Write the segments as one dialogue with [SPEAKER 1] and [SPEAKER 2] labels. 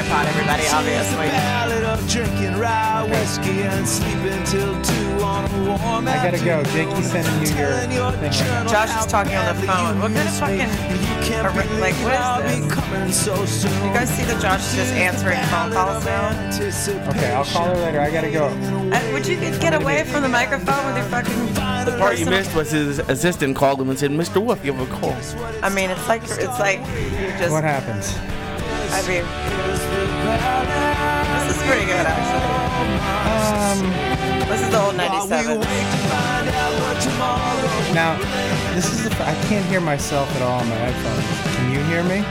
[SPEAKER 1] Obviously, obviously.
[SPEAKER 2] ballad of drinking rye whiskey and sleeping till two on a warm
[SPEAKER 3] I gotta go.
[SPEAKER 2] afternoon.
[SPEAKER 3] Jakey's sending you your
[SPEAKER 2] Telling your
[SPEAKER 3] thing right
[SPEAKER 2] journal
[SPEAKER 3] now.
[SPEAKER 1] Josh
[SPEAKER 2] how
[SPEAKER 1] is talking on the
[SPEAKER 2] badly
[SPEAKER 1] phone.
[SPEAKER 2] you
[SPEAKER 1] What kind of
[SPEAKER 2] miss me.
[SPEAKER 1] fucking-
[SPEAKER 2] And you can't
[SPEAKER 1] or, like,
[SPEAKER 2] believe
[SPEAKER 1] what is
[SPEAKER 2] I'll be
[SPEAKER 1] this?
[SPEAKER 2] coming so soon.
[SPEAKER 1] You guys see that Josh is just answering phone calls now?
[SPEAKER 3] Okay, I'll call her later. I gotta go.
[SPEAKER 1] Uh, would you get away from the microphone with your fucking
[SPEAKER 4] The part you
[SPEAKER 1] personal-
[SPEAKER 4] missed was his assistant called him and said, Mr. Wolf, you have a call.
[SPEAKER 1] I mean, it's like it's like you just.
[SPEAKER 3] What happens?
[SPEAKER 1] I mean, this is pretty good actually.
[SPEAKER 3] Um,
[SPEAKER 1] This is the old '97.
[SPEAKER 3] Now, this is the, I can't hear myself at all on my headphones. Can you hear me?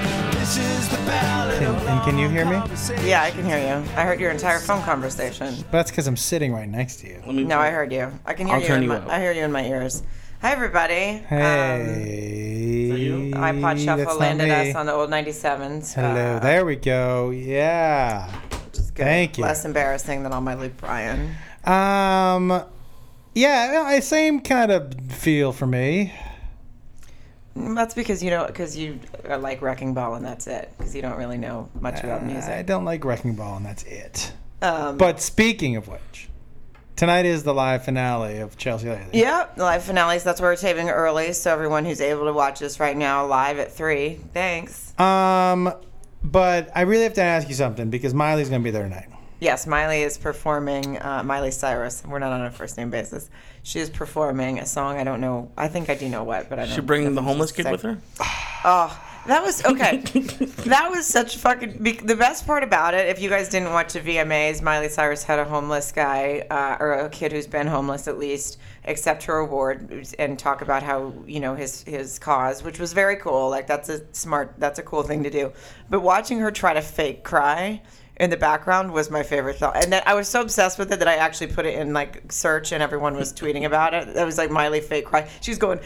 [SPEAKER 3] Can, and can you hear me?
[SPEAKER 1] Yeah, I can hear you. I heard your entire phone conversation.
[SPEAKER 3] But that's because I'm sitting right next to you.
[SPEAKER 4] Let me
[SPEAKER 1] No, I heard you. I can hear
[SPEAKER 4] I'll
[SPEAKER 1] you.
[SPEAKER 4] turn
[SPEAKER 1] in
[SPEAKER 4] you
[SPEAKER 1] my,
[SPEAKER 4] up.
[SPEAKER 1] I hear you in my ears. Hi everybody.
[SPEAKER 3] Hey.
[SPEAKER 4] you?
[SPEAKER 1] Um, iPod
[SPEAKER 3] that's
[SPEAKER 1] Shuffle
[SPEAKER 3] not
[SPEAKER 1] landed
[SPEAKER 3] me.
[SPEAKER 1] us on the old Uh, '97s.
[SPEAKER 3] Hello. There we go. Yeah. Thank you.
[SPEAKER 1] Less embarrassing than all my Luke Bryan.
[SPEAKER 3] Um. Yeah. I- Same kind of feel for me.
[SPEAKER 1] Mm, That's because you know, because you are like wrecking ball, and that's it. Because you don't really know much about
[SPEAKER 3] Uh, I
[SPEAKER 1] music.
[SPEAKER 3] don't like Wrecking Ball, and that's it.
[SPEAKER 1] Um,
[SPEAKER 3] But speaking of which, tonight is the live finale of Chelsea Lately.
[SPEAKER 1] Yeah, the live finales. That's where we're taping early, so everyone who's able to watch this right now live at three. Thanks.
[SPEAKER 3] Um, but I really have to ask you something because Miley's gonna be there tonight.
[SPEAKER 1] Yes, Miley is performing. Uh, Miley Cyrus. We're not on a first name basis. She is performing a song. I don't know. I think I do know what, but I don't.
[SPEAKER 4] She bringing the homeless kid with her?
[SPEAKER 1] Oh, that was okay. that was such fucking. be- The best part about it, if you guys didn't watch the VMAs, Miley Cyrus had a homeless guy uh, or a kid who's been homeless at least accept her award and talk about how you know his his cause, which was very cool. Like that's a smart, that's a cool thing to do. But watching her try to fake cry. In the background was my favorite thought, and that I was so obsessed with it that I actually put it in like search, and everyone was tweeting about it. That was like Miley fake cry. She's going,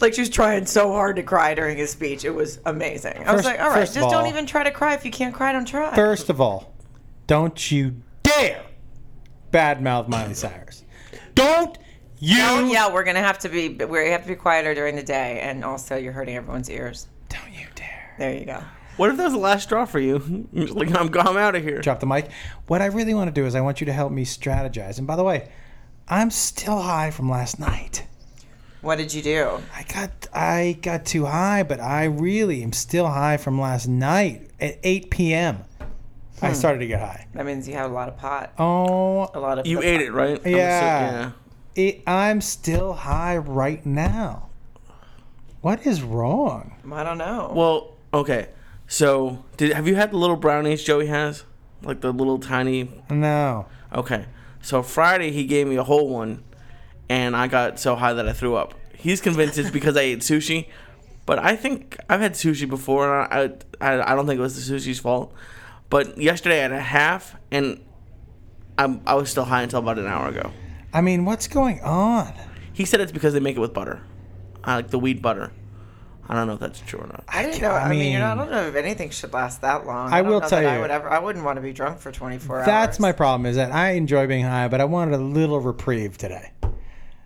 [SPEAKER 1] like she was trying so hard to cry during his speech. It was amazing. I was
[SPEAKER 3] First-
[SPEAKER 1] like, all right,
[SPEAKER 3] first
[SPEAKER 1] just
[SPEAKER 3] of all-
[SPEAKER 1] don't even try to cry. If you can't cry, don't try.
[SPEAKER 3] First of all, don't you dare badmouth Miley Cyrus. Don't you?
[SPEAKER 1] Oh, yeah, we're gonna have to be. We have to be quieter during the day, and also you're hurting everyone's ears.
[SPEAKER 3] Don't you dare.
[SPEAKER 1] There you go.
[SPEAKER 4] What if that was the last straw for you? You're just like, I'm, I'm out of here.
[SPEAKER 3] Drop the mic. What I really want to do is I want you to help me strategize. And by the way, I'm still high from last night.
[SPEAKER 1] What did you do?
[SPEAKER 3] I got I got too high, but I really am still high from last night at 8 p.m. I started to get high.
[SPEAKER 1] That means you have a lot of pot.
[SPEAKER 3] Oh,
[SPEAKER 1] A lot of
[SPEAKER 4] You ate it, right? I'm
[SPEAKER 3] Yeah.
[SPEAKER 4] so- yeah.
[SPEAKER 3] it, I'm still high right now. What is wrong?
[SPEAKER 1] I don't know.
[SPEAKER 4] Well, okay. So, did have you had the little brownies Joey has? Like the little tiny.
[SPEAKER 3] No.
[SPEAKER 4] Okay. So Friday he gave me a whole one, and I got so high that I threw up. He's convinced it's because I ate sushi, but I think I've had sushi before, and I I, I don't think it was the sushi's fault. But yesterday I had a half, and I'm, I was still high until about an hour ago.
[SPEAKER 3] I mean, what's going on?
[SPEAKER 4] He said it's because they make it with butter, I like the weed butter. I don't know if that's true or not.
[SPEAKER 1] I didn't know.
[SPEAKER 3] I
[SPEAKER 1] I mean, you know, I
[SPEAKER 3] mean-
[SPEAKER 1] don't know if anything should last that long.
[SPEAKER 3] I
[SPEAKER 1] don't
[SPEAKER 3] will
[SPEAKER 1] know
[SPEAKER 3] tell
[SPEAKER 1] that
[SPEAKER 3] you-
[SPEAKER 1] I would ever. I wouldn't want to be drunk for 24 hours.
[SPEAKER 3] That's my problem is that I enjoy being high, but I wanted a little reprieve today.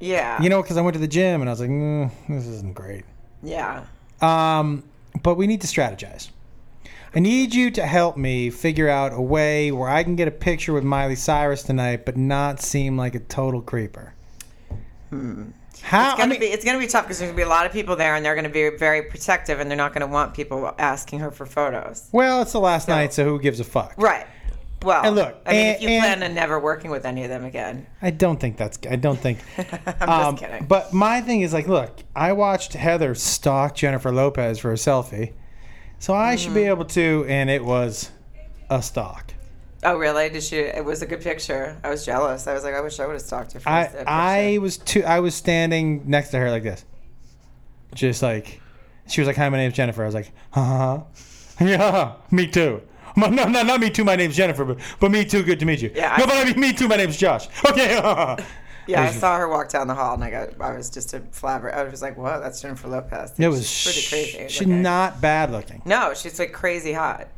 [SPEAKER 1] Yeah.
[SPEAKER 3] You know, because I went to the gym and I was like, mm, this isn't great.
[SPEAKER 1] Yeah.
[SPEAKER 3] Um, but we need to strategize. I need you to help me figure out a way where I can get a picture with Miley Cyrus tonight, but not seem like a total creeper. Hmm. How?
[SPEAKER 1] It's
[SPEAKER 3] I
[SPEAKER 1] gonna
[SPEAKER 3] mean,
[SPEAKER 1] be it's gonna be tough because there's gonna be a lot of people there, and they're gonna be very protective, and they're not gonna want people asking her for photos.
[SPEAKER 3] well, it's the last night, so who gives a fuck?
[SPEAKER 1] Right. Well,
[SPEAKER 3] And look,
[SPEAKER 1] I mean,
[SPEAKER 3] and-
[SPEAKER 1] if you
[SPEAKER 3] and-
[SPEAKER 1] plan on never working with any of them again,
[SPEAKER 3] I don't think that's. I don't think.
[SPEAKER 1] I'm
[SPEAKER 3] um,
[SPEAKER 1] just kidding.
[SPEAKER 3] But my thing is like, look, I watched Heather stalk Jennifer Lopez for a selfie, so I should
[SPEAKER 1] Hmm.
[SPEAKER 3] be able to. And it was a stalk.
[SPEAKER 1] oh, really? Did she? It was a good picture. I was jealous. I was like, I wish I would have stalked her. For
[SPEAKER 3] I
[SPEAKER 1] this picture.
[SPEAKER 3] I was too. I was standing next to her like this, just like she was like, "Hi, my name's Jennifer." I was like, "Huh? Yeah, me too." I'm like, No, no, not me too. My name's Jennifer, but, but me too. Good to meet you.
[SPEAKER 1] Yeah,
[SPEAKER 3] no,
[SPEAKER 1] I-
[SPEAKER 3] but I mean me too. My name's Josh. Okay.
[SPEAKER 1] yeah, I saw her walk down the hall, and I got I was just a flabber. I was like, whoa, that's Jennifer Lopez.
[SPEAKER 3] It was
[SPEAKER 1] She's pretty crazy.
[SPEAKER 3] She's
[SPEAKER 1] looking.
[SPEAKER 3] not bad looking.
[SPEAKER 1] No, she's like crazy hot.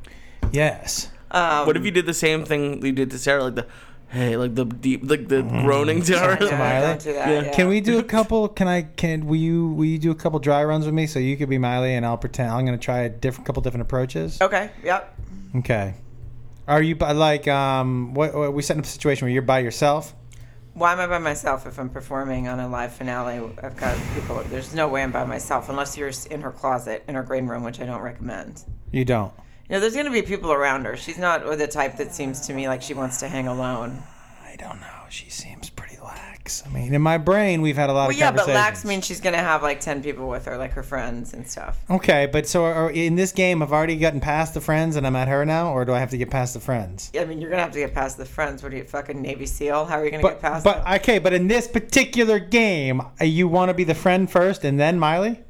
[SPEAKER 3] Yes.
[SPEAKER 1] Um,
[SPEAKER 4] What if you did the same thing you did to Sarah, like the hey, like the deep, like the groaning to her.
[SPEAKER 1] Yeah,
[SPEAKER 3] Miley?
[SPEAKER 1] Um, don't do that.
[SPEAKER 4] Yeah.
[SPEAKER 1] yeah.
[SPEAKER 3] Can we do a couple? Can I? Can will you? Will you do a couple dry runs with me? So you could be Miley, and I'll pretend. I'm gonna try a different couple different approaches.
[SPEAKER 1] Okay. Yep.
[SPEAKER 3] Okay. Are you by- like um? What, what we setting up a situation where you're by yourself?
[SPEAKER 1] Why am I by myself if I'm performing on a live finale? I've got people. There's no way I'm by myself unless you're s- in her closet in her green room, which I don't recommend.
[SPEAKER 3] You don't.
[SPEAKER 1] You know, there's going to be people around her. She's not the type that seems to me like she wants to hang alone.
[SPEAKER 3] I don't know. She seems pretty lax. I mean, in my brain, we've had a lot
[SPEAKER 1] Well,
[SPEAKER 3] of
[SPEAKER 1] yeah, but lax
[SPEAKER 3] conversations.
[SPEAKER 1] means she's going to have like 10 people with her, like her friends and stuff.
[SPEAKER 3] Okay, but so are, are- in this game, I've already gotten past the friends, and I'm at her now, or do I have to get past the friends?
[SPEAKER 1] I mean, you're going to have to get past the friends. What are you, fucking Navy SEAL? How are you going to get
[SPEAKER 3] But
[SPEAKER 1] past
[SPEAKER 3] but
[SPEAKER 1] them?
[SPEAKER 3] okay, but in this particular game, uh, you want to be the friend first, and then Miley.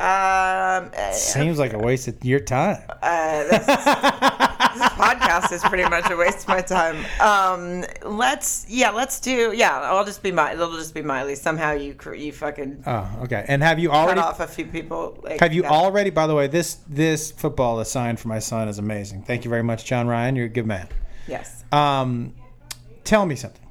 [SPEAKER 1] Um, uh,
[SPEAKER 3] Seems like a waste of your time.
[SPEAKER 1] uh, this, this podcast is pretty much a waste of my time. Um, let's, yeah, let's do, yeah, I'll just be Miley. It'll just be Miley. Somehow you, cr- you fucking
[SPEAKER 3] Oh, okay. And have you
[SPEAKER 1] cut
[SPEAKER 3] already?
[SPEAKER 1] off a few people. Like
[SPEAKER 3] Have you
[SPEAKER 1] that.
[SPEAKER 3] already? By the way, this this football assigned for my son is amazing. Thank you very much, John Ryan. You're a good man.
[SPEAKER 1] Yes.
[SPEAKER 3] Um, tell me something.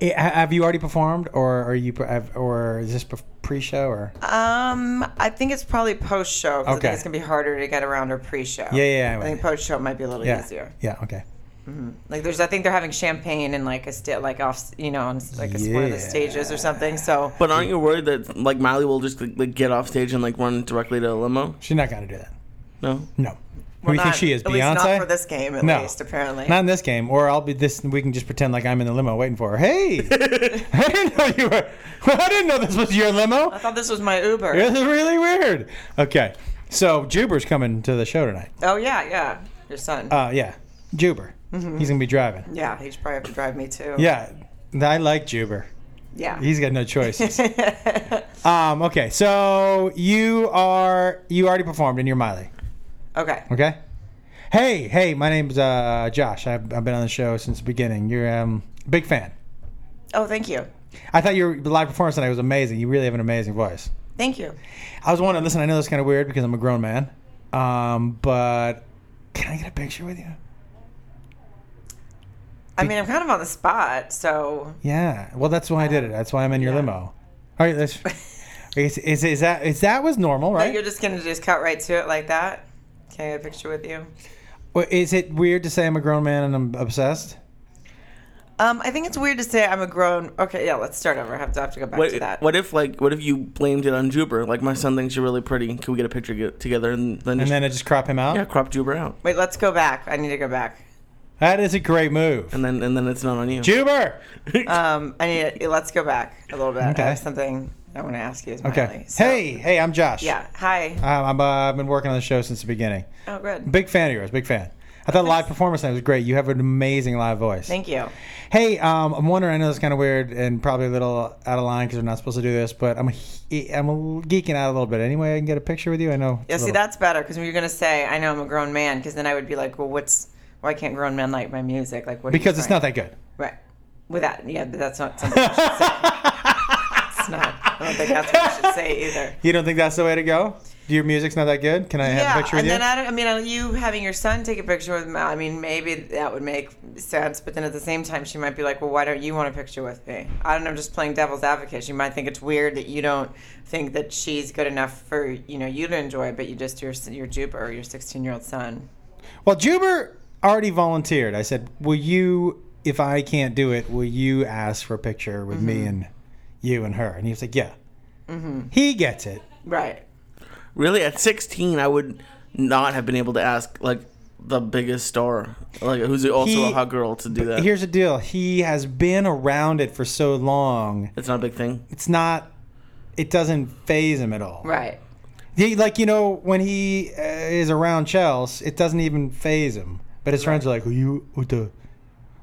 [SPEAKER 3] Eh, ha- Have you already performed, or are you, pre- have- or is this pre- pre-show, or?
[SPEAKER 1] Um, I think it's probably post show. I
[SPEAKER 3] Okay.
[SPEAKER 1] think it's gonna be harder to get around her pre-show.
[SPEAKER 3] Yeah, yeah, yeah.
[SPEAKER 1] I think post show might be a little
[SPEAKER 3] yeah,
[SPEAKER 1] easier.
[SPEAKER 3] yeah. Okay.
[SPEAKER 1] Like, there's, I think they're having champagne and like a sta- like off, you know, on s- like a, one of the
[SPEAKER 3] Yeah.
[SPEAKER 1] stages or something. So
[SPEAKER 4] But aren't you worried that like Miley will just like, like, get off stage and like run directly to a limo?
[SPEAKER 3] She's not gonna do that.
[SPEAKER 4] No.
[SPEAKER 1] Well,
[SPEAKER 3] No. Who do you think
[SPEAKER 1] not-
[SPEAKER 3] she is?
[SPEAKER 1] At least not for
[SPEAKER 3] Beyonce.
[SPEAKER 1] this game, at
[SPEAKER 3] No.
[SPEAKER 1] least apparently.
[SPEAKER 3] Not in this game, or I'll be this. We can just pretend like I'm in the limo waiting for her. Hey, I didn't know you were. I didn't know this was your limo.
[SPEAKER 1] I thought this was my Uber.
[SPEAKER 3] This is really weird. Okay, so Juber's coming to the show tonight.
[SPEAKER 1] Oh yeah, yeah, your son.
[SPEAKER 3] Uh, yeah, Juber. He's gonna be driving.
[SPEAKER 1] yeah, he should probably have to drive me too.
[SPEAKER 3] Yeah, I like Juber.
[SPEAKER 1] yeah.
[SPEAKER 3] He's got no choices. um, okay, so you are you already performed and you're Miley.
[SPEAKER 1] okay.
[SPEAKER 3] Okay. Hey, hey, my name's uh, Josh. I've, I've been on the show since the beginning. You're um big fan.
[SPEAKER 1] Oh, thank you,
[SPEAKER 3] I thought your live performance tonight was amazing. You really have an amazing voice.
[SPEAKER 1] thank you.
[SPEAKER 3] I was wondering. Listen, I know that's kind of weird because I'm a grown man, um, but can I get a picture with you?
[SPEAKER 1] I mean, I'm kind of on the spot, so
[SPEAKER 3] Yeah. Well, that's why I did it. That's why I'm in your
[SPEAKER 1] Yeah.
[SPEAKER 3] limo. All right. That's, is, is, is that is that was normal,
[SPEAKER 1] but
[SPEAKER 3] right?
[SPEAKER 1] you're just gonna just cut right to it like that. Can I get a picture with you?
[SPEAKER 3] Well, Is it weird to say I'm a grown man and I'm obsessed?
[SPEAKER 1] Um, I think it's weird to say I'm a grown. Okay, yeah, let's start over. I have to, have to go back to
[SPEAKER 4] What,
[SPEAKER 1] that.
[SPEAKER 4] what if like what if you blamed it on Juber? Like my son thinks you're really pretty. Can we get a picture get together and then,
[SPEAKER 3] And
[SPEAKER 4] just,
[SPEAKER 3] then I just crop him out.
[SPEAKER 4] yeah, crop Juber out
[SPEAKER 1] Wait, let's go back. I need to go back.
[SPEAKER 3] That is a great move,
[SPEAKER 4] and then and then it's not on you.
[SPEAKER 3] Juber.
[SPEAKER 1] Um, I need. To, let's go back a little bit.
[SPEAKER 3] Okay.
[SPEAKER 1] I have something I want to ask you. As
[SPEAKER 3] Okay.
[SPEAKER 1] Miley. So-
[SPEAKER 3] hey, hey, I'm Josh.
[SPEAKER 1] Yeah. Hi.
[SPEAKER 3] Um, I'm, uh, I've been working on the show since the beginning.
[SPEAKER 1] Oh, good.
[SPEAKER 3] Big fan of yours. Big fan. I thought live performance night was great. You have an amazing live voice.
[SPEAKER 1] Thank you.
[SPEAKER 3] Hey, um, I'm wondering. I know it's kind of weird and probably a little out of line because we're not supposed to do this, but I'm he- I'm geeking out a little bit. Anyway, I can get a picture with you. I know.
[SPEAKER 1] Yeah.
[SPEAKER 3] it's a
[SPEAKER 1] See,
[SPEAKER 3] little-
[SPEAKER 1] that's better because you're gonna say I know I'm a grown man because then I would be like, well, what's why can't grown men like my music? Like what? are you
[SPEAKER 3] because it's
[SPEAKER 1] trying-
[SPEAKER 3] not that good.
[SPEAKER 1] right. With that, yeah, but that's not something. I should say. it's not. I don't think that's what I should say either.
[SPEAKER 3] You don't think that's the way to go? Your music's not that good. Can I have a picture with
[SPEAKER 1] and
[SPEAKER 3] you?
[SPEAKER 1] then I, don't, I mean, uh, you having your son take a picture with him, I mean, maybe that would make sense. But then at the same time, she might be like, "Well, why don't you want a picture with me?" I don't know. I'm just playing devil's advocate. She might think it's weird that you don't think that she's good enough for you know you to enjoy, but you just your your Juper or your 16 year old son.
[SPEAKER 3] Well, Juber already volunteered. I said, "Will you, if I can't do it, will you ask for a picture with
[SPEAKER 1] Mm-hmm.
[SPEAKER 3] me and you and her?" And he was like, "Yeah." He gets it.
[SPEAKER 1] Right.
[SPEAKER 4] Really, at 16, I would not have been able to ask like the biggest star, like who's also
[SPEAKER 3] He-
[SPEAKER 4] a hot girl, to do that.
[SPEAKER 3] Here's the deal. He has been around it for so long.
[SPEAKER 4] It's not a big thing.
[SPEAKER 3] It's not. It doesn't phase him at all.
[SPEAKER 1] Right.
[SPEAKER 3] He, like you know when he uh, is around Chels, it doesn't even phase him. But his friends are like, "Who you? What the?"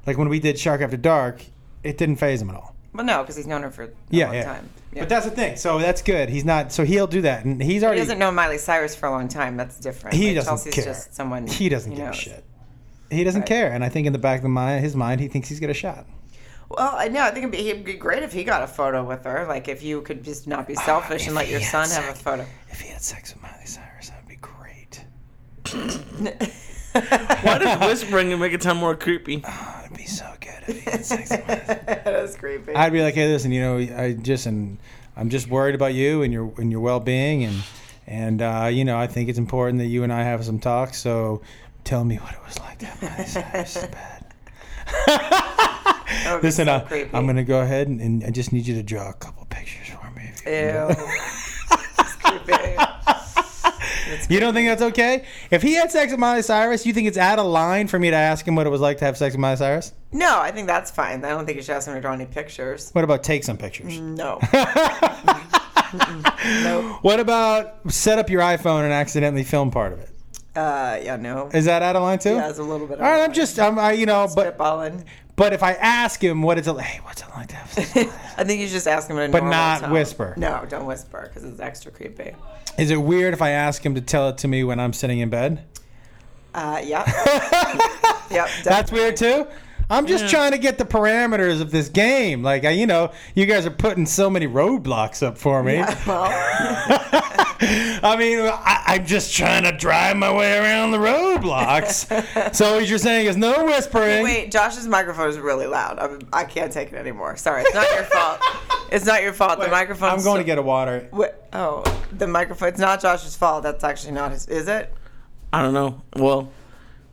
[SPEAKER 3] Like when we did Shark After Dark, it didn't phase him at all.
[SPEAKER 1] Well, no, because he's known her for a
[SPEAKER 3] Yeah,
[SPEAKER 1] long
[SPEAKER 3] yeah.
[SPEAKER 1] time. Yeah.
[SPEAKER 3] But that's the thing. So that's good. He's not. So he'll do that, and he's
[SPEAKER 1] he
[SPEAKER 3] already.
[SPEAKER 1] doesn't know Miley Cyrus for a long time. That's different.
[SPEAKER 3] He
[SPEAKER 1] Like,
[SPEAKER 3] doesn't
[SPEAKER 1] Chelsea's
[SPEAKER 3] care.
[SPEAKER 1] just someone.
[SPEAKER 3] He doesn't
[SPEAKER 1] you
[SPEAKER 3] give a
[SPEAKER 1] know,
[SPEAKER 3] shit. He doesn't
[SPEAKER 1] Right.
[SPEAKER 3] care, and I think in the back of the mind, his mind, he thinks he's got a shot.
[SPEAKER 1] Well, I know. I think it'd be, it'd be great if he got a photo with her. Like, if you could just not be selfish
[SPEAKER 3] Oh,
[SPEAKER 1] and let your
[SPEAKER 3] yeah,
[SPEAKER 1] son have a
[SPEAKER 3] exactly.
[SPEAKER 1] photo.
[SPEAKER 3] If he had sex with Miley Cyrus, that would be great.
[SPEAKER 4] Why does whispering make it sound more creepy?
[SPEAKER 3] Oh, it'd be so good.
[SPEAKER 1] That's creepy.
[SPEAKER 3] I'd be like, hey, listen, you know, I just and I'm just worried about you and your and your well being and and uh, you know, I think it's important that you and I have some talks. So tell me what it was like to have Miley Cyrus is bad.
[SPEAKER 1] That would be
[SPEAKER 3] Listen,
[SPEAKER 1] so
[SPEAKER 3] uh,
[SPEAKER 1] creepy.
[SPEAKER 3] I'm gonna go ahead and, and I just need you to draw a couple pictures for me. if you-
[SPEAKER 1] Ew. That's creepy.
[SPEAKER 3] You don't think that's okay? If he had sex with Miley Cyrus, you think it's out of line for me to ask him what it was like to have sex with Miley Cyrus?
[SPEAKER 1] No, I think that's fine. I don't think you should ask him to draw any pictures.
[SPEAKER 3] What about take some pictures?
[SPEAKER 1] No.
[SPEAKER 3] What about set up your iPhone and accidentally film part of it?
[SPEAKER 1] Uh, yeah, no.
[SPEAKER 3] Is that out of line too?
[SPEAKER 1] Yeah, it's a little bit.
[SPEAKER 3] All right, I'm just, I'm, I, you know, but
[SPEAKER 1] spitballing.
[SPEAKER 3] But if I ask him what it's like, hey, what's it like to have sex?
[SPEAKER 1] I think you should just ask him in a
[SPEAKER 3] But
[SPEAKER 1] normal
[SPEAKER 3] not
[SPEAKER 1] tone.
[SPEAKER 3] whisper.
[SPEAKER 1] No, don't whisper because it's extra creepy.
[SPEAKER 3] Is it weird if I ask him to tell it to me when I'm sitting in bed?
[SPEAKER 1] Uh, yeah. yep.
[SPEAKER 3] That's weird too. I'm just trying to get the parameters of this game. Like, I, you know, you guys are putting so many roadblocks up for me.
[SPEAKER 1] definitely. Well,
[SPEAKER 3] I mean, I, I'm just trying to drive my way around the roadblocks. so what you're saying is no whispering.
[SPEAKER 1] wait. Josh's microphone is really loud. I'm, I can't take it anymore. Sorry, it's not your fault. It's not your fault. the microphone.
[SPEAKER 3] I'm going to get a water.
[SPEAKER 1] Oh, the microphone. It's not Josh's fault. That's actually not his. Is it?
[SPEAKER 4] I don't know. Well,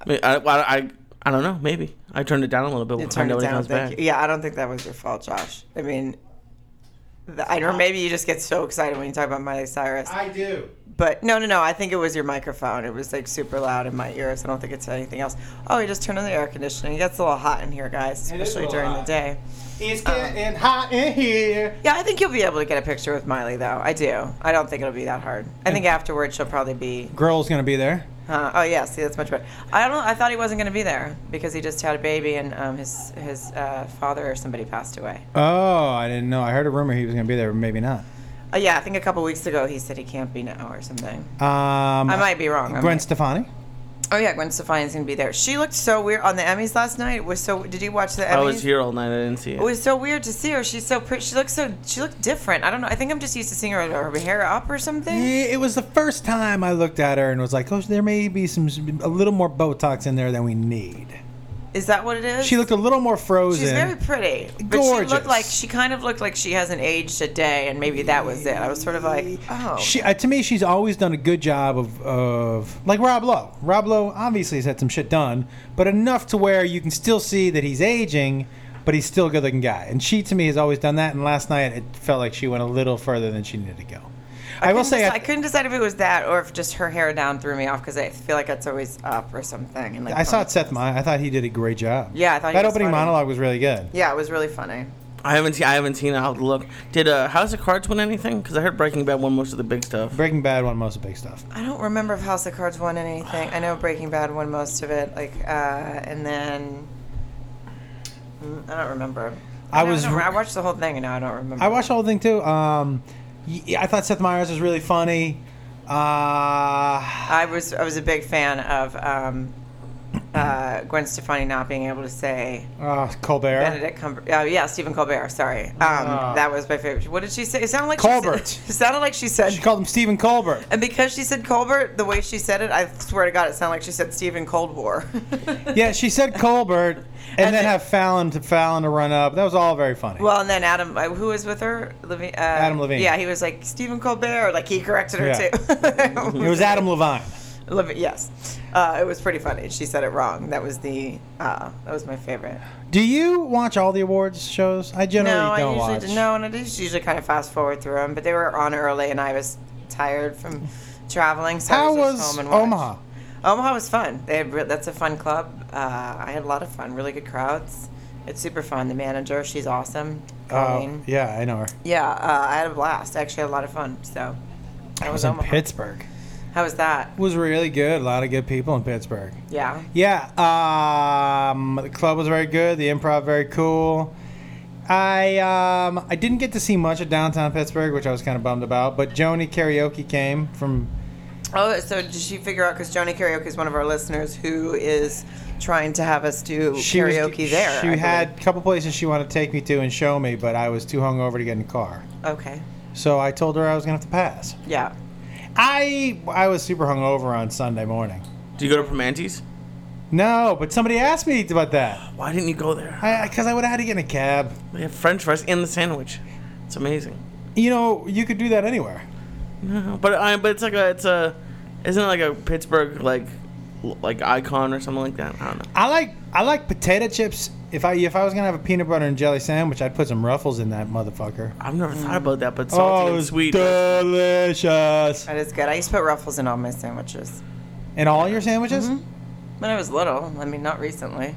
[SPEAKER 4] I, I, I, I don't know. Maybe I turned it down a little bit. We'll
[SPEAKER 1] It
[SPEAKER 4] find
[SPEAKER 1] turned it
[SPEAKER 4] out when it
[SPEAKER 1] down.
[SPEAKER 4] comes
[SPEAKER 1] Thank
[SPEAKER 4] back.
[SPEAKER 1] you. Yeah, I don't think that was your fault, Josh. I mean, the, I, or maybe you just get so excited when you talk about Miley Cyrus.
[SPEAKER 3] I do.
[SPEAKER 1] But no, no, no. I think it was your microphone. It was like super loud in my ears. I don't think it's anything else. Oh, you just turned on the air conditioning. It gets a little hot in here, guys,
[SPEAKER 3] It is a
[SPEAKER 1] especially
[SPEAKER 3] little
[SPEAKER 1] during
[SPEAKER 3] hot.
[SPEAKER 1] the day.
[SPEAKER 3] It's
[SPEAKER 1] Uh-huh.
[SPEAKER 3] getting hot in here.
[SPEAKER 1] Yeah, I think you'll be able to get a picture with Miley, though. I do. I don't think it'll be that hard. I think afterwards she'll probably be.
[SPEAKER 3] Girl's gonna be there.
[SPEAKER 1] Uh, oh yeah, see that's much better. I don't. I thought he wasn't going to be there because he just had a baby and um, his his uh, father or somebody passed away.
[SPEAKER 3] Oh, I didn't know. I heard a rumor he was gonna be there, but maybe not.
[SPEAKER 1] Uh, yeah, I think a couple weeks ago he said he can't be now or something.
[SPEAKER 3] Um,
[SPEAKER 1] I might be wrong. I
[SPEAKER 3] Gwen
[SPEAKER 1] might-
[SPEAKER 3] Stefani.
[SPEAKER 1] Oh yeah, Gwen Stefani's gonna be there. She looked so weird on the Emmys last night. It was so. Did you watch the Emmys?
[SPEAKER 4] I was here all night. I didn't see it.
[SPEAKER 1] It was so weird to see her. She's so pretty. She looks so. She looked different. I don't know. I think I'm just used to seeing her with her hair up or something.
[SPEAKER 3] Yeah, it was the first time I looked at her and was like, "Oh, there may be some a little more Botox in there than we need."
[SPEAKER 1] Is that what it is?
[SPEAKER 3] She looked a little more frozen.
[SPEAKER 1] She's very pretty. But she
[SPEAKER 3] Gorgeous.
[SPEAKER 1] looked like she kind of looked like she hasn't aged a day, and maybe that was it. I was sort of like, oh,
[SPEAKER 3] She, uh, to me, she's always done a good job of, of like Rob Lowe. Rob Lowe obviously has had some shit done, but enough to where you can still see that he's aging, but he's still a good looking guy. And she, to me, has always done that. And last night, it felt like she went a little further than she needed to go. I, will
[SPEAKER 1] couldn't
[SPEAKER 3] say,
[SPEAKER 1] deci-
[SPEAKER 3] I-
[SPEAKER 1] I, couldn't decide if it was that or if just her hair down threw me off because I feel like that's always up or something. And like
[SPEAKER 3] I saw it
[SPEAKER 1] ponytails.
[SPEAKER 3] Seth Meyers. I thought he did a great job.
[SPEAKER 1] Yeah, I thought he
[SPEAKER 3] that
[SPEAKER 1] was
[SPEAKER 3] opening
[SPEAKER 1] funny.
[SPEAKER 3] monologue was really good.
[SPEAKER 1] Yeah, it was really funny.
[SPEAKER 4] I haven't seen. I haven't seen. it. I'll look. Did uh, House of Cards win anything? Because I heard Breaking Bad won most of the big stuff.
[SPEAKER 3] Breaking Bad won most of the big stuff.
[SPEAKER 1] I don't remember if House of Cards won anything. I know Breaking Bad won most of it. Like, uh, and then Mm, I don't remember.
[SPEAKER 3] I
[SPEAKER 1] And
[SPEAKER 3] was-
[SPEAKER 1] don't re- I watched the whole thing, and now I don't remember.
[SPEAKER 3] I watched the whole thing too. Um, y- I thought Seth Meyers was really funny. Uh,
[SPEAKER 1] I was. I was a big fan of um, uh, Gwen Stefani not being able to say
[SPEAKER 3] uh, Colbert.
[SPEAKER 1] Benedict Cumber. Uh, yeah, Stephen Colbert. Sorry, um,
[SPEAKER 3] Ah.
[SPEAKER 1] that was my favorite. What did she say? It sounded like she said-
[SPEAKER 3] Colbert.
[SPEAKER 1] it sounded like she said.
[SPEAKER 3] She called him Stephen Colbert.
[SPEAKER 1] and because she said Colbert, the way she said it, I swear to God, it sounded like she said Stephen Cold War.
[SPEAKER 3] Yeah, she said Colbert, and, then
[SPEAKER 1] then-
[SPEAKER 3] have Fallon to Fallon to run up. That was all very funny.
[SPEAKER 1] Well, and then Adam, uh, who was with her? Levine, uh,
[SPEAKER 3] Adam Levine.
[SPEAKER 1] Yeah, he was like Stephen Colbert. Like he corrected her
[SPEAKER 3] Yeah.
[SPEAKER 1] too.
[SPEAKER 3] it was Adam Levine.
[SPEAKER 1] Levine. Yes, uh, it was pretty funny. She said it wrong. That was the uh, that was my favorite.
[SPEAKER 3] Do you watch all the awards shows? I generally
[SPEAKER 1] no,
[SPEAKER 3] don't
[SPEAKER 1] I
[SPEAKER 3] watch.
[SPEAKER 1] usually no, and I just usually kind of fast forward through them. But they were on early, and I was tired from traveling. So
[SPEAKER 3] How
[SPEAKER 1] I was, just
[SPEAKER 3] was
[SPEAKER 1] home and watched.
[SPEAKER 3] Omaha?
[SPEAKER 1] Omaha was fun. They had re- that's a fun club. Uh, I had a lot of fun. Really good crowds. It's super fun. The manager, she's awesome.
[SPEAKER 3] Oh,
[SPEAKER 1] Colleen.
[SPEAKER 3] yeah, I know her.
[SPEAKER 1] Yeah, uh, I had a blast. I actually had a lot of fun. So that
[SPEAKER 3] I
[SPEAKER 1] was
[SPEAKER 3] was in
[SPEAKER 1] Omaha.
[SPEAKER 3] Pittsburgh.
[SPEAKER 1] How was that?
[SPEAKER 3] It was really good. A lot of good people in Pittsburgh.
[SPEAKER 1] Yeah.
[SPEAKER 3] Yeah, um, the club was very good. The improv very cool. I um, I didn't get to see much of downtown Pittsburgh, which I was kind of bummed about. But Joni Karaoke came from
[SPEAKER 1] Oh, so did she figure out? Because Johnny Karaoke is one of our listeners who is trying to have us do
[SPEAKER 3] was-
[SPEAKER 1] karaoke there.
[SPEAKER 3] She
[SPEAKER 1] I
[SPEAKER 3] had a couple places she wanted to take me to and show me, but I was too hungover to get in the car.
[SPEAKER 1] believe. Okay.
[SPEAKER 3] So I told her I was gonna have to pass.
[SPEAKER 1] Yeah.
[SPEAKER 3] I I was super hungover on Sunday morning.
[SPEAKER 4] Do you go to Primanti's?
[SPEAKER 3] No, but somebody asked me about that.
[SPEAKER 4] Why didn't you go there?
[SPEAKER 3] I because I would have had to get in a cab.
[SPEAKER 4] They have French fries and the sandwich. It's amazing.
[SPEAKER 3] You know, you could do that anywhere. Mm-hmm.
[SPEAKER 4] No, But I but it's like a it's a isn't it like a Pittsburgh like l- like icon or something like that? I don't know.
[SPEAKER 3] I like I like potato chips. If I if I was gonna have a peanut butter and jelly sandwich, I'd put some ruffles in that motherfucker.
[SPEAKER 4] I've never thought about that, but salty
[SPEAKER 3] Oh,
[SPEAKER 4] and
[SPEAKER 3] it's
[SPEAKER 4] sweet.
[SPEAKER 3] delicious!
[SPEAKER 1] That is good. I used to put ruffles in all my sandwiches
[SPEAKER 3] In all your sandwiches,
[SPEAKER 1] Mm-hmm. when I was little. I mean, not recently. It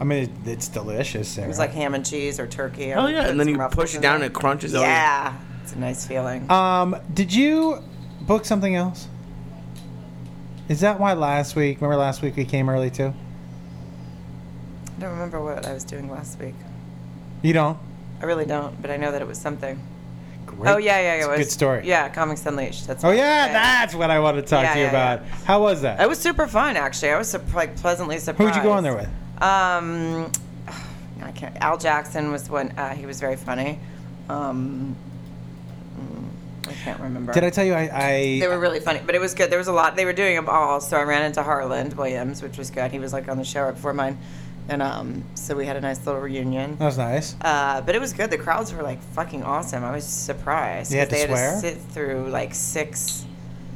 [SPEAKER 3] I mean, it, it's delicious. Sarah.
[SPEAKER 1] was like ham and cheese or turkey. I
[SPEAKER 4] Oh
[SPEAKER 1] would
[SPEAKER 4] yeah,
[SPEAKER 1] put
[SPEAKER 4] and then
[SPEAKER 1] some
[SPEAKER 4] you
[SPEAKER 1] ruffles
[SPEAKER 4] push it
[SPEAKER 1] in
[SPEAKER 4] down
[SPEAKER 1] there.
[SPEAKER 4] and it crunches. all-
[SPEAKER 1] Yeah, it's a nice feeling.
[SPEAKER 3] um, did you book something else? Is that why last week? Remember last week we came early too.
[SPEAKER 1] I don't remember what I was doing last week.
[SPEAKER 3] You don't.
[SPEAKER 1] I really don't, but I know that it was something.
[SPEAKER 3] Great.
[SPEAKER 1] Oh yeah, yeah, yeah.
[SPEAKER 3] It's
[SPEAKER 1] It
[SPEAKER 3] a
[SPEAKER 1] was
[SPEAKER 3] good story.
[SPEAKER 1] Yeah, Comics Unleashed. That's
[SPEAKER 3] Oh
[SPEAKER 1] what-
[SPEAKER 3] yeah, that's what I wanted to talk
[SPEAKER 1] Yeah,
[SPEAKER 3] to you
[SPEAKER 1] yeah,
[SPEAKER 3] about.
[SPEAKER 1] yeah.
[SPEAKER 3] How was that?
[SPEAKER 1] It was super fun, actually. I was sur- like pleasantly surprised.
[SPEAKER 3] Who'd you go on there with?
[SPEAKER 1] Um, I can't. Al Jackson was one. Uh, he was very funny. Um, mm, I can't remember.
[SPEAKER 3] Did I tell you I? I
[SPEAKER 1] They were really funny, but it was good. There was a lot. They were doing them all, so I ran into Harland Williams, which was good. He was like on the show right before mine, and um, so we had a nice little reunion.
[SPEAKER 3] that was nice.
[SPEAKER 1] Uh, but it was good. The crowds were like fucking awesome. I was surprised.
[SPEAKER 3] They had
[SPEAKER 1] 'cause
[SPEAKER 3] to
[SPEAKER 1] they
[SPEAKER 3] swear?
[SPEAKER 1] had to sit through like six.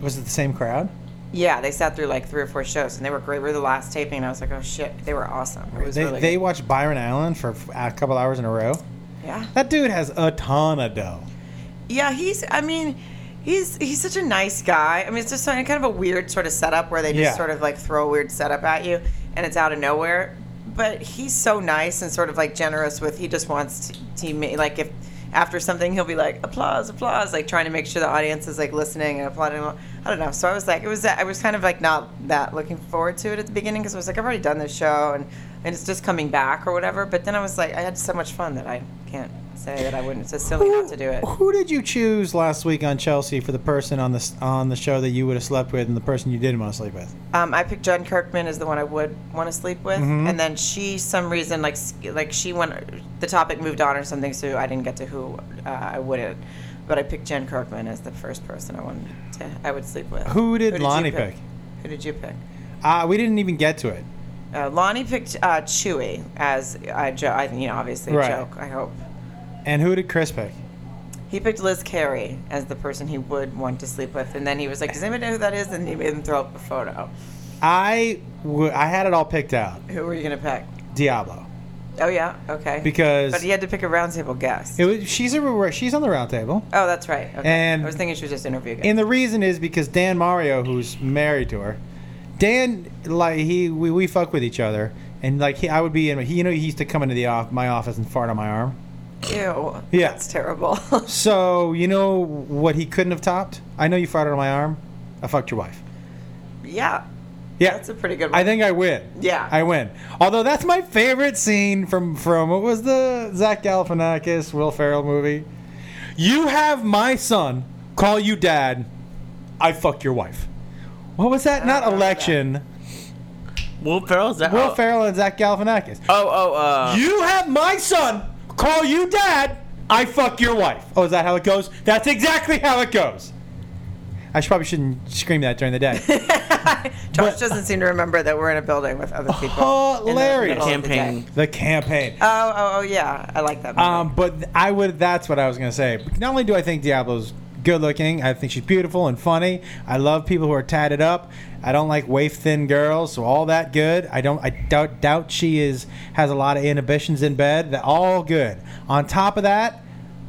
[SPEAKER 3] Was it the same crowd?
[SPEAKER 1] Yeah, they sat through like three or four shows, and they were great. We were the last taping, and I was like, oh shit, they were awesome. It was
[SPEAKER 3] They,
[SPEAKER 1] really
[SPEAKER 3] they
[SPEAKER 1] good.
[SPEAKER 3] watched Byron Allen for f- a couple hours in a row.
[SPEAKER 1] yeah.
[SPEAKER 3] That dude has a ton of dough.
[SPEAKER 1] Yeah, he's. I mean, he's he's such a nice guy. I mean, it's just some- kind of a weird sort of setup where they just
[SPEAKER 3] Yeah.
[SPEAKER 1] sort of like throw a weird setup at you, and it's out of nowhere. But he's so nice and sort of like generous with. He just wants t- teammate like if after something he'll be like applause, applause, like trying to make sure the audience is like listening and applauding. I don't know. So I was like, it was I was kind of like not that looking forward to it at the beginning because I was like, I've already done this show and and it's just coming back or whatever. But then I was like, I had so much fun that I can't say that I wouldn't. It's just silly not to do it.
[SPEAKER 3] Who did you choose last week on Chelsea for the person on the s- on the show that you would have slept with and the person you didn't want to sleep with?
[SPEAKER 1] Um, I picked Jen Kirkman as the one I would want to sleep with,
[SPEAKER 3] Mm-hmm.
[SPEAKER 1] and then she, some reason, like s- like she went, the topic moved on or something, so I didn't get to who uh, I wouldn't. But I picked Jen Kirkman as the first person I wanted to, I would sleep with.
[SPEAKER 3] Who did
[SPEAKER 1] you
[SPEAKER 3] Lonnie pick?
[SPEAKER 1] Who did you pick?
[SPEAKER 3] Uh, we didn't even get to it.
[SPEAKER 1] Uh, Lonnie picked uh, Chewy as I jo- I you know obviously
[SPEAKER 3] Right.
[SPEAKER 1] a joke. I hope
[SPEAKER 3] And who did Chris pick?
[SPEAKER 1] he picked Liz Carey as the person he would want to sleep with, and then he was like, "Does anybody know who that is?" And he made him throw up a photo.
[SPEAKER 3] I w- I had it all picked out.
[SPEAKER 1] Who were you gonna pick?
[SPEAKER 3] Diablo
[SPEAKER 1] Oh yeah, okay.
[SPEAKER 3] because
[SPEAKER 1] But he had to pick a roundtable guest.
[SPEAKER 3] it was, she's a she's on the round table.
[SPEAKER 1] Oh, that's right. Okay.
[SPEAKER 3] And-
[SPEAKER 1] I was thinking she was just interview guest.
[SPEAKER 3] And the reason is because Dan Mario, who's married to her, Dan like he we, we fuck with each other, and like he, I would be in he you know he used to come into the off my office and fart on my arm.
[SPEAKER 1] Ew.
[SPEAKER 3] Yeah.
[SPEAKER 1] That's terrible.
[SPEAKER 3] So you know what he couldn't have topped? I know you farted on my arm. I fucked your wife.
[SPEAKER 1] yeah.
[SPEAKER 3] Yeah,
[SPEAKER 1] That's a pretty good one.
[SPEAKER 3] I think I win.
[SPEAKER 1] Yeah.
[SPEAKER 3] I win. Although that's my favorite scene from from what was the Zach Galifianakis Will Ferrell movie? You have my son call you dad. I fuck your wife. What was that? Not
[SPEAKER 1] remember that.
[SPEAKER 3] election.
[SPEAKER 4] Will Ferrell's that?
[SPEAKER 3] Will
[SPEAKER 4] oh,
[SPEAKER 3] Ferrell and Zach Galifianakis.
[SPEAKER 4] Oh oh uh.
[SPEAKER 3] You have my son call you dad. I fuck your wife. Oh, is that how it goes? That's exactly how it goes. I should, probably shouldn't scream that during the day.
[SPEAKER 1] Josh
[SPEAKER 3] but- Oh,
[SPEAKER 1] doesn't seem to remember that we're in a building with other people. in the
[SPEAKER 3] Hilarious.
[SPEAKER 1] middle of the day.
[SPEAKER 4] Campaign.
[SPEAKER 3] the campaign.
[SPEAKER 1] Oh, oh, oh, yeah. I like that. Movie.
[SPEAKER 3] Um, but th- I would. That's what I was gonna say. Not only do I think Diablo's good looking, I think she's beautiful and funny. I love people who are tatted up. I don't like waif thin girls, so all that good. I don't. I doubt doubt she is has a lot of inhibitions in bed. That all good. On top of that,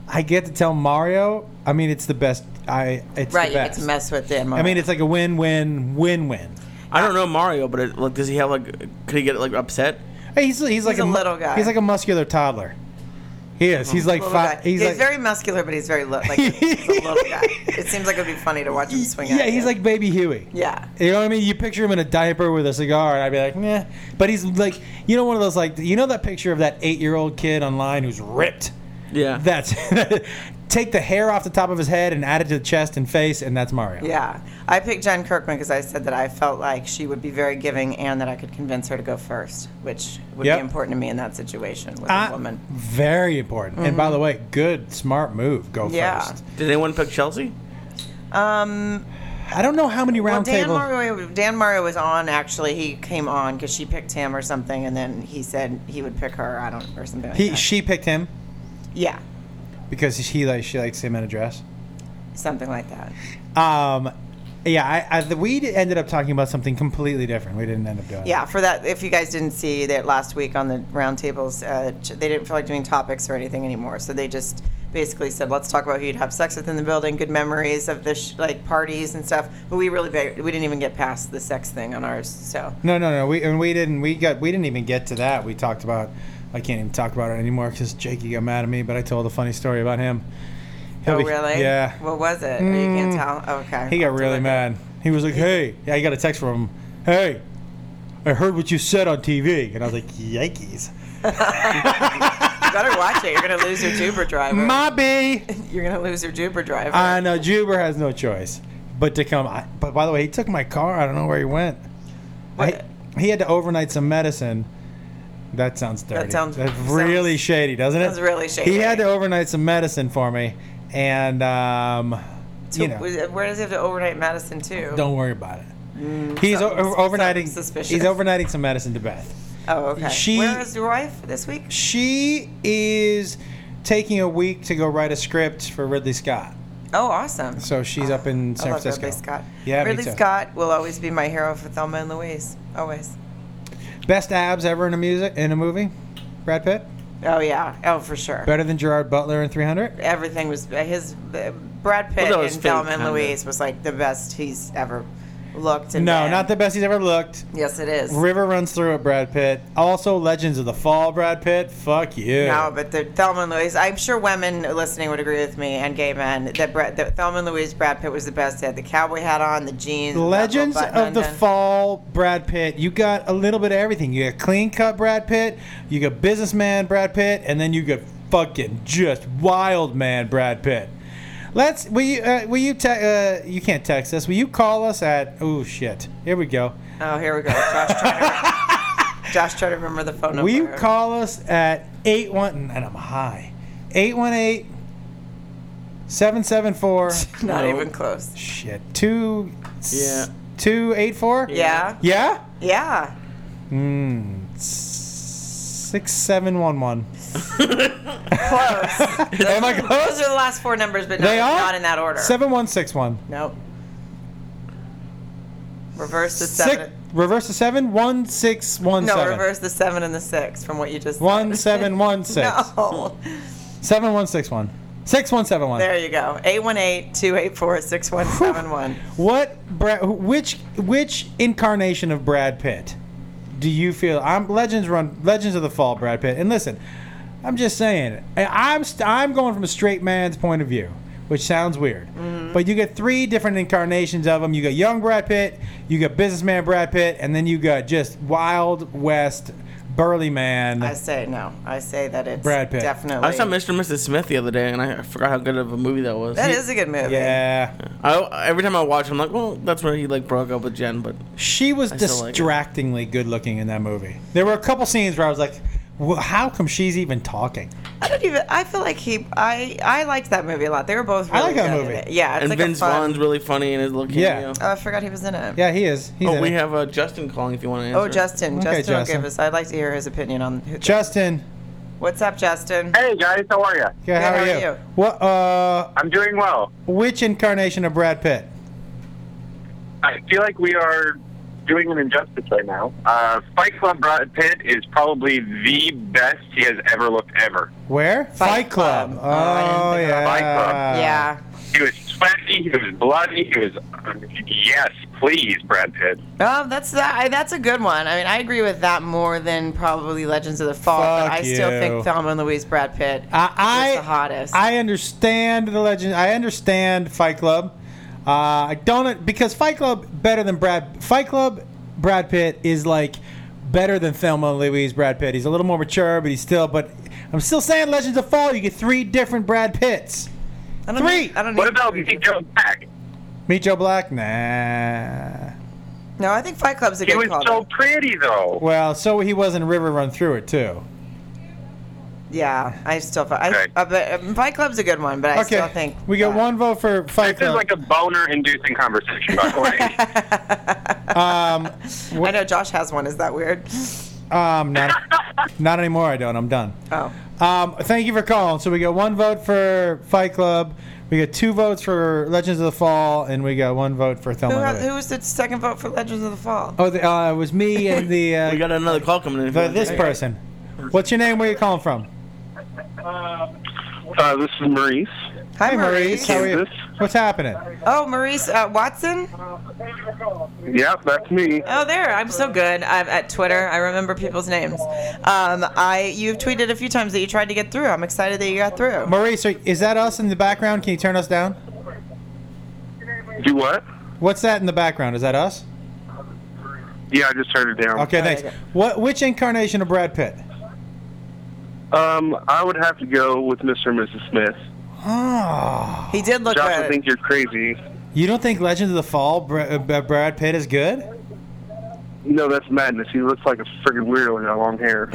[SPEAKER 3] I get to tell Mario. I mean, it's the best. I it's
[SPEAKER 1] right.
[SPEAKER 3] The
[SPEAKER 1] You get
[SPEAKER 3] best.
[SPEAKER 1] to mess with Dan.
[SPEAKER 3] I mean, it's like a win win win win.
[SPEAKER 4] I don't know Mario, but it, like, does he have like? Could he get like upset?
[SPEAKER 3] Hey, he's he's like
[SPEAKER 1] He's a
[SPEAKER 3] mu-
[SPEAKER 1] little guy. Mm-hmm.
[SPEAKER 3] He's like a muscular toddler. He is. He's like five.
[SPEAKER 1] He's,
[SPEAKER 3] He's like
[SPEAKER 1] very muscular, but he's very li- like he's a little guy. It seems like it would be funny to watch him swing.
[SPEAKER 3] Yeah,
[SPEAKER 1] at
[SPEAKER 3] he's
[SPEAKER 1] you.
[SPEAKER 3] like baby Huey.
[SPEAKER 1] Yeah.
[SPEAKER 3] You know what I mean? You picture him in a diaper with a cigar, and I'd be like, nah. But he's like, you know, one of those like, you know, that picture of that eight-year-old kid online who's ripped.
[SPEAKER 4] Yeah.
[SPEAKER 3] That's take the hair off the top of his head and add it to the chest and face, and that's Mario.
[SPEAKER 1] Yeah, I picked Jen Kirkman because I said that I felt like she would be very giving and that I could convince her to go first, which would
[SPEAKER 3] Yep.
[SPEAKER 1] be important to me in that situation with
[SPEAKER 3] Ah,
[SPEAKER 1] a woman. Mm-hmm.
[SPEAKER 3] Very important. And by the way, good, smart move. Go
[SPEAKER 1] Yeah.
[SPEAKER 3] first.
[SPEAKER 4] Did anyone pick Chelsea?
[SPEAKER 1] Um,
[SPEAKER 3] I don't know how many
[SPEAKER 1] Well,
[SPEAKER 3] round
[SPEAKER 1] Dan
[SPEAKER 3] table.
[SPEAKER 1] Mario, Dan Mario was on actually. He came on because she picked him or something, and then he said he would pick her. I don't or something. Like
[SPEAKER 3] he
[SPEAKER 1] that.
[SPEAKER 3] she picked him
[SPEAKER 1] yeah,
[SPEAKER 3] because he like she likes him in a dress.
[SPEAKER 1] something like that.
[SPEAKER 3] Um, yeah, I, I we ended up talking about something completely different. We didn't end up doing.
[SPEAKER 1] Yeah, for that, if you guys didn't see that last week on the roundtables, uh, ch- they didn't feel like doing topics or anything anymore. So they just basically said, let's talk about who you'd have sex with in the building, good memories of the sh- like parties and stuff. But we really ba- we didn't even get past the sex thing on ours. So
[SPEAKER 3] No, no, no. We and we didn't. We got. We didn't even get to that. We talked about. I can't even talk about it anymore because Jakey got mad at me. But I told a funny story about him. He'll
[SPEAKER 1] oh
[SPEAKER 3] be-
[SPEAKER 1] really?
[SPEAKER 3] Yeah.
[SPEAKER 1] What was it? Oh, you can't
[SPEAKER 3] Mm.
[SPEAKER 1] tell. Okay.
[SPEAKER 3] He
[SPEAKER 1] I'll
[SPEAKER 3] got
[SPEAKER 1] have to
[SPEAKER 3] really
[SPEAKER 1] look
[SPEAKER 3] mad. He was like, "Hey, yeah." I got a text from him. Hey, I heard what you said on TV, and I was like, "Yikes,
[SPEAKER 1] up- You better watch it. You're gonna lose your Uber driver.
[SPEAKER 3] my B."
[SPEAKER 1] You're gonna lose your Uber driver.
[SPEAKER 3] I know Juber has no choice but to come. I, but by the way, he took my car. I don't know where he went. I,
[SPEAKER 1] What?
[SPEAKER 3] he had to overnight some medicine. That sounds dirty.
[SPEAKER 1] sounds-
[SPEAKER 3] That's really
[SPEAKER 1] sounds-
[SPEAKER 3] shady, doesn't it?
[SPEAKER 1] sounds really shady.
[SPEAKER 3] He had to overnight some medicine for me, and um,
[SPEAKER 1] So
[SPEAKER 3] you know,
[SPEAKER 1] was it- where does he have to overnight medicine too?
[SPEAKER 3] don't worry about it. he's o- er,
[SPEAKER 1] something's-
[SPEAKER 3] overnighting.
[SPEAKER 1] something's Mm, suspicious.
[SPEAKER 3] He's overnighting some medicine to Beth.
[SPEAKER 1] oh, okay.
[SPEAKER 3] She-
[SPEAKER 1] where is your wife this week?
[SPEAKER 3] She is taking a week to go write a script for Ridley Scott.
[SPEAKER 1] Oh, awesome.
[SPEAKER 3] So she's up in San
[SPEAKER 1] Ah, I love
[SPEAKER 3] Francisco.
[SPEAKER 1] Ridley Scott.
[SPEAKER 3] Yeah, me
[SPEAKER 1] Ridley
[SPEAKER 3] too.
[SPEAKER 1] Scott will always be my hero for Thelma and Louise. Always.
[SPEAKER 3] Best abs ever in a music in a movie. Brad Pitt
[SPEAKER 1] Oh yeah. Oh for sure.
[SPEAKER 3] better than Gerard Butler in 300.
[SPEAKER 1] Everything was uh, his. Brad Pitt
[SPEAKER 4] that was
[SPEAKER 1] and
[SPEAKER 4] fake,
[SPEAKER 1] Thelma and
[SPEAKER 4] kinda.
[SPEAKER 1] Louise was like the best he's ever looked. And
[SPEAKER 3] No,
[SPEAKER 1] been.
[SPEAKER 3] not the best he's ever looked.
[SPEAKER 1] Yes, it is.
[SPEAKER 3] River runs through it. Brad Pitt. Also, Legends of the Fall. Brad Pitt. Fuck you.
[SPEAKER 1] No, but the Thelma and Louise. I'm sure women listening would agree with me, and gay men. That, Brad, that Thelma and Louise, Brad Pitt was the best. They had the cowboy hat on, the jeans. the
[SPEAKER 3] Legends
[SPEAKER 1] buckle button
[SPEAKER 3] of the
[SPEAKER 1] undone.
[SPEAKER 3] Fall. Brad Pitt. You got a little bit of everything. You got clean cut Brad Pitt. You got businessman Brad Pitt, and then you got fucking just wild man Brad Pitt. Let's. Will you? Uh, will you? Te- uh, you can't text us. Will you call us at? Oh shit. Here we go.
[SPEAKER 1] Oh, here we go. Josh trying to, Josh trying to remember the phone number.
[SPEAKER 3] Will you call us at 81 and I'm high. 818 774
[SPEAKER 1] Not
[SPEAKER 4] No.
[SPEAKER 1] even close.
[SPEAKER 3] shit. 2
[SPEAKER 4] Yeah.
[SPEAKER 3] 284?
[SPEAKER 1] Yeah.
[SPEAKER 3] Yeah?
[SPEAKER 1] Yeah.
[SPEAKER 3] Mm. 6711.
[SPEAKER 1] Close.
[SPEAKER 3] Am I
[SPEAKER 1] Those
[SPEAKER 3] close?
[SPEAKER 1] are the last four numbers, but
[SPEAKER 3] They
[SPEAKER 1] not,
[SPEAKER 3] are?
[SPEAKER 1] not in that order.
[SPEAKER 3] 7161.
[SPEAKER 1] Nope. Reverse the
[SPEAKER 3] Six,
[SPEAKER 1] seven.
[SPEAKER 3] reverse the 7 one six one
[SPEAKER 1] no,
[SPEAKER 3] seven.
[SPEAKER 1] reverse the seven and the six from what you just
[SPEAKER 3] One,
[SPEAKER 1] said.
[SPEAKER 3] seven, one, six.
[SPEAKER 1] No.
[SPEAKER 3] 7161. 6171.
[SPEAKER 1] There you go. 818-284-6171.
[SPEAKER 3] What Brad? Which which incarnation of Brad Pitt do you feel? I'm Legends run Legends of the Fall, Brad Pitt. And listen, I'm just saying, I- I'm st- I'm going from a straight man's point of view, which sounds weird,
[SPEAKER 4] Mm-hmm.
[SPEAKER 3] but you get three different incarnations of him. You got young Brad Pitt, you got businessman Brad Pitt, and then you got just wild west burly man.
[SPEAKER 1] I say no. I say that it's
[SPEAKER 3] Brad Pitt.
[SPEAKER 1] definitely.
[SPEAKER 4] I saw Mr. and Mrs. Smith the other day, and I forgot how good of a movie that was.
[SPEAKER 1] That is a good movie.
[SPEAKER 3] yeah,
[SPEAKER 4] I, every time I watch, it, I'm like, well, that's where he like broke up with Jen, but
[SPEAKER 3] she was
[SPEAKER 4] still like her.
[SPEAKER 3] distractingly good looking in that movie. There were a couple scenes where I was like, "Wh- "How come she's even talking?"
[SPEAKER 1] I don't even. I feel like he. I I liked that movie a lot. They were both. Really
[SPEAKER 3] I like that
[SPEAKER 1] good in
[SPEAKER 3] movie.
[SPEAKER 1] it. Yeah, it's
[SPEAKER 4] and
[SPEAKER 1] like
[SPEAKER 4] Vince
[SPEAKER 1] a fun.
[SPEAKER 4] Vaughn's really funny in his little
[SPEAKER 3] Yeah.
[SPEAKER 4] cameo.
[SPEAKER 1] Oh, I forgot he was in it.
[SPEAKER 3] Yeah, he is. He's
[SPEAKER 4] Oh,
[SPEAKER 3] in
[SPEAKER 4] we
[SPEAKER 3] it.
[SPEAKER 4] have uh, Justin calling if you want to answer.
[SPEAKER 1] Oh, Justin.
[SPEAKER 3] Okay,
[SPEAKER 1] Justin, will
[SPEAKER 3] Justin.
[SPEAKER 1] give us. I'd like to hear his opinion on. Who,
[SPEAKER 3] Justin.
[SPEAKER 1] what's up, Justin?
[SPEAKER 3] Uh,
[SPEAKER 5] Hey guys, how are you?
[SPEAKER 3] Yeah, how, are you? What? Uh,
[SPEAKER 5] I'm doing well.
[SPEAKER 3] which incarnation of Brad Pitt?
[SPEAKER 5] I feel like we are doing an injustice right now. Uh, Fight Club Brad Pitt is probably the best he has ever looked ever.
[SPEAKER 3] Where?
[SPEAKER 1] Fight Club.
[SPEAKER 3] Oh,
[SPEAKER 1] Oh, I didn't think
[SPEAKER 3] yeah.
[SPEAKER 1] about
[SPEAKER 5] Fight Club.
[SPEAKER 1] yeah.
[SPEAKER 5] He was sweaty, he was bloody, he was yes, please, Brad Pitt.
[SPEAKER 1] Oh, that's that. I, that's a good one. I mean, I agree with that more than probably Legends of the Fall, but I
[SPEAKER 3] Fuck
[SPEAKER 1] still
[SPEAKER 3] you.
[SPEAKER 1] think Thelma and Louise Brad Pitt
[SPEAKER 3] I, I
[SPEAKER 1] is the hottest.
[SPEAKER 3] I understand the legend. I understand Fight Club. Uh, I don't because Fight Club better than Brad. Fight Club, Brad Pitt is like better than Thelma and Louise. Brad Pitt. He's a little more mature, but he's still. But I'm still saying Legends of Fall. You get three different Brad Pitts.
[SPEAKER 1] I don't
[SPEAKER 3] three.
[SPEAKER 1] Need, I don't
[SPEAKER 5] What
[SPEAKER 1] need
[SPEAKER 5] about
[SPEAKER 1] three.
[SPEAKER 5] Meet Joe Black?
[SPEAKER 3] Meet Joe Black. Nah.
[SPEAKER 1] No, I think Fight Club's a
[SPEAKER 5] He
[SPEAKER 1] good
[SPEAKER 5] was
[SPEAKER 1] call.
[SPEAKER 5] so
[SPEAKER 1] though.
[SPEAKER 5] pretty though.
[SPEAKER 3] Well, so he was in River Run Through It too.
[SPEAKER 1] yeah, I still. I,
[SPEAKER 5] Okay.
[SPEAKER 1] uh, but, uh, Fight Club's a good one, but I
[SPEAKER 3] Okay,
[SPEAKER 1] still think
[SPEAKER 3] we got one vote for Fight
[SPEAKER 5] This is
[SPEAKER 3] Club.
[SPEAKER 5] like a boner-inducing conversation, by the way.
[SPEAKER 3] um,
[SPEAKER 1] I know Josh has one. Is that weird?
[SPEAKER 3] um, not, not anymore. I don't. I'm done.
[SPEAKER 1] Oh,
[SPEAKER 3] Um, thank you for calling. So we got one vote for Fight Club. We got two votes for Legends of the Fall, and we got one vote for
[SPEAKER 1] who,
[SPEAKER 3] Thelma. and
[SPEAKER 1] has,
[SPEAKER 3] Louise.
[SPEAKER 1] who was the second vote for Legends of the Fall?
[SPEAKER 3] Oh, the, uh, it was me and the, uh,
[SPEAKER 4] We got another call coming in. if you
[SPEAKER 3] the
[SPEAKER 4] wanna
[SPEAKER 3] this
[SPEAKER 4] take it.
[SPEAKER 3] person. What's your name? Where you calling from?
[SPEAKER 5] Uh, this is Maurice.
[SPEAKER 1] Hi,
[SPEAKER 3] Maurice. How are you?
[SPEAKER 5] Kansas.
[SPEAKER 3] What's happening?
[SPEAKER 1] Oh, Maurice uh, Watson.
[SPEAKER 5] Yep, that's me.
[SPEAKER 1] Oh, there! I'm so good. I'm at Twitter. I remember people's names. Um, I you've tweeted a few times that you tried to get through. I'm excited that you got through.
[SPEAKER 3] Maurice, are, is that us in the background? Can you turn us down?
[SPEAKER 5] Do what?
[SPEAKER 3] What's that in the background? Is that us?
[SPEAKER 5] Yeah, I just turned it down.
[SPEAKER 3] Okay, thanks.
[SPEAKER 1] okay.
[SPEAKER 3] What? Which incarnation of Brad Pitt?
[SPEAKER 5] Um, I would have to go with Mr. and Mrs. Smith.
[SPEAKER 3] Oh,
[SPEAKER 1] he did look
[SPEAKER 5] Josh, I
[SPEAKER 1] good.
[SPEAKER 5] think you're crazy.
[SPEAKER 3] you don't think Legends of the Fall Br- uh, Brad Pitt is good?
[SPEAKER 5] No, that's madness. He looks like a freaking weirdo with that long hair.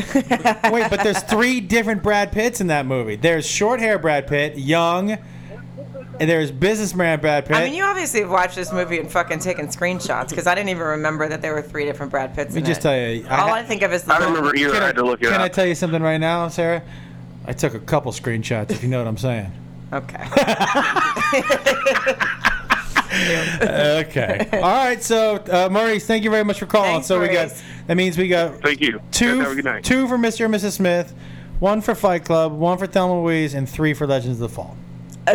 [SPEAKER 3] Wait, but there's three different Brad Pitts in that movie. There's short hair Brad Pitt, young, and there's businessman Brad Pitt.
[SPEAKER 1] I mean, you obviously have watched this movie and fucking taken screenshots because I didn't even remember that there were three different Brad Pitts.
[SPEAKER 3] Let me
[SPEAKER 1] in
[SPEAKER 3] just
[SPEAKER 1] it.
[SPEAKER 3] tell you, I
[SPEAKER 1] All
[SPEAKER 3] ha-
[SPEAKER 1] I think of is the
[SPEAKER 5] I don't remember either.
[SPEAKER 3] can
[SPEAKER 5] I had to look it
[SPEAKER 3] can I
[SPEAKER 5] up.
[SPEAKER 3] tell you something right now, Sarah? I took a couple screenshots, if you know what I'm saying.
[SPEAKER 1] Okay.
[SPEAKER 3] okay. All right. So, uh, Maurice, thank you very much for calling.
[SPEAKER 1] Thanks,
[SPEAKER 3] so we got
[SPEAKER 1] Maurice.
[SPEAKER 3] that means we got
[SPEAKER 5] Thank you. Guys, have a
[SPEAKER 3] two
[SPEAKER 5] good night.
[SPEAKER 3] two for Mr. and Mrs. Smith, one for Fight Club, one for Thelma and Louise, and three for Legends of the Fall.
[SPEAKER 1] I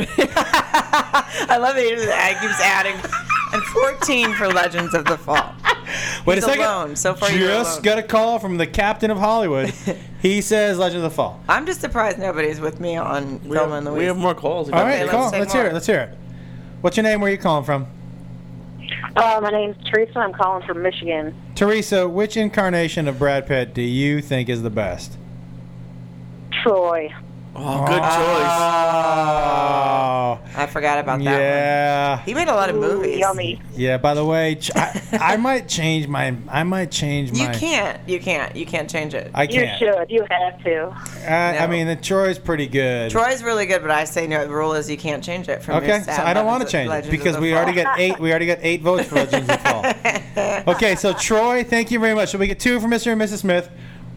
[SPEAKER 1] love that he just add- keeps adding. And 14 for Legends of the Fall.
[SPEAKER 3] Wait
[SPEAKER 1] He's
[SPEAKER 3] a second.
[SPEAKER 1] alone. So far, you're
[SPEAKER 3] just
[SPEAKER 1] alone.
[SPEAKER 3] got a call from the captain of Hollywood. he says Legend of the Fall.
[SPEAKER 1] I'm just surprised nobody's with me on
[SPEAKER 4] We have,
[SPEAKER 1] Thelma and
[SPEAKER 4] we have
[SPEAKER 1] Louise.
[SPEAKER 4] more calls. if
[SPEAKER 3] All
[SPEAKER 4] you
[SPEAKER 3] right,
[SPEAKER 1] let's
[SPEAKER 3] call.
[SPEAKER 4] want to take it.
[SPEAKER 3] Let's,
[SPEAKER 1] take
[SPEAKER 3] hear
[SPEAKER 1] more.
[SPEAKER 3] it. Let's hear it. What's your name? Where are you calling from?
[SPEAKER 6] Uh, my name's Teresa. I'm calling from Michigan.
[SPEAKER 3] Teresa, which incarnation of Brad Pitt do you think is the best?
[SPEAKER 6] Troy.
[SPEAKER 4] Oh, good
[SPEAKER 1] Ah.
[SPEAKER 4] choice.
[SPEAKER 3] Oh,
[SPEAKER 1] I forgot about Uh, that one.
[SPEAKER 3] yeah.
[SPEAKER 1] He made a lot of movies.
[SPEAKER 6] Yummy.
[SPEAKER 3] Yeah. By the way, ch- I, I might change my. I might change
[SPEAKER 1] You
[SPEAKER 3] my.
[SPEAKER 1] can't. You can't. You can't change it.
[SPEAKER 3] I
[SPEAKER 6] You
[SPEAKER 3] can't. Uh,
[SPEAKER 6] should. You have to.
[SPEAKER 3] I, I
[SPEAKER 1] No.
[SPEAKER 3] mean, the Troy's pretty good.
[SPEAKER 1] Troy's really good, but I say no. The rule is you can't change it from
[SPEAKER 3] okay,
[SPEAKER 1] your
[SPEAKER 3] so
[SPEAKER 1] sad
[SPEAKER 3] I don't want to
[SPEAKER 1] Legends-
[SPEAKER 3] change it
[SPEAKER 1] Legends of
[SPEAKER 3] because
[SPEAKER 1] the
[SPEAKER 3] we
[SPEAKER 1] Fall.
[SPEAKER 3] already got eight. We already got eight votes for Legends of Fall. Okay, so Troy, thank you very much. So we get two for Mr. and Mrs. Smith,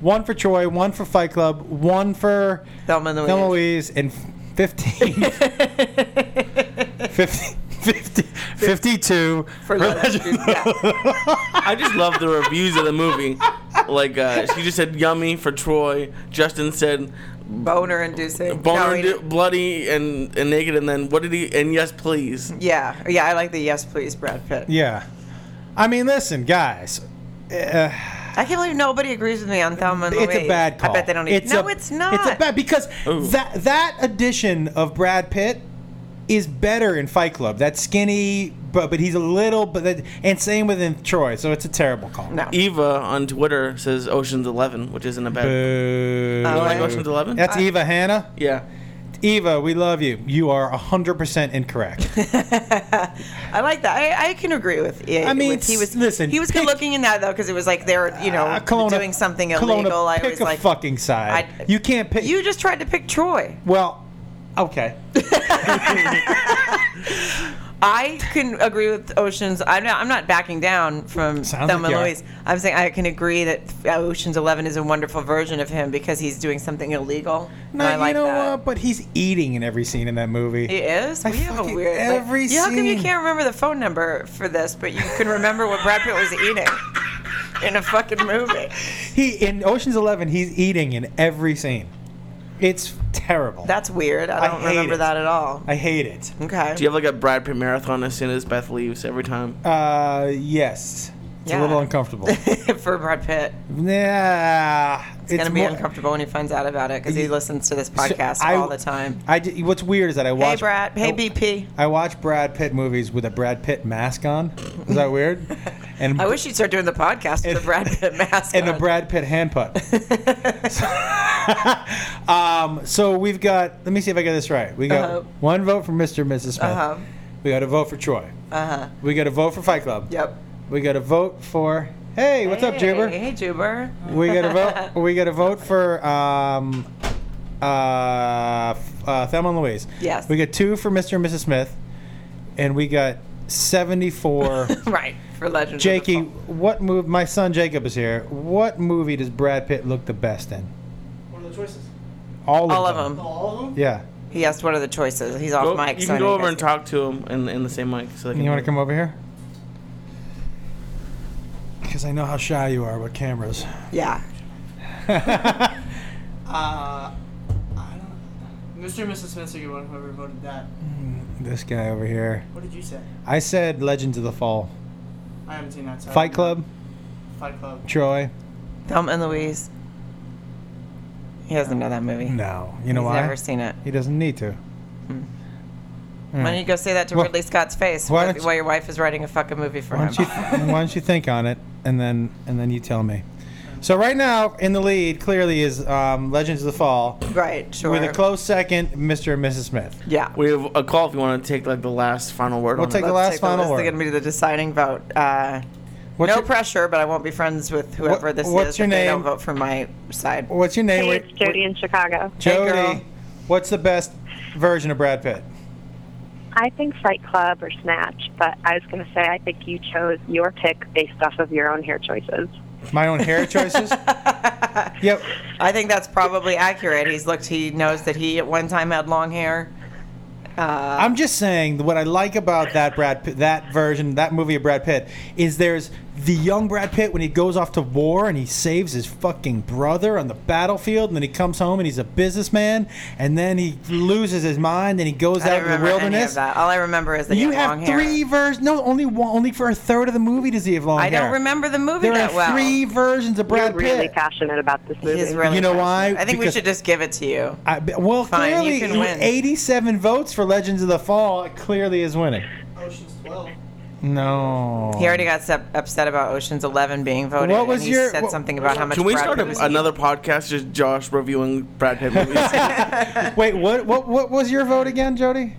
[SPEAKER 3] one for Troy, one for Fight Club, one for
[SPEAKER 1] Thelma and Louise.
[SPEAKER 3] Thelma Louise, and 15, 50, 50, 52
[SPEAKER 1] For Legends. Yeah.
[SPEAKER 4] I just love the reviews of the movie. Like uh, she just said yummy for Troy. Justin said
[SPEAKER 1] Boner inducing.
[SPEAKER 4] boner,
[SPEAKER 1] No, he
[SPEAKER 4] do-
[SPEAKER 1] didn't.
[SPEAKER 4] bloody, and, and naked. And then what did he? And yes, please.
[SPEAKER 1] Yeah. Yeah, I like the yes, please, Brad Pitt.
[SPEAKER 3] Yeah. I mean, listen, guys. Uh,
[SPEAKER 1] I can't believe nobody agrees with me on Thelma and
[SPEAKER 3] it's
[SPEAKER 1] Louise.
[SPEAKER 3] a bad call.
[SPEAKER 1] I bet they don't even.
[SPEAKER 3] It's
[SPEAKER 1] no,
[SPEAKER 3] a-
[SPEAKER 1] it's not.
[SPEAKER 3] It's a bad because
[SPEAKER 4] Ooh.
[SPEAKER 3] that that edition of Brad Pitt is better in Fight Club. That's skinny, but but he's a little. But that, and same within Troy. So it's a terrible call.
[SPEAKER 1] No.
[SPEAKER 4] Eva on Twitter says Ocean's Eleven, which isn't a bad.
[SPEAKER 3] Boo.
[SPEAKER 1] You like
[SPEAKER 4] Ocean's Eleven?
[SPEAKER 3] That's
[SPEAKER 1] Oh, I-
[SPEAKER 3] Eva Hannah.
[SPEAKER 4] Yeah.
[SPEAKER 3] Eva, we love you. You are 100% incorrect.
[SPEAKER 1] I like that. I, I can agree with it.
[SPEAKER 3] I mean,
[SPEAKER 1] with- he was
[SPEAKER 3] listen,
[SPEAKER 1] He was
[SPEAKER 3] pick-
[SPEAKER 1] good looking in that though, because it was like they were, you know,
[SPEAKER 3] Ah, Kelowna-
[SPEAKER 1] doing something
[SPEAKER 3] Kelowna,
[SPEAKER 1] illegal. I
[SPEAKER 3] pick
[SPEAKER 1] was
[SPEAKER 3] a
[SPEAKER 1] like,
[SPEAKER 3] fucking side.
[SPEAKER 1] I-
[SPEAKER 3] you can't pick.
[SPEAKER 1] you just tried to pick Troy.
[SPEAKER 3] well, okay.
[SPEAKER 1] I can agree with Ocean's. I'm not. I'm not backing down from
[SPEAKER 3] Sounds
[SPEAKER 1] Thelma
[SPEAKER 3] like
[SPEAKER 1] and
[SPEAKER 3] you are.
[SPEAKER 1] Louise. I'm saying I can agree that uh, Ocean's Eleven is a wonderful version of him because he's doing something illegal.
[SPEAKER 3] No,
[SPEAKER 1] and I like
[SPEAKER 3] you know
[SPEAKER 1] that.
[SPEAKER 3] what? But he's eating in every scene in that movie.
[SPEAKER 1] It is.
[SPEAKER 3] I
[SPEAKER 1] we have a
[SPEAKER 3] fucking-
[SPEAKER 1] weird.
[SPEAKER 3] every
[SPEAKER 1] like, yeah, How come you
[SPEAKER 3] scene.
[SPEAKER 1] can't remember the phone number for this, but you can remember what Brad Pitt was eating in a fucking movie?
[SPEAKER 3] He in Ocean's Eleven, he's eating in every scene. It's terrible.
[SPEAKER 1] That's weird. I
[SPEAKER 3] I
[SPEAKER 1] don't
[SPEAKER 3] hate
[SPEAKER 1] remember
[SPEAKER 3] it.
[SPEAKER 1] that at all.
[SPEAKER 3] I hate it.
[SPEAKER 1] Okay.
[SPEAKER 4] Do you have like a Brad Pitt marathon as soon as Beth leaves every time?
[SPEAKER 3] Uh, yes, it's a
[SPEAKER 1] Yeah.
[SPEAKER 3] little uncomfortable.
[SPEAKER 1] for Brad Pitt,
[SPEAKER 3] nah,
[SPEAKER 1] it's, gonna be uncomfortable when he finds out about it because he listens to this podcast all the time.
[SPEAKER 3] I di- what's weird is that I
[SPEAKER 1] hey,
[SPEAKER 3] watch
[SPEAKER 1] Brad. Hey,
[SPEAKER 3] I-
[SPEAKER 1] BP.
[SPEAKER 3] I watch Brad Pitt movies with a Brad Pitt mask on. Is that weird? And
[SPEAKER 1] I wish you'd start doing the podcast with
[SPEAKER 3] And-
[SPEAKER 1] the Brad Pitt mask.
[SPEAKER 3] and a
[SPEAKER 1] on.
[SPEAKER 3] Brad Pitt hand putt. um, so we've got. Let me see if I got this right. We got
[SPEAKER 1] Uh-huh.
[SPEAKER 3] one vote for Mr. and Mrs. Smith.
[SPEAKER 1] Uh-huh.
[SPEAKER 3] We got a vote for Troy.
[SPEAKER 1] Uh huh.
[SPEAKER 3] We got a vote for Fight Club.
[SPEAKER 1] Yep.
[SPEAKER 3] We got a vote for. Hey, what's up,
[SPEAKER 1] Hey,
[SPEAKER 3] Juber?
[SPEAKER 1] Hey, Juber.
[SPEAKER 3] We got a vote. We got a vote for um, uh, f- uh, Thelma and Louise.
[SPEAKER 1] Yes.
[SPEAKER 3] We got two for Mr. and Mrs. Smith, and we got 74.
[SPEAKER 1] Right. For Legend
[SPEAKER 3] Jakey,
[SPEAKER 1] of the Fall.
[SPEAKER 3] what move? My son Jacob is here. What movie does Brad Pitt look the best in?
[SPEAKER 7] What are the choices?
[SPEAKER 3] All of
[SPEAKER 1] All
[SPEAKER 3] them.
[SPEAKER 1] of them.
[SPEAKER 7] All of them?
[SPEAKER 3] Yeah.
[SPEAKER 1] He asked what are the choices. He's off
[SPEAKER 4] Go-
[SPEAKER 1] mic.
[SPEAKER 4] you
[SPEAKER 1] so I
[SPEAKER 4] can go
[SPEAKER 1] know
[SPEAKER 4] over
[SPEAKER 1] guys
[SPEAKER 4] and talk to him in, in the same mic. So they can
[SPEAKER 3] You want to come over here? Because I know how shy you are with cameras.
[SPEAKER 1] can- Yeah.
[SPEAKER 7] Uh, I don't know. Mr. and Mrs. Smith's a good one, whoever voted that.
[SPEAKER 3] this guy over here.
[SPEAKER 7] What did you say?
[SPEAKER 3] I said Legends of the Fall.
[SPEAKER 7] I haven't seen that. so I
[SPEAKER 3] Fight
[SPEAKER 7] don't
[SPEAKER 3] Club,
[SPEAKER 7] know. Fight Club.
[SPEAKER 3] Troy.
[SPEAKER 1] Thelma and Louise. He doesn't know that movie.
[SPEAKER 3] No. You know
[SPEAKER 1] He's
[SPEAKER 3] why?
[SPEAKER 1] never seen it.
[SPEAKER 3] He doesn't need to.
[SPEAKER 1] Why don't you go say that to
[SPEAKER 3] Wha-
[SPEAKER 1] Ridley Scott's face
[SPEAKER 3] why
[SPEAKER 1] while
[SPEAKER 3] don't you-
[SPEAKER 1] while your wife is writing a fucking movie for
[SPEAKER 3] Why
[SPEAKER 1] him?
[SPEAKER 3] don't you why don't you think on it and then and then you tell me. So right now in the lead clearly is um, Legends of the Fall
[SPEAKER 1] right, sure.
[SPEAKER 3] with a close second Mr. and Mrs. Smith.
[SPEAKER 1] yeah.
[SPEAKER 4] We have a call if you want to take like the last final word
[SPEAKER 3] We'll
[SPEAKER 4] on
[SPEAKER 3] take
[SPEAKER 4] it.
[SPEAKER 3] the last final
[SPEAKER 1] This
[SPEAKER 3] word.
[SPEAKER 1] is going to be the deciding vote. Uh,
[SPEAKER 3] What's
[SPEAKER 1] no
[SPEAKER 3] your,
[SPEAKER 1] pressure, but I won't be friends with whoever
[SPEAKER 3] What-
[SPEAKER 1] this
[SPEAKER 3] what's
[SPEAKER 1] is.
[SPEAKER 3] your
[SPEAKER 1] if They don't
[SPEAKER 3] name?
[SPEAKER 1] vote for my side.
[SPEAKER 3] What's your name?
[SPEAKER 6] Hey,
[SPEAKER 3] Wait,
[SPEAKER 6] it's Jody in Chicago.
[SPEAKER 3] Jody.
[SPEAKER 1] girl.
[SPEAKER 3] What's the best version of Brad Pitt?
[SPEAKER 6] I think Fight Club or Snatch, but I was going to say I think you chose your pick based off of your own hair choices.
[SPEAKER 3] My own hair choices. yep.
[SPEAKER 1] I think that's probably accurate. He's looked. He knows that he at one time had long hair.
[SPEAKER 3] I'm just saying what I like about that Brad Pitt, that version, that movie of Brad Pitt is there's the young Brad Pitt when he goes off to war and he saves his fucking brother on the battlefield and then he comes home and he's a businessman and then he loses his mind and he goes
[SPEAKER 1] I
[SPEAKER 3] out
[SPEAKER 1] don't
[SPEAKER 3] in the
[SPEAKER 1] remember any of
[SPEAKER 3] wilderness.
[SPEAKER 1] that. All I remember is that
[SPEAKER 3] You
[SPEAKER 1] he had
[SPEAKER 3] have
[SPEAKER 1] long
[SPEAKER 3] three
[SPEAKER 1] hair.
[SPEAKER 3] versions. No, only one, only for a third of the movie does he have long
[SPEAKER 1] I
[SPEAKER 3] hair.
[SPEAKER 1] don't remember the movie
[SPEAKER 3] There
[SPEAKER 1] that
[SPEAKER 3] are
[SPEAKER 1] well.
[SPEAKER 3] three versions of Brad
[SPEAKER 6] You're really
[SPEAKER 3] Pitt.
[SPEAKER 6] passionate about this movie.
[SPEAKER 1] He's really
[SPEAKER 3] You know
[SPEAKER 1] passionate.
[SPEAKER 3] why?
[SPEAKER 1] I think we
[SPEAKER 3] Because-
[SPEAKER 1] should just give it to you.
[SPEAKER 3] I, well,
[SPEAKER 1] Fine, you
[SPEAKER 3] clearly,
[SPEAKER 1] can win.
[SPEAKER 3] 87 votes for Legends of the Fall clearly is winning.
[SPEAKER 7] Ocean's 12.
[SPEAKER 3] No.
[SPEAKER 1] He already got sep- upset about Ocean's Eleven being voted.
[SPEAKER 3] What was
[SPEAKER 1] and he
[SPEAKER 3] your-
[SPEAKER 1] said
[SPEAKER 3] what-
[SPEAKER 1] something about how much?
[SPEAKER 4] Can we
[SPEAKER 1] Brad
[SPEAKER 4] start
[SPEAKER 1] Pitt was
[SPEAKER 4] a, another podcast just Josh reviewing Brad Pitt movies?
[SPEAKER 3] Wait, what, what? What was your vote again, Jody?
[SPEAKER 1] evil.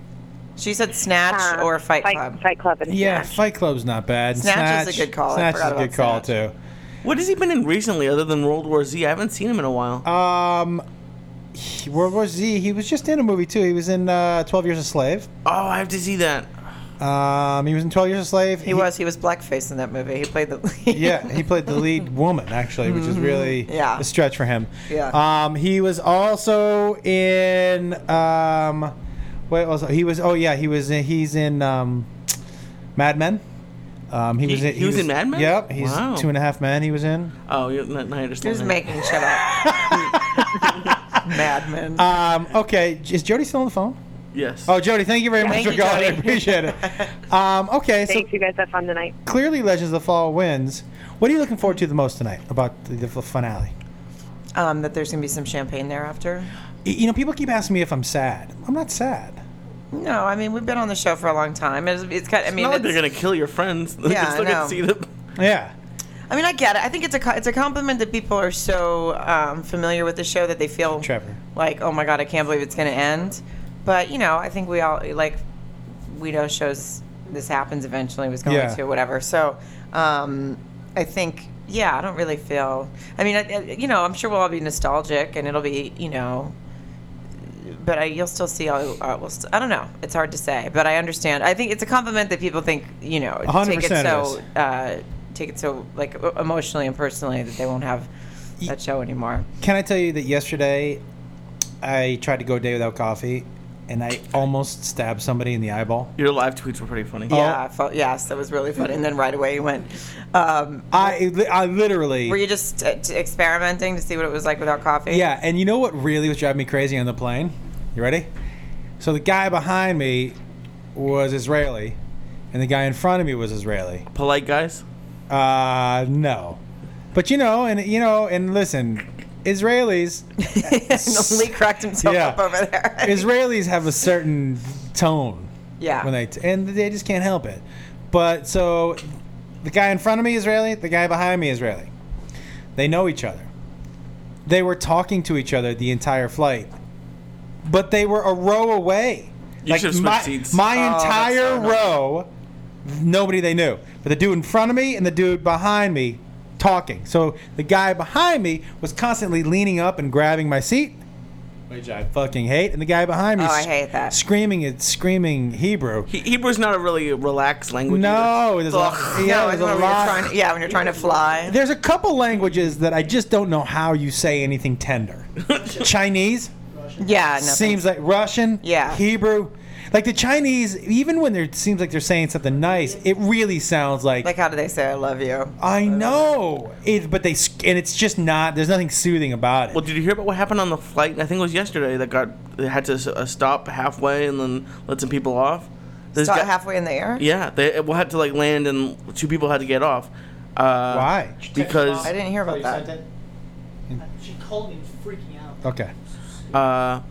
[SPEAKER 1] She said Snatch
[SPEAKER 6] Um,
[SPEAKER 1] or Uh, Fight
[SPEAKER 6] Fight
[SPEAKER 1] Club.
[SPEAKER 6] Fight Club and
[SPEAKER 3] Yeah,
[SPEAKER 6] Snatch.
[SPEAKER 3] Fight Club's not bad.
[SPEAKER 1] Snatch is a good call. I
[SPEAKER 3] Snatch is
[SPEAKER 1] forgot
[SPEAKER 3] a good call
[SPEAKER 1] about
[SPEAKER 4] what has he been in recently other than World War Z? I haven't seen him in a while.
[SPEAKER 3] too. Um, he- World War Z. He was just in a movie too. He was in uh, Twelve Years a Slave.
[SPEAKER 4] oh, I have to see that.
[SPEAKER 3] Um, he was in Twelve Years a Slave.
[SPEAKER 1] He was. He was blackface in that movie. He played the lead.
[SPEAKER 3] Yeah, he played the lead woman actually, which is really
[SPEAKER 1] Mm-hmm. Yeah.
[SPEAKER 3] a stretch for him.
[SPEAKER 1] Yeah.
[SPEAKER 3] Um, he was also in um, what was he was? Oh yeah, he was. In, he's in um, Mad Men. Um, he,
[SPEAKER 4] He-
[SPEAKER 3] was. In,
[SPEAKER 4] he was in Mad Men?
[SPEAKER 3] Yep, he's
[SPEAKER 4] Wow.
[SPEAKER 3] two and a half men. He was in.
[SPEAKER 4] Oh, you, no, no, I
[SPEAKER 1] He
[SPEAKER 4] understand.
[SPEAKER 1] was
[SPEAKER 4] that.
[SPEAKER 1] making shit up. Madman.
[SPEAKER 3] Um, okay, is Jody still on the phone?
[SPEAKER 4] Yes.
[SPEAKER 3] Oh, Jody, thank you very much
[SPEAKER 1] Thank
[SPEAKER 3] for
[SPEAKER 1] you,
[SPEAKER 3] calling. I
[SPEAKER 1] Jody.
[SPEAKER 3] appreciate it. Um, okay, so
[SPEAKER 6] Thanks, you guys have fun tonight.
[SPEAKER 3] clearly, Legends of the Fall wins. What are you looking forward to the most tonight about the, the finale?
[SPEAKER 1] um, that there's gonna be some champagne thereafter.
[SPEAKER 3] Y- You know, people keep asking me if I'm sad. I'm not sad.
[SPEAKER 1] No, I mean we've been on the show for a long time. It's, it's kind. I
[SPEAKER 4] I
[SPEAKER 1] mean,
[SPEAKER 4] mean, not like they're
[SPEAKER 1] it's-
[SPEAKER 4] gonna kill your friends.
[SPEAKER 1] Yeah,
[SPEAKER 4] Yeah,
[SPEAKER 1] I
[SPEAKER 4] still gonna
[SPEAKER 1] know.
[SPEAKER 4] see them.
[SPEAKER 3] Yeah.
[SPEAKER 1] I mean, I get it. I think it's a co- it's a compliment that people are so um, familiar with the show that they feel
[SPEAKER 3] Trevor.
[SPEAKER 1] like, oh my god, I can't believe it's going to end. But you know, I think we all like we know shows this happens eventually was going
[SPEAKER 3] Yeah.
[SPEAKER 1] to whatever. So um, I think yeah, I don't really feel. I mean, I, I- you know, I'm sure we'll all be nostalgic and it'll be you know. But I, you'll still see. All, uh, we'll st- I don't know. It's hard to say, but I understand. I think it's a compliment that people think you know take it
[SPEAKER 3] 100% it
[SPEAKER 1] so
[SPEAKER 3] is.
[SPEAKER 1] uh, take it so like e- emotionally and personally that they won't have that show anymore.
[SPEAKER 3] Can I tell you that yesterday I tried to go a day without coffee and I almost stabbed somebody in the eyeball? Oh,
[SPEAKER 4] Your live tweets were pretty funny.
[SPEAKER 1] Yeah, I felt, yes, that was really fun. And then right away you went. Um,
[SPEAKER 3] I, I literally.
[SPEAKER 1] were you just uh, t- experimenting to see what it was like without coffee?
[SPEAKER 3] Yeah, and you know what really was driving me crazy on the plane? You ready? So the guy behind me was Israeli, and the guy in front of me was Israeli.
[SPEAKER 4] Polite guys.
[SPEAKER 3] Uh, no, but you know, and you know, and listen, Israelis,
[SPEAKER 1] and Lee cracked himself
[SPEAKER 3] Yeah.
[SPEAKER 1] up over there.
[SPEAKER 3] Israelis have a certain tone
[SPEAKER 1] yeah.
[SPEAKER 3] when they, t- and they just can't help it. But so, the guy in front of me Israeli, the guy behind me Israeli. They know each other. They were talking to each other the entire flight, but they were a row away.
[SPEAKER 4] You should've switched
[SPEAKER 3] my,
[SPEAKER 4] seats.
[SPEAKER 3] my
[SPEAKER 1] Oh, that's so
[SPEAKER 3] entire
[SPEAKER 1] annoying.
[SPEAKER 3] row, nobody they knew. But the dude in front of me and the dude behind me talking. So the guy behind me was constantly leaning up and grabbing my seat. which I fucking hate. And the guy behind me,
[SPEAKER 1] Oh, I
[SPEAKER 3] sc-
[SPEAKER 1] hate that.
[SPEAKER 3] screaming it, screaming Hebrew.
[SPEAKER 4] He- Hebrew's not a really relaxed language.
[SPEAKER 3] No,
[SPEAKER 4] either.
[SPEAKER 3] there's a lot,
[SPEAKER 4] Ugh.
[SPEAKER 3] yeah,
[SPEAKER 1] No,
[SPEAKER 3] there's
[SPEAKER 1] it's
[SPEAKER 3] a
[SPEAKER 1] when you're
[SPEAKER 3] lot-
[SPEAKER 1] trying, yeah, when you're trying to fly.
[SPEAKER 3] There's a couple languages that I just don't know how you say anything tender. Chinese
[SPEAKER 1] yeah, no.
[SPEAKER 3] seems like Russian.
[SPEAKER 1] Yeah.
[SPEAKER 3] Hebrew. Like the Chinese, even when they seems like they're saying something nice, it really sounds like,
[SPEAKER 1] Like, how do they say I love you?
[SPEAKER 3] I know. It, but they sc- and it's just not. There's nothing soothing about it.
[SPEAKER 4] Well, did you hear about what happened on the flight? I think it was yesterday that got they had to s- uh, stop halfway and then let some people off. This
[SPEAKER 1] Start
[SPEAKER 4] guy-
[SPEAKER 1] halfway in the air?
[SPEAKER 4] Yeah, they well had to like land and two people had to get off. Uh,
[SPEAKER 3] Why?
[SPEAKER 4] Because
[SPEAKER 1] I didn't hear
[SPEAKER 7] Oh,
[SPEAKER 1] about that.
[SPEAKER 7] Uh,
[SPEAKER 8] She called me freaking out.
[SPEAKER 3] Okay.
[SPEAKER 4] uh,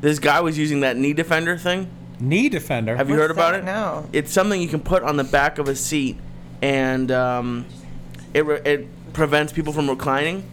[SPEAKER 4] this guy was using that knee defender thing.
[SPEAKER 3] Knee defender.
[SPEAKER 4] Have you
[SPEAKER 1] What's
[SPEAKER 4] heard about
[SPEAKER 1] that?
[SPEAKER 4] it?
[SPEAKER 1] No.
[SPEAKER 4] It's something you can put on the back of a seat, and um, it re- it prevents people from reclining.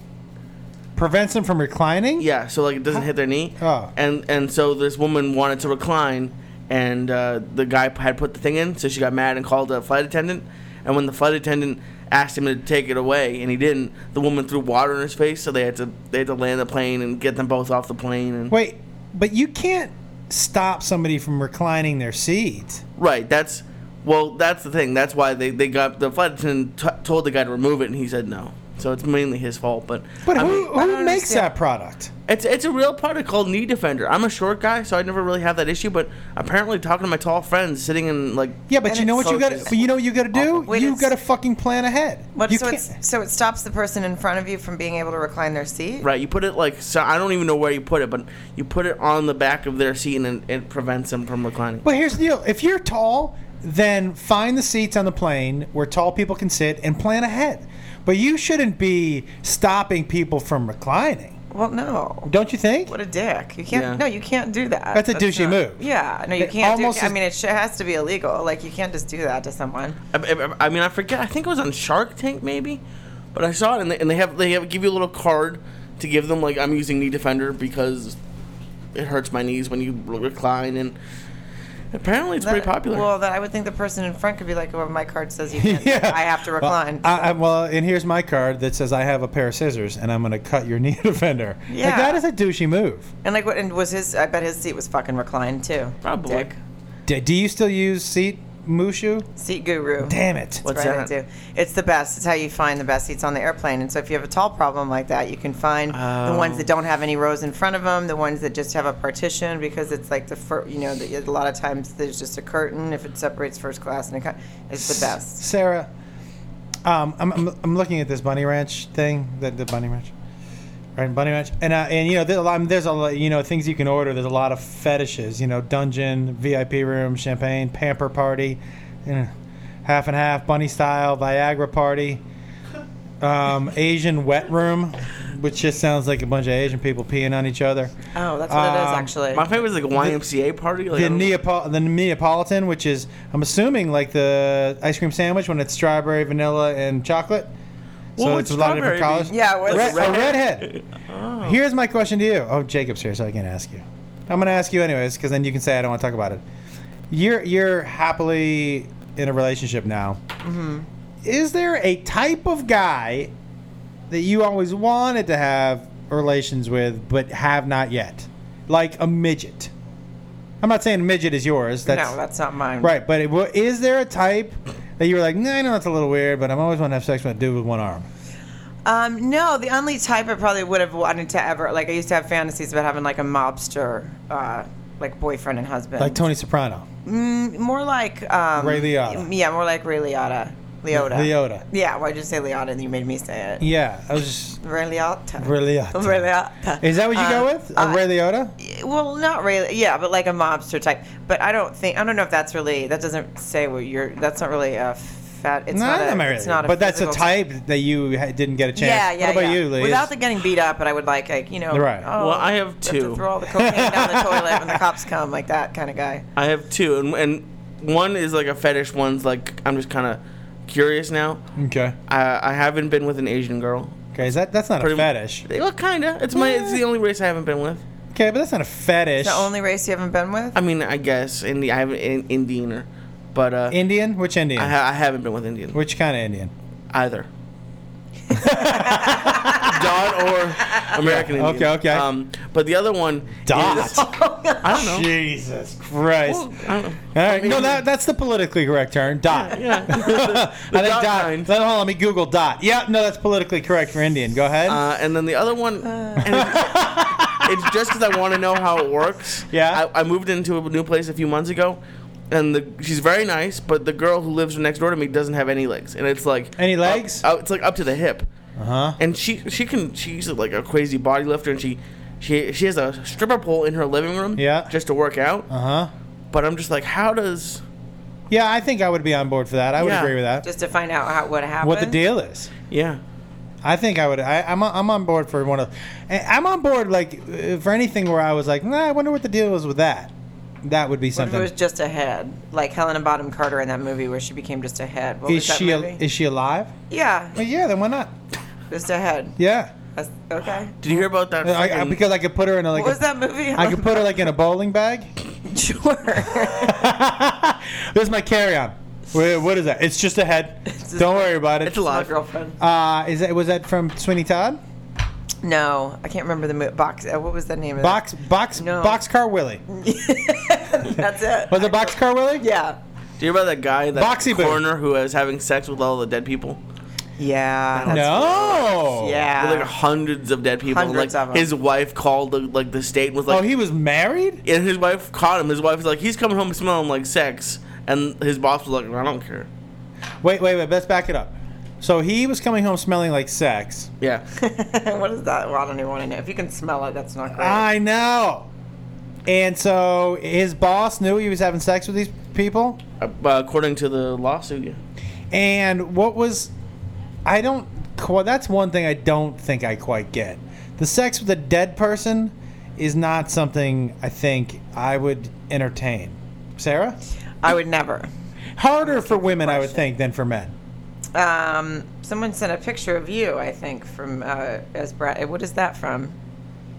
[SPEAKER 3] prevents them from reclining?
[SPEAKER 4] Yeah, so like it doesn't hit their knee.
[SPEAKER 3] Oh.
[SPEAKER 4] And and so this woman wanted to recline, and uh, the guy had put the thing in, so she got mad and called a flight attendant. And when the flight attendant asked him to take it away, and he didn't, the woman threw water in his face. So they had to they had to land the plane and get them both off the plane. And
[SPEAKER 3] Wait, but you can't stop somebody from reclining their seat.
[SPEAKER 4] right, that's well, that's the thing. That's why they, they got the flight attendant t- told the guy to remove it, and he said no. So it's mainly his fault. But
[SPEAKER 3] But
[SPEAKER 4] I
[SPEAKER 3] who,
[SPEAKER 4] mean,
[SPEAKER 3] who makes
[SPEAKER 1] understand.
[SPEAKER 3] that product?
[SPEAKER 4] It's it's a real product called Knee Defender. I'm a short guy, so I never really have that issue. But apparently, talking to my tall friends, sitting in like
[SPEAKER 3] Yeah, but
[SPEAKER 1] And
[SPEAKER 3] you know
[SPEAKER 1] it's
[SPEAKER 3] what you got.
[SPEAKER 1] focused.
[SPEAKER 3] But you know what you got to do.
[SPEAKER 1] Wait,
[SPEAKER 3] you
[SPEAKER 1] it's-
[SPEAKER 3] got to fucking plan ahead.
[SPEAKER 1] What,
[SPEAKER 3] you
[SPEAKER 1] so,
[SPEAKER 3] can't-
[SPEAKER 1] it's, so it stops the person in front of you from being able to recline their seat?
[SPEAKER 4] right, you put it like so. I don't even know where you put it, but you put it on the back of their seat, and it, it prevents them from reclining.
[SPEAKER 3] But here's the deal: if you're tall, then find the seats on the plane where tall people can sit and plan ahead. But you shouldn't be stopping people from reclining,
[SPEAKER 1] Well, no.
[SPEAKER 3] don't you think?
[SPEAKER 1] What a dick! You can't.
[SPEAKER 4] Yeah.
[SPEAKER 1] No, you can't do that.
[SPEAKER 3] That's a douchey
[SPEAKER 1] not-
[SPEAKER 3] move.
[SPEAKER 1] Yeah, no, you
[SPEAKER 3] It
[SPEAKER 1] can't. Do,
[SPEAKER 3] almost
[SPEAKER 1] I
[SPEAKER 3] is-
[SPEAKER 1] mean, it sh- has to be illegal. Like you can't just do that to someone.
[SPEAKER 4] I, I, I mean, I forget. I think it was on Shark Tank, maybe. But I saw it, and they, and they have they have give you a little card to give them like I'm using Knee Defender because it hurts my knees when you recline, and apparently it's pretty
[SPEAKER 1] That-
[SPEAKER 4] popular.
[SPEAKER 1] Well, that I would think the person in front could be like, "Oh, my card says you can't. I have to
[SPEAKER 3] Well, uh,
[SPEAKER 1] recline."
[SPEAKER 3] I, I, well, and here's my card that says I have a pair of scissors and I'm going to cut your knee defender. Like,
[SPEAKER 1] Yeah.
[SPEAKER 3] that is a douchey move.
[SPEAKER 1] and like, what? And was his? I bet his seat was fucking reclined too.
[SPEAKER 4] Probably.
[SPEAKER 1] Dick.
[SPEAKER 3] D- do you still use seat mushu?
[SPEAKER 1] Seat guru.
[SPEAKER 3] Damn it.
[SPEAKER 1] That's
[SPEAKER 4] What's
[SPEAKER 1] right, I
[SPEAKER 4] that?
[SPEAKER 1] do. It's the best. It's how you find the best seats on the airplane. And so if you have a tall problem like that, you can find the ones
[SPEAKER 3] Oh.
[SPEAKER 1] that don't have any rows in front of them, the ones that just have a partition because it's like the first, you know, the, a lot of times there's just a curtain if it separates first class and econ- it's the best.
[SPEAKER 3] Sarah, um, I'm, I'm, I'm looking at this Bunny Ranch thing, the, the Bunny Ranch. Right, Bunny Ranch, and uh, and you know there's a lot, there's a lot, you know things you can order. There's a lot of fetishes, you know, dungeon, VIP room, champagne, pamper party, you know, half and half, bunny style, Viagra party, um, Asian wet room, which just sounds like a bunch of Asian people peeing on each other.
[SPEAKER 1] Oh, that's what it is
[SPEAKER 3] Um,
[SPEAKER 1] actually.
[SPEAKER 4] my favorite is like a YMCA party. Like, I
[SPEAKER 3] The,
[SPEAKER 4] don't-
[SPEAKER 3] Neapo- the Neapolitan, which is, I'm assuming, like the ice cream sandwich when it's strawberry, vanilla, and chocolate.
[SPEAKER 4] Well,
[SPEAKER 3] so
[SPEAKER 4] would
[SPEAKER 3] it's a lot of different
[SPEAKER 4] strawberry
[SPEAKER 3] colors.
[SPEAKER 4] be-
[SPEAKER 1] yeah, it was
[SPEAKER 3] Red- a redhead. Oh. Here's my question to you. Oh, Jacob's here, so I can't ask you. I'm gonna ask you anyways, because then you can say I don't want to talk about it. You're you're happily in a relationship now. Mm-hmm. Is there a type of guy that you always wanted to have relations with, but have not yet? Like a midget. I'm not saying midget is yours. That's,
[SPEAKER 1] no, that's not mine.
[SPEAKER 3] right. But it, wa- is there a type that you were like, no, I know that's a little weird, but I'm always want to have sex with a dude with one arm?
[SPEAKER 1] Um, no, the only type I probably would have wanted to ever like I used to have fantasies about having like a mobster uh, like boyfriend and husband.
[SPEAKER 3] Like Tony Soprano.
[SPEAKER 1] Mm, more like um,
[SPEAKER 3] Ray Liotta.
[SPEAKER 1] Yeah, more like Ray Liotta. Leota.
[SPEAKER 3] Leota.
[SPEAKER 1] Yeah, why'd you say Liotta and you made me say it?
[SPEAKER 3] Yeah, I was just
[SPEAKER 1] Ray Liotta.
[SPEAKER 3] Ray Liotta.
[SPEAKER 1] Ray Liotta.
[SPEAKER 3] Is that what you go
[SPEAKER 1] Uh,
[SPEAKER 3] with? A
[SPEAKER 1] uh,
[SPEAKER 3] Ray Liotta?
[SPEAKER 1] Well, not really. Yeah, but like a mobster type. But I don't think I don't know if that's really that doesn't say what you're. That's not really a fat. It's
[SPEAKER 3] no,
[SPEAKER 1] not,
[SPEAKER 3] I'm
[SPEAKER 1] a,
[SPEAKER 3] not
[SPEAKER 1] It's
[SPEAKER 3] really.
[SPEAKER 1] not a
[SPEAKER 3] but that's a
[SPEAKER 1] physical-
[SPEAKER 3] type that you ha- didn't get a chance.
[SPEAKER 1] Yeah, yeah,
[SPEAKER 3] What about
[SPEAKER 1] yeah.
[SPEAKER 3] you, Lee?
[SPEAKER 1] Without the getting beat up, but I would like, like you know.
[SPEAKER 3] Right.
[SPEAKER 1] Oh,
[SPEAKER 4] Well, I have
[SPEAKER 1] to
[SPEAKER 4] two.
[SPEAKER 1] throw all the cocaine down the toilet when the cops come, like that kind of guy.
[SPEAKER 4] I have two, and and one is like a fetish. One's like I'm just kind of curious now.
[SPEAKER 3] okay.
[SPEAKER 4] I I haven't been with an Asian girl.
[SPEAKER 3] Okay, is that that's not a
[SPEAKER 4] Pretty-
[SPEAKER 3] fetish.
[SPEAKER 4] They look kinda. It's my. It's the only race I haven't been with.
[SPEAKER 3] Okay, but that's not a fetish.
[SPEAKER 1] The only race you haven't been with.
[SPEAKER 4] I mean, I guess Indi- I haven't in, Indian or, but uh,
[SPEAKER 3] Indian? Which Indian?
[SPEAKER 4] I, ha- I haven't been with Indian
[SPEAKER 3] Which kind of Indian?
[SPEAKER 4] either. Dodd or American
[SPEAKER 3] Yeah,
[SPEAKER 4] Indian.
[SPEAKER 3] okay, okay.
[SPEAKER 4] Um, but the other one is
[SPEAKER 3] Dot.
[SPEAKER 4] I don't know.
[SPEAKER 3] Jesus Christ.
[SPEAKER 4] Well, I don't know.
[SPEAKER 3] All right. No, that, that's the politically correct term. Dot.
[SPEAKER 4] Yeah.
[SPEAKER 3] I think
[SPEAKER 4] dot
[SPEAKER 3] dot.
[SPEAKER 4] kind.
[SPEAKER 3] Hold on, let me Google dot. Yeah, no, that's politically correct for Indian. Go ahead.
[SPEAKER 4] Uh, and then the other one, and it's, it's just because I want to know how it works.
[SPEAKER 3] Yeah.
[SPEAKER 4] I, I moved into a new place a few months ago, and the, she's very nice, but the girl who lives next door to me doesn't have any legs, and it's like
[SPEAKER 3] Any
[SPEAKER 4] up-
[SPEAKER 3] legs?
[SPEAKER 4] up- it's like up to the hip,
[SPEAKER 3] huh?
[SPEAKER 4] and she she can she's like a crazy body lifter, and she she she has a stripper pole in her living room.
[SPEAKER 3] Yeah.
[SPEAKER 4] Just to work out,
[SPEAKER 3] Uh huh.
[SPEAKER 4] but I'm just like, how does?
[SPEAKER 3] Yeah, I think I would be on board for that. I would
[SPEAKER 4] Yeah.
[SPEAKER 3] agree with that.
[SPEAKER 1] just to find out how, what happened.
[SPEAKER 3] what the deal is.
[SPEAKER 4] Yeah.
[SPEAKER 3] I think I would. I, I'm on- I'm on board for one of. and I'm on board like uh, for anything where I was like, nah, I wonder what the deal was with that. That would be
[SPEAKER 1] What if
[SPEAKER 3] something.
[SPEAKER 1] it was just a head, like Helena Bottom Carter in that movie where she became just a head. What
[SPEAKER 3] is
[SPEAKER 1] was that
[SPEAKER 3] she al-
[SPEAKER 1] movie?
[SPEAKER 3] is she alive?
[SPEAKER 1] yeah,
[SPEAKER 3] Well, yeah, then why not?
[SPEAKER 1] just a head.
[SPEAKER 3] Yeah,
[SPEAKER 1] That's, okay.
[SPEAKER 4] Did you hear about that?
[SPEAKER 3] I- I-
[SPEAKER 4] fucking-
[SPEAKER 3] because I could put her in a, like
[SPEAKER 1] What was
[SPEAKER 3] a,
[SPEAKER 1] that movie?
[SPEAKER 3] I could put her like in a bowling bag.
[SPEAKER 1] sure.
[SPEAKER 3] this is my carry-on. Wait, what is that? It's just a head.
[SPEAKER 1] just-
[SPEAKER 3] Don't worry about it.
[SPEAKER 4] It's a lot.
[SPEAKER 1] My girlfriend.
[SPEAKER 3] Uh, is that was that from Sweeney Todd?
[SPEAKER 1] No, I can't remember the mo- box. Uh, what was the name of
[SPEAKER 3] Box box
[SPEAKER 1] No.
[SPEAKER 3] boxcar Willie.
[SPEAKER 1] it? That's it.
[SPEAKER 3] Was it boxcar Willie?
[SPEAKER 1] Yeah.
[SPEAKER 4] Do you hear about that guy, that
[SPEAKER 3] Boxy Boo.
[SPEAKER 4] coroner who was having sex with all the dead people?
[SPEAKER 1] Yeah. that's-
[SPEAKER 3] No.
[SPEAKER 1] Yeah.
[SPEAKER 4] There were, like hundreds of dead people. and,
[SPEAKER 1] Hundreds
[SPEAKER 4] like
[SPEAKER 1] of 'em.
[SPEAKER 4] his wife called the, like the state and was like,
[SPEAKER 3] oh, he was married.
[SPEAKER 4] and his wife caught him. His wife was like, he's coming home smelling like sex, and his boss was like, I don't care.
[SPEAKER 3] Wait, wait, wait. Let's back it up. So he was coming home smelling like sex.
[SPEAKER 4] Yeah,
[SPEAKER 1] what is that? Well, I don't even want to know. If you can smell it, that's not great.
[SPEAKER 3] I know. And so his boss knew he was having sex with these people.
[SPEAKER 4] Uh, according to the lawsuit. Yeah.
[SPEAKER 3] And what was I don't quite that's one thing I don't think I quite get. The sex with a dead person is not something I think I would entertain. Sarah?
[SPEAKER 1] I would never.
[SPEAKER 3] Harder for women I would think than for men.
[SPEAKER 1] Um, someone sent a picture of you, I think, from uh, as Brad. What is that from?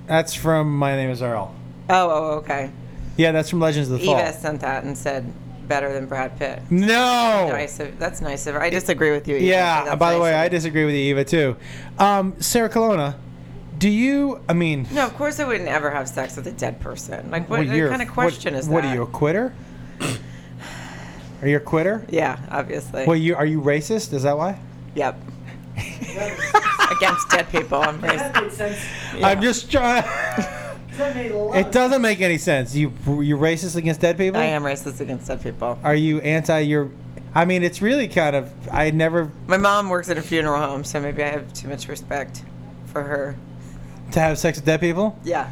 [SPEAKER 3] That's from My Name is Earl.
[SPEAKER 1] Oh, oh, okay.
[SPEAKER 3] Yeah, that's from Legends of the Fall.
[SPEAKER 1] Eva sent that and said better than Brad Pitt.
[SPEAKER 3] No.
[SPEAKER 1] Nice of, that's nice of her. I disagree with you. Eva.
[SPEAKER 3] Yeah,
[SPEAKER 1] That's
[SPEAKER 3] by the way, I
[SPEAKER 1] nice of-
[SPEAKER 3] disagree with you, Eva too. Um, Sarah Colonna, do you I mean
[SPEAKER 1] No, of course I wouldn't ever have sex with a dead person. Like, what,
[SPEAKER 3] Well, you're-
[SPEAKER 1] kind of question
[SPEAKER 3] what,
[SPEAKER 1] is
[SPEAKER 3] What
[SPEAKER 1] that?
[SPEAKER 3] are you, a quitter? are you a quitter?
[SPEAKER 1] Yeah, obviously.
[SPEAKER 3] Well, you are you racist? Is that why?
[SPEAKER 1] yep. Against dead people. I'm racist.
[SPEAKER 8] That made sense.
[SPEAKER 3] I'm just trying.
[SPEAKER 8] That made a lot
[SPEAKER 3] it
[SPEAKER 8] of
[SPEAKER 3] doesn't make any sense. You you racist against dead people?
[SPEAKER 1] I am racist against dead people.
[SPEAKER 3] Are you anti your? I mean, it's really kind of. I never
[SPEAKER 1] My mom works at a funeral home, so maybe I have too much respect for her.
[SPEAKER 3] to have sex with dead people.
[SPEAKER 1] Yeah.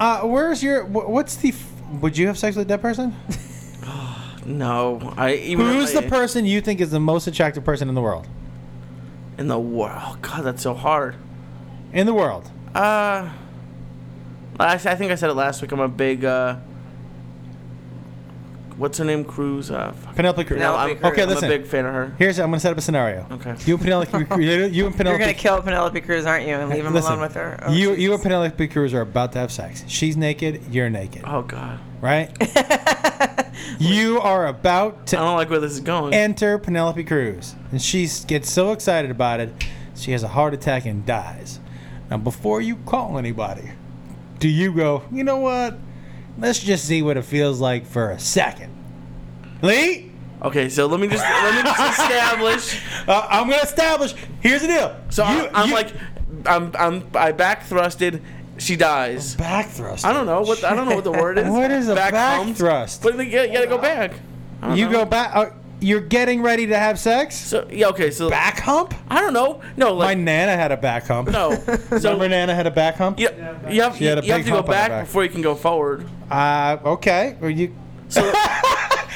[SPEAKER 3] Uh, where's your? wh- What's the? f- Would you have sex with a dead person?
[SPEAKER 4] No, I even
[SPEAKER 3] Who's
[SPEAKER 4] I-
[SPEAKER 3] the person you think is the most attractive person in the world?
[SPEAKER 4] in the world? Oh, God, that's so hard.
[SPEAKER 3] In the world,
[SPEAKER 4] Uh, I, I think I said it last week. I'm a big uh, what's her name? Cruz. Uh, fuck.
[SPEAKER 3] Penelope Cruz.
[SPEAKER 1] No,
[SPEAKER 4] I'm,
[SPEAKER 1] Penelope Cruz.
[SPEAKER 3] Okay,
[SPEAKER 4] I'm a
[SPEAKER 3] listen.
[SPEAKER 4] big fan of her.
[SPEAKER 3] Here's I'm gonna set up a scenario.
[SPEAKER 4] Okay.
[SPEAKER 3] You and Penelope. you and
[SPEAKER 1] You're
[SPEAKER 3] Penelope.
[SPEAKER 1] going to kill Penelope Cruz, aren't you? And leave him
[SPEAKER 3] Listen,
[SPEAKER 1] alone with her? Oh,
[SPEAKER 3] you you
[SPEAKER 1] Jesus.
[SPEAKER 3] and Penelope Cruz are about to have sex. She's naked. You're naked.
[SPEAKER 4] Oh God,
[SPEAKER 3] Right. you are about
[SPEAKER 4] I
[SPEAKER 1] Oh.
[SPEAKER 3] to
[SPEAKER 4] don't like where this is going.
[SPEAKER 3] enter Penelope Cruz, and she s- gets so excited about it, she has a heart attack and dies. Now, before you call anybody, do you go? You know what? Let's just see what it feels like for a second. Lee,
[SPEAKER 4] Okay, so let me just let me just establish.
[SPEAKER 3] uh, I'm gonna establish. Here's the deal.
[SPEAKER 4] So
[SPEAKER 3] You-
[SPEAKER 4] I, I'm
[SPEAKER 3] you-
[SPEAKER 4] like, I'm I'm I back thrusted. She dies.
[SPEAKER 3] back thrust.
[SPEAKER 4] I don't know what I don't know what the word is.
[SPEAKER 3] What is a back
[SPEAKER 4] humped?
[SPEAKER 3] thrust?
[SPEAKER 4] But you gotta, you gotta go back. I don't
[SPEAKER 3] You
[SPEAKER 4] know.
[SPEAKER 3] go back. Uh, you're getting ready to have sex.
[SPEAKER 4] So yeah, okay. So
[SPEAKER 3] Back hump.
[SPEAKER 4] I don't know. No,
[SPEAKER 3] My
[SPEAKER 4] like
[SPEAKER 3] nana had a back hump.
[SPEAKER 4] no. So
[SPEAKER 3] Remember, nana had a back hump.
[SPEAKER 4] you, you have
[SPEAKER 3] She had a
[SPEAKER 4] you have
[SPEAKER 3] big
[SPEAKER 4] to go
[SPEAKER 3] hump on her
[SPEAKER 4] back,
[SPEAKER 3] back.
[SPEAKER 4] before you can go forward.
[SPEAKER 3] Uh, okay. Or you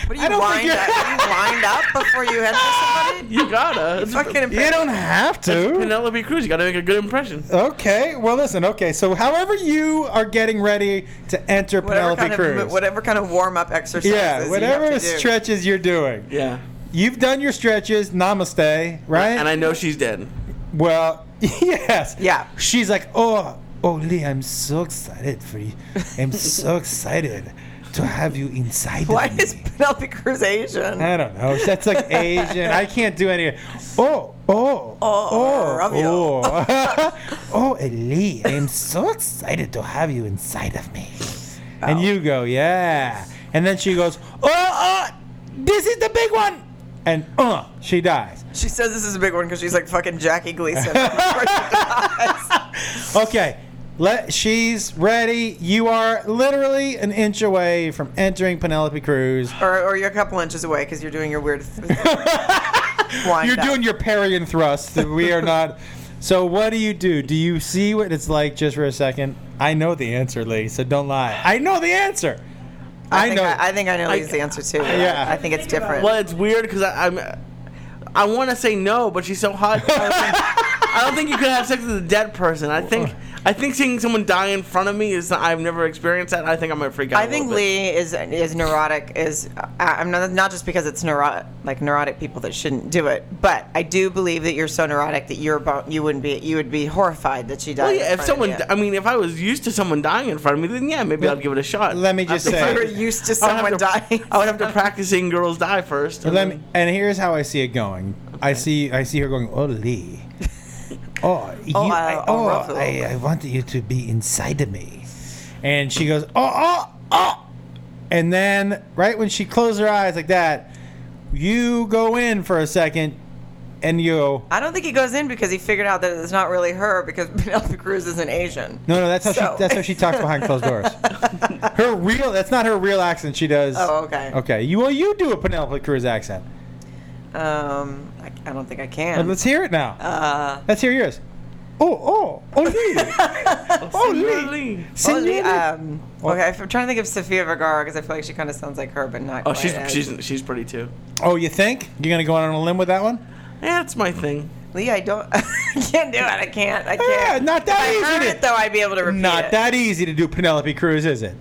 [SPEAKER 1] What are
[SPEAKER 3] I
[SPEAKER 1] you
[SPEAKER 3] don't think
[SPEAKER 1] lined
[SPEAKER 3] you're-
[SPEAKER 1] up? Are you lined up before you enter somebody?
[SPEAKER 4] You gotta. It's
[SPEAKER 1] Fucking
[SPEAKER 3] You
[SPEAKER 1] impressive.
[SPEAKER 3] don't have to.
[SPEAKER 4] Penelope Cruz. You gotta make a good impression.
[SPEAKER 3] Okay. Well, listen. Okay. So, however you are getting ready to enter
[SPEAKER 1] Whatever
[SPEAKER 3] Penelope
[SPEAKER 1] kind
[SPEAKER 3] Cruz,
[SPEAKER 1] of whatever kind of warm up exercises.
[SPEAKER 3] yeah,
[SPEAKER 1] you
[SPEAKER 3] whatever
[SPEAKER 1] have to do.
[SPEAKER 3] stretches you're doing,
[SPEAKER 4] Yeah.
[SPEAKER 3] you've done your stretches. Namaste. Right.
[SPEAKER 4] And I know she's dead.
[SPEAKER 3] well, yes.
[SPEAKER 1] Yeah.
[SPEAKER 3] She's like, oh, oh, Lee, I'm so excited for you. I'm so excited to have you inside
[SPEAKER 1] Why
[SPEAKER 3] of me.
[SPEAKER 1] is Penelope Cruz Asian?
[SPEAKER 3] I don't know. That's like Asian. I can't do any. Oh, Oh,
[SPEAKER 1] Oh, Romeo.
[SPEAKER 3] oh, oh, Ellie, I'm so excited to have you inside of me. And you go, yeah. And then she goes, oh, oh, this is the big one. And uh, she dies.
[SPEAKER 1] She says this is a big one because she's like fucking Jackie Gleason. before she dies.
[SPEAKER 3] Okay, let she's ready. You are literally an inch away from entering Penelope Cruz.
[SPEAKER 1] or, or you're a couple inches away because you're doing your weird. Th- wind
[SPEAKER 3] You're
[SPEAKER 1] up.
[SPEAKER 3] doing your parian thrust. We are not. So what do you do? Do you see what it's like just for a second? I know the answer, Lee. So don't lie. I know the answer. I,
[SPEAKER 1] I, think
[SPEAKER 3] know.
[SPEAKER 1] I, I think I know Lee's the answer too.
[SPEAKER 3] yeah.
[SPEAKER 1] I think it's different.
[SPEAKER 4] Well, it's weird because I'm. I want to say no, but she's so hot. I don't think- I don't think you could have sex with a dead person. I think I think seeing someone die in front of me is I've never experienced that. I think I might freak out.
[SPEAKER 1] I
[SPEAKER 4] a
[SPEAKER 1] think
[SPEAKER 4] little bit.
[SPEAKER 1] Lee is is neurotic. Is I- I'm not not just because it's neurotic like neurotic people that shouldn't do it, but I do believe that you're so neurotic that you're about, you wouldn't be you would be horrified that she died.
[SPEAKER 4] Well,
[SPEAKER 1] in
[SPEAKER 4] yeah, if
[SPEAKER 1] front of
[SPEAKER 4] someone,
[SPEAKER 1] you.
[SPEAKER 4] I mean, if I was used to someone dying in front of me, then yeah, maybe I'd give it a shot.
[SPEAKER 3] Let me just
[SPEAKER 4] I'd have
[SPEAKER 3] say-
[SPEAKER 1] if
[SPEAKER 4] to
[SPEAKER 1] you were used
[SPEAKER 4] practice-
[SPEAKER 1] to
[SPEAKER 4] I would have
[SPEAKER 1] someone
[SPEAKER 4] to-
[SPEAKER 1] dying,
[SPEAKER 4] I would have to practice seeing girls die first. and
[SPEAKER 3] Let
[SPEAKER 4] then-
[SPEAKER 3] me, and here's how I see it going. I see I see her going, "Oh, Lee. Oh, you,
[SPEAKER 1] Oh,
[SPEAKER 3] I,
[SPEAKER 1] uh, oh,
[SPEAKER 3] oh,
[SPEAKER 1] Ruffalo."
[SPEAKER 3] I, I want you to be inside of me." And she goes, "Oh, oh, oh." And then right when she closes her eyes like that, you go in for a second and you go,
[SPEAKER 1] I don't think he goes in because he figured out that it's not really her because Penelope Cruz is an Asian.
[SPEAKER 3] No, no, that's how
[SPEAKER 1] So-
[SPEAKER 3] she that's how she talks behind closed doors. Her real that's not her real accent she does.
[SPEAKER 1] Oh, okay.
[SPEAKER 3] Okay. You well you do a Penelope Cruz accent.
[SPEAKER 1] Um, I, I don't think I
[SPEAKER 3] But
[SPEAKER 1] can.
[SPEAKER 3] let's hear it now.
[SPEAKER 1] Um, uh,
[SPEAKER 3] Let's hear yours. Oh, oh, oh, Lee. oh,
[SPEAKER 4] Señor
[SPEAKER 3] Lee.
[SPEAKER 4] Lee.
[SPEAKER 1] only,
[SPEAKER 3] Señor Lee.
[SPEAKER 1] um, okay, I'm trying to think of Sofia Vergara because I feel like she kind of sounds like her, but not.
[SPEAKER 4] Oh,
[SPEAKER 1] quite
[SPEAKER 4] she's
[SPEAKER 1] as-
[SPEAKER 4] she's she's pretty too.
[SPEAKER 3] Oh, you think you're gonna go out on a limb with that one?
[SPEAKER 4] Yeah, that's my thing.
[SPEAKER 1] Lee, I don't. I can't do it. I can't. I
[SPEAKER 3] Yeah,
[SPEAKER 1] can't.
[SPEAKER 3] not that
[SPEAKER 1] If I heard
[SPEAKER 3] easy.
[SPEAKER 1] it though, I'd be able to
[SPEAKER 3] to,
[SPEAKER 1] repeat
[SPEAKER 3] not
[SPEAKER 1] it.
[SPEAKER 3] that easy to do Penelope Cruz, is it?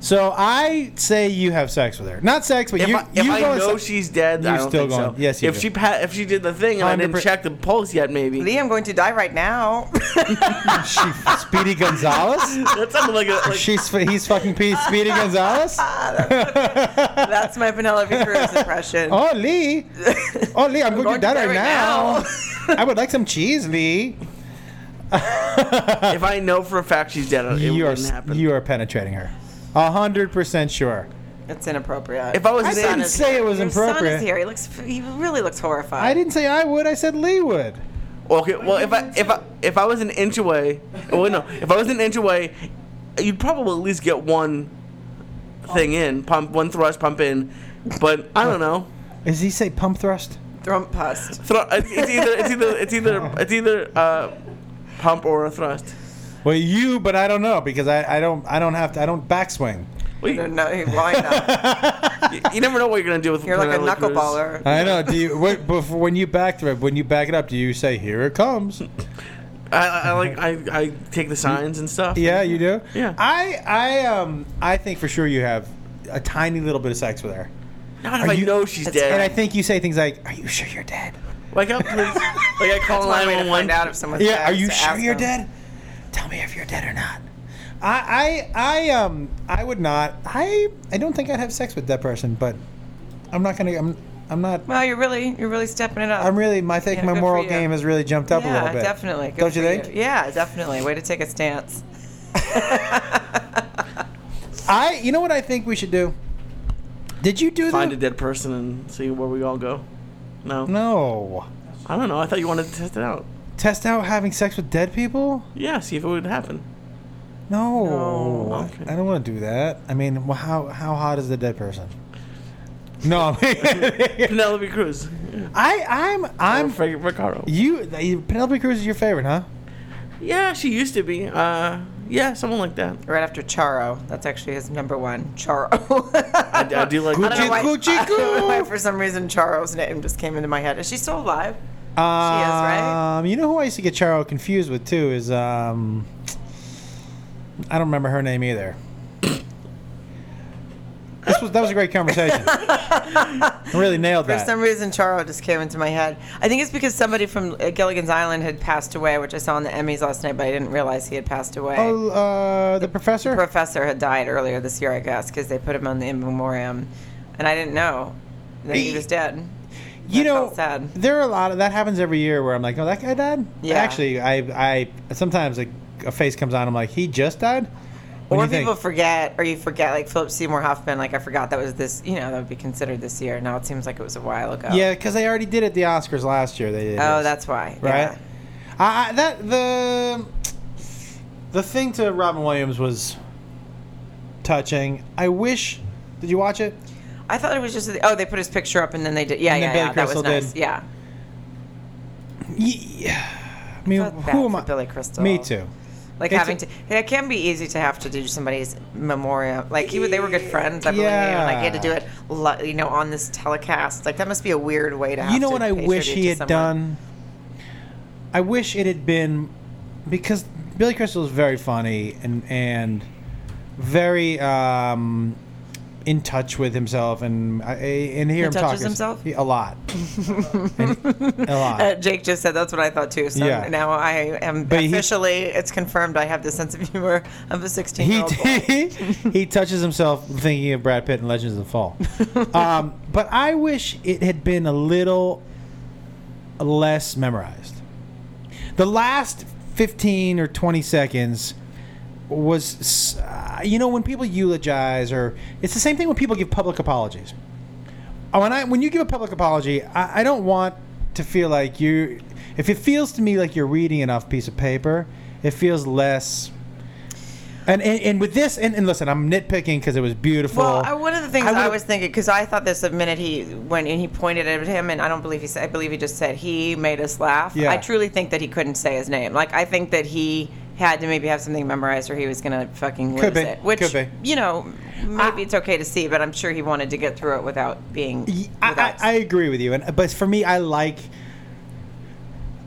[SPEAKER 3] So I say you have sex with her. Not sex, but
[SPEAKER 4] If
[SPEAKER 3] you
[SPEAKER 4] I, if
[SPEAKER 3] you
[SPEAKER 4] I
[SPEAKER 3] go and
[SPEAKER 4] know
[SPEAKER 3] se-
[SPEAKER 4] she's dead,
[SPEAKER 3] You're
[SPEAKER 4] I don't
[SPEAKER 3] still
[SPEAKER 4] think
[SPEAKER 3] going,
[SPEAKER 4] so.
[SPEAKER 3] yes, you
[SPEAKER 4] if
[SPEAKER 3] do.
[SPEAKER 4] she pa- if she did the thing and I didn't
[SPEAKER 3] 100%.
[SPEAKER 4] check the pulse yet, maybe.
[SPEAKER 1] Lee, I'm going to die right now.
[SPEAKER 3] she Speedy Gonzalez.
[SPEAKER 4] That sounded like a like,
[SPEAKER 3] She's he's fucking P- Speedy Gonzalez.
[SPEAKER 1] That's my Penelope Cruz impression.
[SPEAKER 3] Oh Lee, oh Lee, I'm, going to die right now.
[SPEAKER 1] now.
[SPEAKER 3] I would like some cheese, Lee.
[SPEAKER 4] if I know for a fact she's dead, it
[SPEAKER 3] you are
[SPEAKER 4] wouldn't happen.
[SPEAKER 3] you are penetrating her, a hundred percent sure.
[SPEAKER 1] it's inappropriate.
[SPEAKER 4] if I was
[SPEAKER 3] I
[SPEAKER 4] dead,
[SPEAKER 3] didn't say it was
[SPEAKER 1] Your son
[SPEAKER 3] inappropriate.
[SPEAKER 1] is here. He looks. He really looks horrified.
[SPEAKER 3] I didn't say I would. I said Lee would.
[SPEAKER 4] okay. Well, if I if I if I was an inch away, oh, well, no, if I was an inch away, you'd probably at least get one thing in, pump one thrust, pump in. But I don't know.
[SPEAKER 3] Does he say pump thrust?
[SPEAKER 1] Thrum pust.
[SPEAKER 4] Thru- it's it's either it's either it's either it's either uh, pump or a thrust.
[SPEAKER 3] Well, you, but I don't know because I, I don't I don't have to I don't backswing.
[SPEAKER 4] Well,
[SPEAKER 1] No,
[SPEAKER 4] you,
[SPEAKER 1] no, he- why not?
[SPEAKER 4] you- you never know what you're gonna do with.
[SPEAKER 1] You're like a
[SPEAKER 4] Penelope Cruz.
[SPEAKER 1] knuckleballer.
[SPEAKER 3] I know. Do you what, before, when you back throw- when you back it up? Do you say here it comes?
[SPEAKER 4] I, I I like I, I take the signs and stuff.
[SPEAKER 3] Yeah, you do.
[SPEAKER 4] Yeah.
[SPEAKER 3] I I um I think for sure you have a tiny little bit of sex with her,
[SPEAKER 4] Not if
[SPEAKER 3] Are
[SPEAKER 4] I
[SPEAKER 3] you-
[SPEAKER 4] know she's
[SPEAKER 1] That's-
[SPEAKER 4] dead.
[SPEAKER 3] and I think you say things like, "Are you sure you're dead?"
[SPEAKER 4] Wake up, please. Like I
[SPEAKER 1] That's
[SPEAKER 4] call
[SPEAKER 1] one way to find
[SPEAKER 4] 911.
[SPEAKER 1] out if someone's
[SPEAKER 3] Yeah.
[SPEAKER 1] dead,
[SPEAKER 3] Are you
[SPEAKER 1] is to
[SPEAKER 3] sure
[SPEAKER 1] ask
[SPEAKER 3] you're
[SPEAKER 1] them.
[SPEAKER 3] dead? Tell me if you're dead or not. I I I um I would not. I I don't think I'd have sex with that person, but I'm not gonna. I'm I'm not.
[SPEAKER 1] Well, you're really, you're really stepping it up.
[SPEAKER 3] I'm really. I think
[SPEAKER 1] Yeah,
[SPEAKER 3] my
[SPEAKER 1] good for
[SPEAKER 3] moral
[SPEAKER 1] you.
[SPEAKER 3] game has really jumped up
[SPEAKER 1] yeah,
[SPEAKER 3] a little bit.
[SPEAKER 1] definitely. Good
[SPEAKER 3] Don't you
[SPEAKER 1] for
[SPEAKER 3] think?
[SPEAKER 1] Yeah, definitely. Way to take a stance.
[SPEAKER 3] I, you know what I think we should do? Did you do
[SPEAKER 4] Find a
[SPEAKER 3] the?
[SPEAKER 4] dead person and see where we all go. No.
[SPEAKER 3] no.
[SPEAKER 4] I don't know. I thought you wanted to test it out.
[SPEAKER 3] Test out having sex with dead people?
[SPEAKER 4] Yeah, see if it would happen.
[SPEAKER 3] No.
[SPEAKER 1] No.
[SPEAKER 4] Okay.
[SPEAKER 3] I don't want to do that. I mean, well, how how hot is the dead person? No. I
[SPEAKER 4] Penelope Cruz. Yeah.
[SPEAKER 3] I'm
[SPEAKER 4] I'm
[SPEAKER 3] I'm
[SPEAKER 4] Frank Ricardo.
[SPEAKER 3] you. Penelope Cruz is your favorite, huh?
[SPEAKER 4] Yeah, she used to be. Uh, yeah, someone like that.
[SPEAKER 1] Right after Charo. That's actually his number one. Charo.
[SPEAKER 4] I, I do like.
[SPEAKER 1] I don't know
[SPEAKER 3] Gucci,
[SPEAKER 1] why-
[SPEAKER 3] Gucci,
[SPEAKER 1] I don't know why
[SPEAKER 3] Gucci.
[SPEAKER 1] for some reason Charo's name just came into my head. Is she still alive? right?
[SPEAKER 3] Um, you know who I used to get Charo confused with too is um, I don't remember her name either. this was that was a great conversation. I really nailed
[SPEAKER 1] For
[SPEAKER 3] that.
[SPEAKER 1] some reason, Charo just came into my head. I think it's because somebody from uh, Gilligan's Island had passed away, which I saw in the Emmys last night, but I didn't realize he had passed away.
[SPEAKER 3] oh, uh, the
[SPEAKER 1] The
[SPEAKER 3] professor.
[SPEAKER 1] professor had died earlier this year, I guess, because they put him on the in memoriam, and I didn't know that he was dead.
[SPEAKER 3] you know,
[SPEAKER 1] felt sad.
[SPEAKER 3] there are a lot of that happens every year where I'm like, oh, that guy died.
[SPEAKER 1] Yeah.
[SPEAKER 3] Actually, I, I sometimes like a face comes on. I'm like, he just died. What
[SPEAKER 1] or
[SPEAKER 3] do you
[SPEAKER 1] people
[SPEAKER 3] think?
[SPEAKER 1] forget, or you forget, like Philip Seymour Hoffman. Like I forgot that was this. You know, that would be considered this year. Now it seems like it was a while ago.
[SPEAKER 3] Yeah, because they already did it at the Oscars last year. They did.
[SPEAKER 1] Oh,
[SPEAKER 3] this.
[SPEAKER 1] that's why.
[SPEAKER 3] right?
[SPEAKER 1] Yeah.
[SPEAKER 3] I, I, that the the thing to Robin Williams was touching. I wish. Did you watch it?
[SPEAKER 1] I thought it was just. Oh, they put his picture up, and then they did. Yeah,
[SPEAKER 3] And
[SPEAKER 1] yeah,
[SPEAKER 3] then Billy
[SPEAKER 1] yeah. That was
[SPEAKER 3] Crystal
[SPEAKER 1] nice.
[SPEAKER 3] did.
[SPEAKER 1] Yeah.
[SPEAKER 3] Yeah. I mean,
[SPEAKER 1] I felt
[SPEAKER 3] who
[SPEAKER 1] bad
[SPEAKER 3] am
[SPEAKER 1] for
[SPEAKER 3] I?
[SPEAKER 1] Billy Crystal.
[SPEAKER 3] Me too.
[SPEAKER 1] Like
[SPEAKER 3] It's-
[SPEAKER 1] having to. It can be easy to have to do somebody's memorial. Like he, they were good friends. I believe. And like he had to do it. lo- You know, on this telecast. Like that must be a weird way to. have
[SPEAKER 3] You know
[SPEAKER 1] to
[SPEAKER 3] what I
[SPEAKER 1] pay
[SPEAKER 3] wish
[SPEAKER 1] tribute
[SPEAKER 3] he
[SPEAKER 1] to
[SPEAKER 3] had
[SPEAKER 1] someone.
[SPEAKER 3] done? I wish it had been because Billy Crystal is very funny and and very um, in touch with himself and I, I- and hear
[SPEAKER 1] He
[SPEAKER 3] him
[SPEAKER 1] touches
[SPEAKER 3] talk
[SPEAKER 1] himself?
[SPEAKER 3] a lot, And- a lot.
[SPEAKER 1] Uh, Jake just said that's what I thought too. So
[SPEAKER 3] Yeah.
[SPEAKER 1] now I am
[SPEAKER 3] But he-
[SPEAKER 1] officially, it's confirmed I have the sense of humor of a 16
[SPEAKER 3] he
[SPEAKER 1] year old.
[SPEAKER 3] he, he touches himself thinking of Brad Pitt in Legends of the Fall. um, but I wish it had been a little less memorized. The last 15 or 20 seconds was s- uh, you know when people eulogize or it's the same thing when people give public apologies. Uh, When I when you give a public apology, I, I don't want to feel like you if it feels to me like you're reading an off piece of paper, it feels less and, and, and with this, and, and listen, I'm nitpicking because it was beautiful.
[SPEAKER 1] Well, I, one of the things
[SPEAKER 3] I
[SPEAKER 1] I,
[SPEAKER 3] would've-
[SPEAKER 1] was thinking, because I thought this the minute he went and he pointed at him, and I don't believe he said, I believe he just said he made us laugh.
[SPEAKER 3] Yeah.
[SPEAKER 1] I truly think that he couldn't say his name. Like, I think that he had to maybe have something memorized or he was going to fucking
[SPEAKER 3] Could
[SPEAKER 1] lose
[SPEAKER 3] be.
[SPEAKER 1] it. Which,
[SPEAKER 3] Could be.
[SPEAKER 1] you know, maybe it's okay to see, but I'm sure he wanted to get through it without being.
[SPEAKER 3] Y- I,
[SPEAKER 1] without-
[SPEAKER 3] I, I agree with you, and but for me, I like,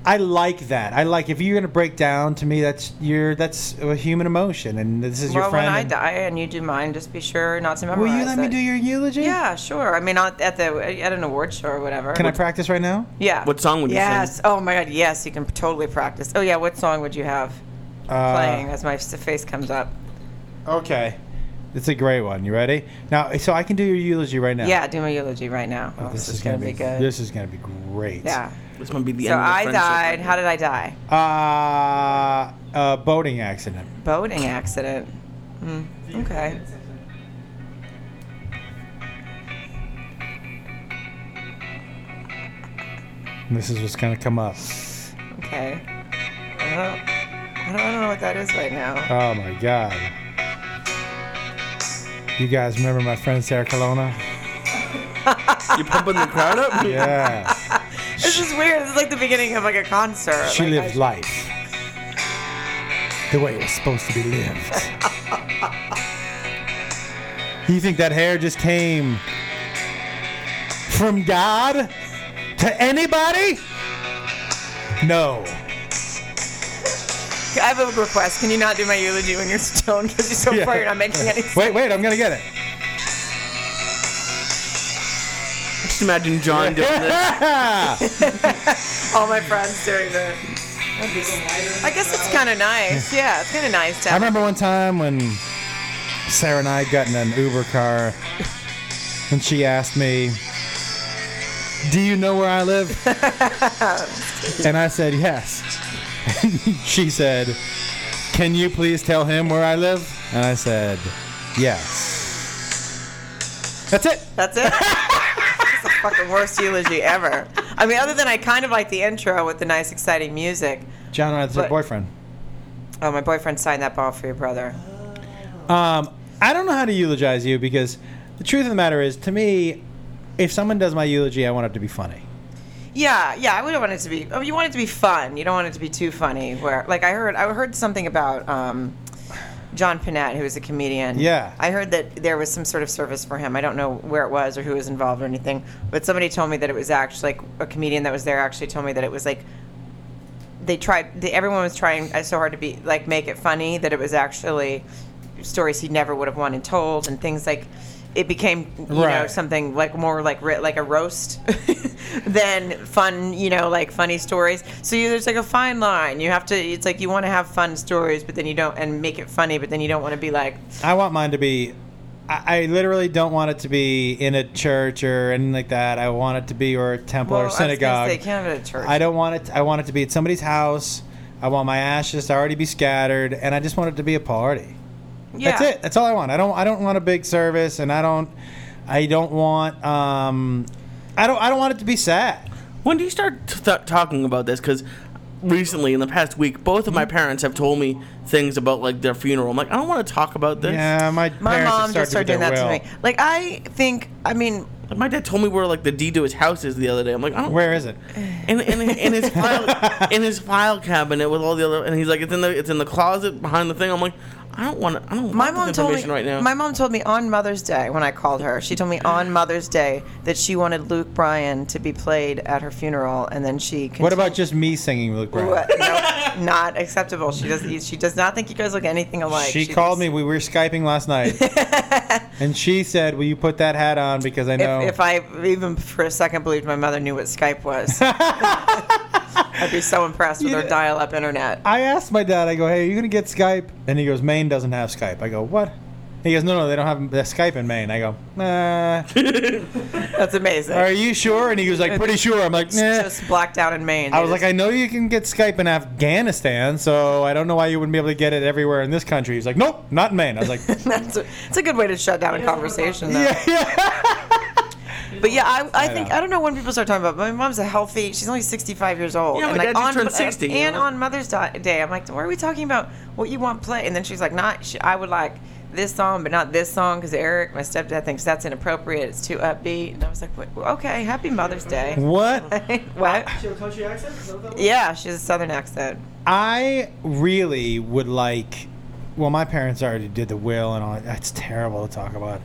[SPEAKER 3] I like that. I like if you're gonna break down to me, that's your that's a human emotion, and this is your
[SPEAKER 1] well,
[SPEAKER 3] friend.
[SPEAKER 1] when I
[SPEAKER 3] and-
[SPEAKER 1] die and you do mine, just be sure not to
[SPEAKER 3] Will
[SPEAKER 1] memorize
[SPEAKER 3] you let
[SPEAKER 1] it.
[SPEAKER 3] me do your eulogy?
[SPEAKER 1] Yeah, sure. I mean, not at the at an award show or whatever.
[SPEAKER 3] Can I practice right now?
[SPEAKER 1] Yeah.
[SPEAKER 4] What song would you sing?
[SPEAKER 1] Yes. Oh my God. Yes, you can totally practice. Oh yeah. What song would you have
[SPEAKER 3] Uh,
[SPEAKER 1] playing as my s- face comes up?
[SPEAKER 3] Okay. It's a great one. You ready? Now, so I can do your eulogy right now.
[SPEAKER 1] Yeah. do my eulogy right now. Oh, this, is gonna, be, good.
[SPEAKER 3] This is gonna be great.
[SPEAKER 1] yeah.
[SPEAKER 4] This might be the
[SPEAKER 1] So
[SPEAKER 4] end of the
[SPEAKER 1] I
[SPEAKER 4] friendship.
[SPEAKER 1] died. How did I die?
[SPEAKER 3] Uh, a boating accident.
[SPEAKER 1] Boating accident. Mm, okay.
[SPEAKER 3] This is what's gonna come up.
[SPEAKER 1] Okay. I don't, I don't know what that is right now.
[SPEAKER 3] Oh my god. You guys remember my friend Sarah Colonna?
[SPEAKER 4] You pumping the crowd up?
[SPEAKER 3] Yeah.
[SPEAKER 1] This is weird. This is like the beginning of like a concert.
[SPEAKER 3] She
[SPEAKER 1] Like,
[SPEAKER 3] lived
[SPEAKER 1] I-
[SPEAKER 3] life the way it was supposed to be lived. you think that hair just came from God to anybody? No.
[SPEAKER 1] I have a request. Can you not do my eulogy when you're stoned? Because you're so
[SPEAKER 3] Yeah.
[SPEAKER 1] far you're not making any sense.
[SPEAKER 3] Wait, wait, I'm gonna get it.
[SPEAKER 4] Just imagine John doing this.
[SPEAKER 1] all my friends doing the. I guess it's kind of nice. Yeah, it's kind of nice to
[SPEAKER 3] I
[SPEAKER 1] have.
[SPEAKER 3] remember one time when Sarah and I got in an Uber car and she asked me, Do you know where I live? and I said, Yes. she said, Can you please tell him where I live? And I said, Yes. That's it.
[SPEAKER 1] That's it. It's the fucking worst eulogy ever. I mean, other than I kind of like the intro with the nice, exciting music.
[SPEAKER 3] John Ryan's her
[SPEAKER 1] But-
[SPEAKER 3] boyfriend.
[SPEAKER 1] Oh, my boyfriend signed that ball for your brother.
[SPEAKER 3] Um, I don't know how to eulogize you because the truth of the matter is, to me, if someone does my eulogy, I want it to be funny.
[SPEAKER 1] Yeah, yeah. I would want it to be. Oh, you want it to be fun. You don't want it to be too funny. Where like I heard, I heard something about um, John Panette, who is a comedian.
[SPEAKER 3] Yeah.
[SPEAKER 1] I heard that there was some sort of service for him. I don't know where it was or who was involved or anything, but somebody told me that it was actually like a comedian that was there actually told me that it was like they tried. They, everyone was trying uh, so hard to be like make it funny that it was actually stories he never would have wanted told and things like. It became, you know,
[SPEAKER 3] Right.
[SPEAKER 1] something like more like ri- like a roast than fun, you know, like funny stories. So you, there's like a fine line. You have to. It's like you want to have fun stories, but then you don't, and make it funny, but then you don't want to be like,
[SPEAKER 3] I want mine to be I, I literally don't want it to be in a church or anything like that. I want it to be or a temple
[SPEAKER 1] Well, I
[SPEAKER 3] or
[SPEAKER 1] was gonna
[SPEAKER 3] synagogue.
[SPEAKER 1] say, you can't have it at a church.
[SPEAKER 3] I don't want it. I want it to be at somebody's house. I want my ashes to already be scattered, and I just want it to be a party.
[SPEAKER 1] Yeah.
[SPEAKER 3] That's it. That's all I want. I don't. I don't want a big service, and I don't. I don't want. Um, I don't. I don't want it to be sad.
[SPEAKER 4] When do you start t- th- talking about this? Because recently, in the past week, both of my
[SPEAKER 3] Mm-hmm.
[SPEAKER 4] parents have told me things about like their funeral. I'm like, I don't want to talk about this.
[SPEAKER 3] Yeah, my,
[SPEAKER 1] My
[SPEAKER 3] parents
[SPEAKER 1] mom
[SPEAKER 3] have
[SPEAKER 1] just started
[SPEAKER 3] to
[SPEAKER 1] doing
[SPEAKER 3] do
[SPEAKER 1] that
[SPEAKER 3] their
[SPEAKER 1] to
[SPEAKER 3] will.
[SPEAKER 1] me. Like I think, I mean,
[SPEAKER 4] Like, my dad told me where like the deed to his house is the other day. I'm like, I don't.
[SPEAKER 3] Where is it?
[SPEAKER 4] In, in, in his file in his file cabinet with all the other and he's like, it's in the it's in the closet behind the thing. I'm like, I don't want to. I don't
[SPEAKER 1] my
[SPEAKER 4] want
[SPEAKER 1] mom
[SPEAKER 4] this
[SPEAKER 1] told me
[SPEAKER 4] information right now.
[SPEAKER 1] my mom told me on Mother's Day when I called her. She told me on Mother's Day that she wanted Luke Bryan to be played at her funeral, and then she.
[SPEAKER 3] What about just me singing Luke Bryan?
[SPEAKER 1] What? No, not acceptable. She does. She does not think you guys look anything alike.
[SPEAKER 3] she, called me.
[SPEAKER 1] thinks
[SPEAKER 3] We were skyping last night, and she said, "Will you put that hat on?" Because I know.
[SPEAKER 1] If, if I even for a second believed my mother knew what Skype was, I'd be so impressed with
[SPEAKER 3] You
[SPEAKER 1] her
[SPEAKER 3] know-
[SPEAKER 1] dial-up internet.
[SPEAKER 3] I asked my dad, I go, hey, are you going to get Skype? And he goes, Maine doesn't have Skype. I go, what? He goes, no, no, they don't have the Skype in Maine. I go, nah.
[SPEAKER 1] That's amazing.
[SPEAKER 3] Are you sure? And he was like, pretty sure. I'm like,
[SPEAKER 1] It's
[SPEAKER 3] nah.
[SPEAKER 1] just blacked out in Maine.
[SPEAKER 3] I was like, I know you can get Skype in Afghanistan, so I don't know why you wouldn't be able to get it everywhere in this country. He's like, nope, not in Maine. I was like,
[SPEAKER 1] That's a, it's a good way to shut down a conversation, though.
[SPEAKER 3] yeah, yeah.
[SPEAKER 1] But yeah, I, I think
[SPEAKER 3] know.
[SPEAKER 1] I don't know when people start talking about. But my mom's a healthy. She's only sixty-five years old.
[SPEAKER 4] Yeah, my dad just turned 60, you
[SPEAKER 1] And
[SPEAKER 4] know?
[SPEAKER 1] on Mother's Di- Day, I'm like, why are we talking about what you want play? And then she's like, not. She, I would like this song, but not this song because Eric, my stepdad, thinks that's inappropriate. It's too upbeat. And I was like, "Wait, well, okay, Happy Mother's Day.
[SPEAKER 3] What?
[SPEAKER 1] what?
[SPEAKER 7] She have a country accent? Is that what that was?
[SPEAKER 1] Yeah, she has a southern accent.
[SPEAKER 3] I really would like. Well, my parents already did the will and all. that. That's terrible to talk about.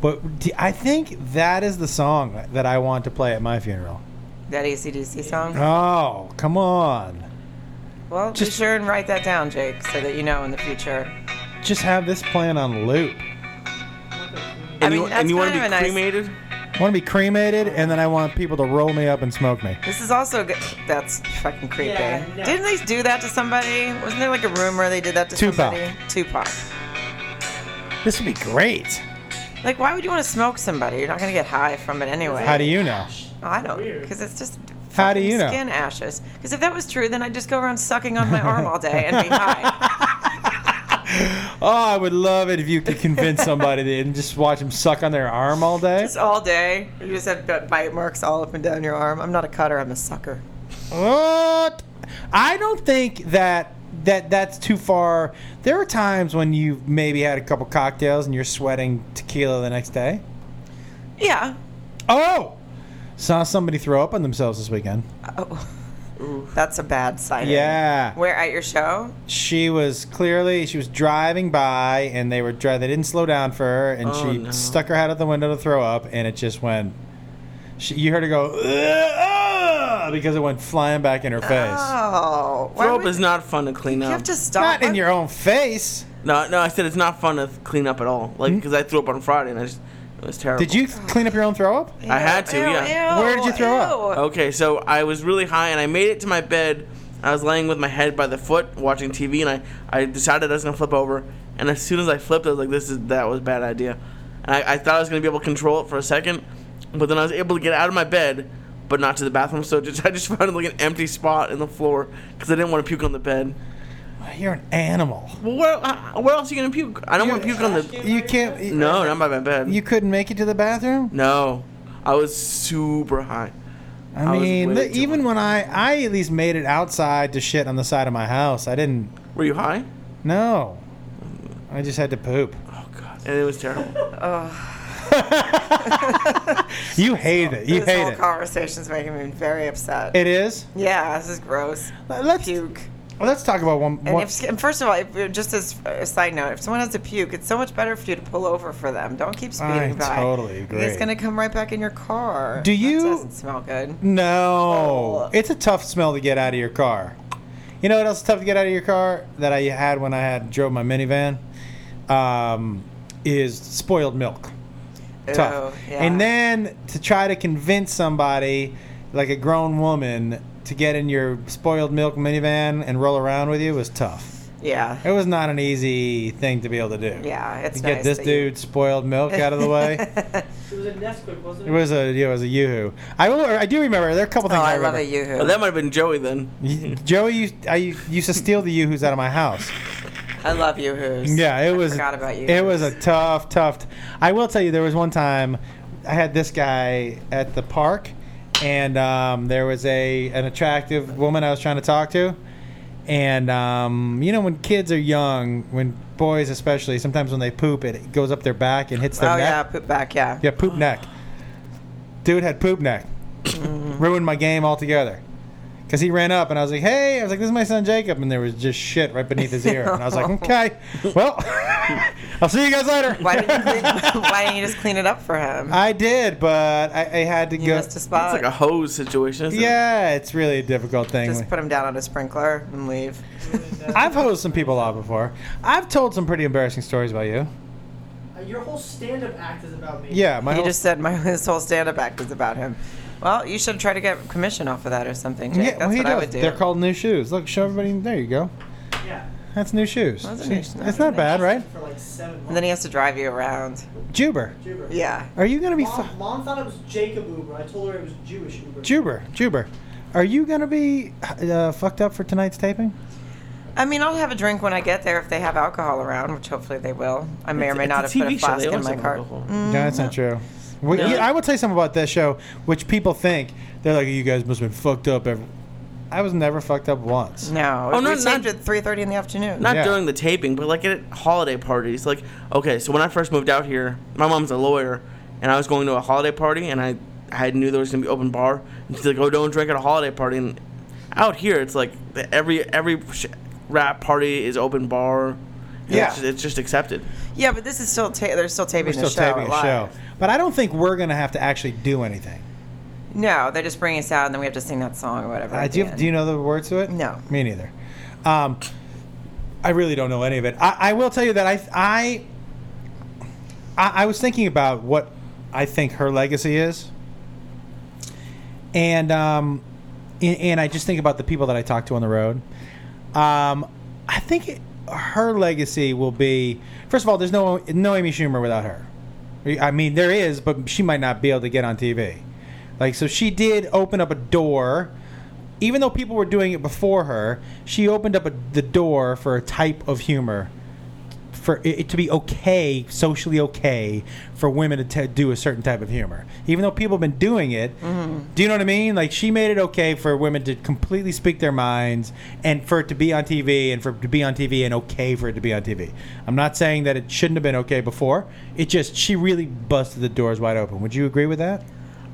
[SPEAKER 3] But d- I think that is the song that I want to play at my funeral.
[SPEAKER 1] That ACDC
[SPEAKER 4] Uh,
[SPEAKER 1] song.
[SPEAKER 3] Oh, come on.
[SPEAKER 1] Well, just
[SPEAKER 3] just-
[SPEAKER 1] be sure and write that down, Jake, so that you know in the future.
[SPEAKER 3] Just have this playing on loop.
[SPEAKER 4] and
[SPEAKER 1] mean,
[SPEAKER 4] you,
[SPEAKER 1] that's
[SPEAKER 4] and you want to
[SPEAKER 1] kind of
[SPEAKER 4] be
[SPEAKER 1] a nice-
[SPEAKER 4] cremated?
[SPEAKER 3] I want to be cremated, and then I want people to roll me up and smoke me.
[SPEAKER 1] This is also good. That's fucking creepy.
[SPEAKER 7] Yeah, no.
[SPEAKER 1] Didn't they do that to somebody? Wasn't there like a rumor they did that to
[SPEAKER 3] Tupac.
[SPEAKER 1] somebody? Tupac.
[SPEAKER 3] This would be great.
[SPEAKER 1] Like, why would you want to smoke somebody? You're not gonna get high from it anyway.
[SPEAKER 3] How do you know?
[SPEAKER 1] I don't, because it's just.
[SPEAKER 3] How do
[SPEAKER 1] fucking
[SPEAKER 3] you know?
[SPEAKER 1] Skin ashes. Because if that was true, then I'd just go around sucking on my arm all day and be high.
[SPEAKER 3] Oh, I would love it if you could convince somebody to and just watch them suck on their arm all day.
[SPEAKER 1] Just all day. You just have b- bite marks all up and down your arm. I'm not a cutter. I'm a sucker.
[SPEAKER 3] What? I don't think that that that's too far. There are times when you've maybe had a couple cocktails and you're sweating tequila the next day.
[SPEAKER 1] Yeah.
[SPEAKER 3] Oh, saw somebody throw up on themselves this weekend.
[SPEAKER 1] Oh. That's a bad sighting.
[SPEAKER 3] Yeah.
[SPEAKER 1] Where at your show?
[SPEAKER 3] she was clearly she was driving by and they were dri- they didn't slow down for her and
[SPEAKER 4] Oh,
[SPEAKER 3] she
[SPEAKER 4] no.
[SPEAKER 3] stuck her head out the window to throw up and it just went she, you heard her go "Ugh, ah," because it went flying back in her face
[SPEAKER 1] Oh. why
[SPEAKER 4] Throw up
[SPEAKER 1] would-
[SPEAKER 4] is not fun to clean
[SPEAKER 1] You
[SPEAKER 4] up.
[SPEAKER 1] have to stop.
[SPEAKER 3] not in
[SPEAKER 1] Why-
[SPEAKER 3] your own face
[SPEAKER 4] no, no, I said it's not fun to th- clean up at all. Like because I threw up on Friday and I just it was terrible.
[SPEAKER 3] Hmm? did you clean up your own throw up
[SPEAKER 4] I had to,
[SPEAKER 1] Ew,
[SPEAKER 4] yeah.
[SPEAKER 1] ew,
[SPEAKER 3] Where did you throw up? Oh,
[SPEAKER 1] ew.
[SPEAKER 4] Okay, so I was really high and I made it to my bed. I was laying with my head by the foot watching TV and I, I decided I was gonna flip over. And as soon as I flipped, I was like, this is that was a bad idea. And I, I thought I was gonna be able to control it for a second, but then I was able to get out of my bed, but not to the bathroom. So just I just found like an empty spot in the floor because I didn't want to puke on the bed.
[SPEAKER 3] you're an animal
[SPEAKER 4] Well, where, uh, where else are you gonna puke? I don't want to puke on the.
[SPEAKER 3] you can't
[SPEAKER 4] No, not by my bed.
[SPEAKER 3] you couldn't make it to the bathroom
[SPEAKER 4] no, I was super high. I
[SPEAKER 3] I
[SPEAKER 4] was
[SPEAKER 3] mean,
[SPEAKER 4] way
[SPEAKER 3] li-
[SPEAKER 4] too
[SPEAKER 3] even
[SPEAKER 4] high.
[SPEAKER 3] when I, I at least made it outside to shit on the side of my house. I didn't.
[SPEAKER 4] Were you high?
[SPEAKER 3] No, I just had to poop.
[SPEAKER 4] Oh god, and it was terrible.
[SPEAKER 3] You hate it. You
[SPEAKER 1] This
[SPEAKER 3] hate
[SPEAKER 1] whole
[SPEAKER 3] it.
[SPEAKER 1] conversation's making me very upset.
[SPEAKER 3] It is.
[SPEAKER 1] yeah, this is gross.
[SPEAKER 3] Let's
[SPEAKER 1] Puke.
[SPEAKER 3] let's talk about one.
[SPEAKER 1] And,
[SPEAKER 3] one-
[SPEAKER 1] if, and first of all, if, just as a side note, if someone has a puke, it's so much better for you to pull over for them. Don't keep speeding
[SPEAKER 3] I
[SPEAKER 1] by.
[SPEAKER 3] totally agree.
[SPEAKER 1] It's gonna come right back in your car.
[SPEAKER 3] Do you-
[SPEAKER 1] That doesn't smell good.
[SPEAKER 3] no,
[SPEAKER 1] Oh.
[SPEAKER 3] it's a tough smell to get out of your car. You know what else is tough to get out of your car that I had when I had drove my minivan um, is spoiled milk. Tough.
[SPEAKER 1] Ew, Oh, yeah.
[SPEAKER 3] And then to try to convince somebody, like a grown woman, to get in your spoiled milk minivan and roll around with you was tough.
[SPEAKER 1] Yeah.
[SPEAKER 3] It was not an easy thing to be able to do.
[SPEAKER 1] Yeah, it's
[SPEAKER 3] To
[SPEAKER 1] nice
[SPEAKER 3] get this
[SPEAKER 1] that you- Oh,
[SPEAKER 3] dude spoiled milk out of the way.
[SPEAKER 7] It was a Nesquik, wasn't
[SPEAKER 3] It was a yeah, it was a yoo-hoo. I will, I do remember there are a couple
[SPEAKER 1] Oh,
[SPEAKER 3] things I,
[SPEAKER 1] I love
[SPEAKER 3] remember.
[SPEAKER 1] a yoo-hoo.
[SPEAKER 4] Oh, that might have been Joey then.
[SPEAKER 3] Y- Joey used, I used to steal the yoo-hoos out of my house.
[SPEAKER 1] I love yoo-hoos.
[SPEAKER 3] Yeah, it was.
[SPEAKER 1] I forgot about Oh, you.
[SPEAKER 3] It was a tough, tough. I will tell you, there was one time I had this guy at the park, and um, there was a an attractive woman I was trying to talk to, and um, you know when kids are young, when boys especially, sometimes when they poop, it goes up their back and hits their
[SPEAKER 1] Oh
[SPEAKER 3] neck.
[SPEAKER 1] yeah, put back. Yeah.
[SPEAKER 3] Yeah, poop neck. Dude had poop neck.
[SPEAKER 1] Mm-hmm.
[SPEAKER 3] Ruined my game altogether. Because he ran up and I was like, hey, I was like, this is my son Jacob. And there was just shit right beneath his ear. And I was like, okay, well, I'll see you guys later.
[SPEAKER 1] Why didn't you clean, Why didn't you just clean it up for him?
[SPEAKER 3] I did, but I, I had to
[SPEAKER 1] you
[SPEAKER 3] go.
[SPEAKER 1] missed a spot.
[SPEAKER 4] It's like a hose situation. Isn't
[SPEAKER 3] yeah, it's really a difficult thing.
[SPEAKER 1] just put him down on a sprinkler and leave.
[SPEAKER 3] I've hosed some people off before. I've told some pretty embarrassing stories about you.
[SPEAKER 7] it? Uh, Your whole stand-up act is about me.
[SPEAKER 3] Yeah, my
[SPEAKER 1] he
[SPEAKER 3] whole-
[SPEAKER 1] just said my his whole stand-up act is about him. Well, you should try to get commission off of that or something, Jake.
[SPEAKER 3] yeah,
[SPEAKER 1] That's
[SPEAKER 3] well, he
[SPEAKER 1] what
[SPEAKER 3] does.
[SPEAKER 1] I would do.
[SPEAKER 3] They're called new shoes. Look, show everybody. There you go.
[SPEAKER 7] Yeah.
[SPEAKER 3] That's new shoes.
[SPEAKER 1] Those are
[SPEAKER 3] See,
[SPEAKER 1] new-
[SPEAKER 3] it's
[SPEAKER 1] those are
[SPEAKER 3] not
[SPEAKER 1] new
[SPEAKER 3] bad, right?
[SPEAKER 7] For like seven months.
[SPEAKER 1] and then he has to drive you around.
[SPEAKER 3] Juber.
[SPEAKER 7] Juber.
[SPEAKER 1] Yeah.
[SPEAKER 3] Are you gonna be fu-
[SPEAKER 7] Mom, mom thought it was Jacob Uber. I told her it was Jewish Uber.
[SPEAKER 3] Juber? Juber, are you gonna be uh, fucked up for tonight's taping?
[SPEAKER 1] I mean, I'll have a drink when I get there if they have alcohol around, which hopefully they will. I may or
[SPEAKER 4] It's-
[SPEAKER 1] may
[SPEAKER 4] it's
[SPEAKER 1] not
[SPEAKER 4] a
[SPEAKER 1] have put
[SPEAKER 4] TV
[SPEAKER 1] a
[SPEAKER 4] show.
[SPEAKER 1] flask
[SPEAKER 4] They
[SPEAKER 1] in
[SPEAKER 4] always
[SPEAKER 1] my
[SPEAKER 4] have
[SPEAKER 1] car. Mm.
[SPEAKER 4] alcohol.
[SPEAKER 3] no, that's not true. We,
[SPEAKER 4] No.
[SPEAKER 3] yeah, I will tell you something about this show, which people think they're like, "You guys must have been fucked up." Every-. I was never fucked up once.
[SPEAKER 1] No.
[SPEAKER 4] Oh,
[SPEAKER 1] we
[SPEAKER 4] no,
[SPEAKER 1] taped
[SPEAKER 4] not-
[SPEAKER 1] at 3:30 in the afternoon.
[SPEAKER 4] Not
[SPEAKER 3] Yeah.
[SPEAKER 4] during the taping, but like at holiday parties. Like, okay, so when I first moved out here, my mom's a lawyer, and I was going to a holiday party, and I, I knew there was gonna be open bar. And she's like, "Oh, don't drink at a holiday party." And out here, it's like the- every every sh- rap party is open bar. and
[SPEAKER 3] Yeah.
[SPEAKER 4] it's just, it's just accepted.
[SPEAKER 1] yeah, but this is still ta- they're still taping
[SPEAKER 3] We're
[SPEAKER 1] the
[SPEAKER 3] still
[SPEAKER 1] show.
[SPEAKER 3] taping a
[SPEAKER 1] live.
[SPEAKER 3] show, but I don't think we're gonna have to actually do anything.
[SPEAKER 1] No, they just bring us out and then we have to sing that song or whatever. at
[SPEAKER 3] I Uh, do.
[SPEAKER 1] the end.
[SPEAKER 3] Do you know the words to it?
[SPEAKER 1] No.
[SPEAKER 3] me neither. Um, I really don't know any of it. I, I will tell you that I, I, I, I was thinking about what I think her legacy is, and um, and, and I just think about the people that I talk to on the road. Um, I think it, her legacy will be first of all, there's no no Amy Schumer without her. I mean, there is, but she might not be able to get on TV. Like, so she did open up a door. Even though people were doing it before her, she opened up a, the door for a type of humor for it it to be okay, socially okay, for women to t- do a certain type of humor. Even though people have been doing it, do you know what I mean? Like she made it okay for women to completely speak their minds and for it to be on TV and for it to be on TV and okay for it to be on TV. I'm not saying that it shouldn't have been okay before. It just she really busted the doors wide open. Would you agree with that?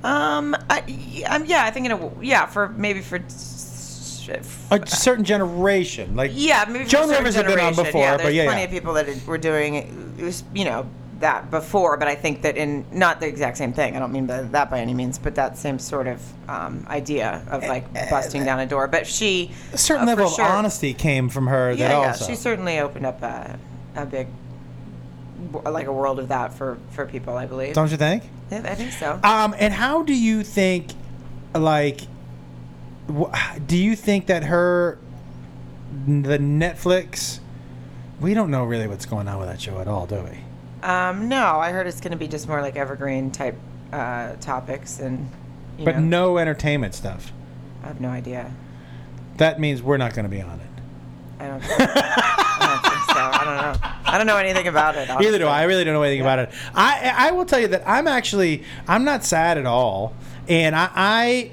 [SPEAKER 1] Um, I, y- um, yeah, I think in a yeah for maybe for. s- s-
[SPEAKER 3] A certain generation, like
[SPEAKER 1] Yeah, maybe
[SPEAKER 3] Uh, Joan
[SPEAKER 1] for a certain
[SPEAKER 3] Rivers had been on
[SPEAKER 1] generation.
[SPEAKER 3] before,
[SPEAKER 1] yeah,
[SPEAKER 3] but
[SPEAKER 1] there's
[SPEAKER 3] yeah,
[SPEAKER 1] plenty
[SPEAKER 3] yeah.
[SPEAKER 1] of people that it- were doing it was, you know that before, but I think that in not the exact same thing. I don't mean by that by any means, but that same sort of um, idea of like busting down a door. But she
[SPEAKER 3] Eh, a certain
[SPEAKER 1] uh, for
[SPEAKER 3] level of
[SPEAKER 1] sure-
[SPEAKER 3] honesty came from her.
[SPEAKER 1] Yeah,
[SPEAKER 3] that
[SPEAKER 1] yeah,
[SPEAKER 3] also
[SPEAKER 1] she certainly opened up a, a big w- like a world of that for for people. I believe.
[SPEAKER 3] don't you think?
[SPEAKER 1] Yeah, I think so.
[SPEAKER 3] Um, and how do you think, like, wh- do you think that her, the Netflix, we don't know really what's going on with that show at all, do we?
[SPEAKER 1] Um, no, I heard it's going to be just more like evergreen type uh, topics, and you
[SPEAKER 3] But
[SPEAKER 1] know,
[SPEAKER 3] no entertainment stuff.
[SPEAKER 1] I have no idea.
[SPEAKER 3] That means we're not going to be on it.
[SPEAKER 1] I don't, I don't think so. I don't know. I don't know anything about it.
[SPEAKER 3] Either
[SPEAKER 1] honestly.
[SPEAKER 3] do I. I really don't know anything about it. I I will tell you that I'm actually I'm not sad at all, and I, I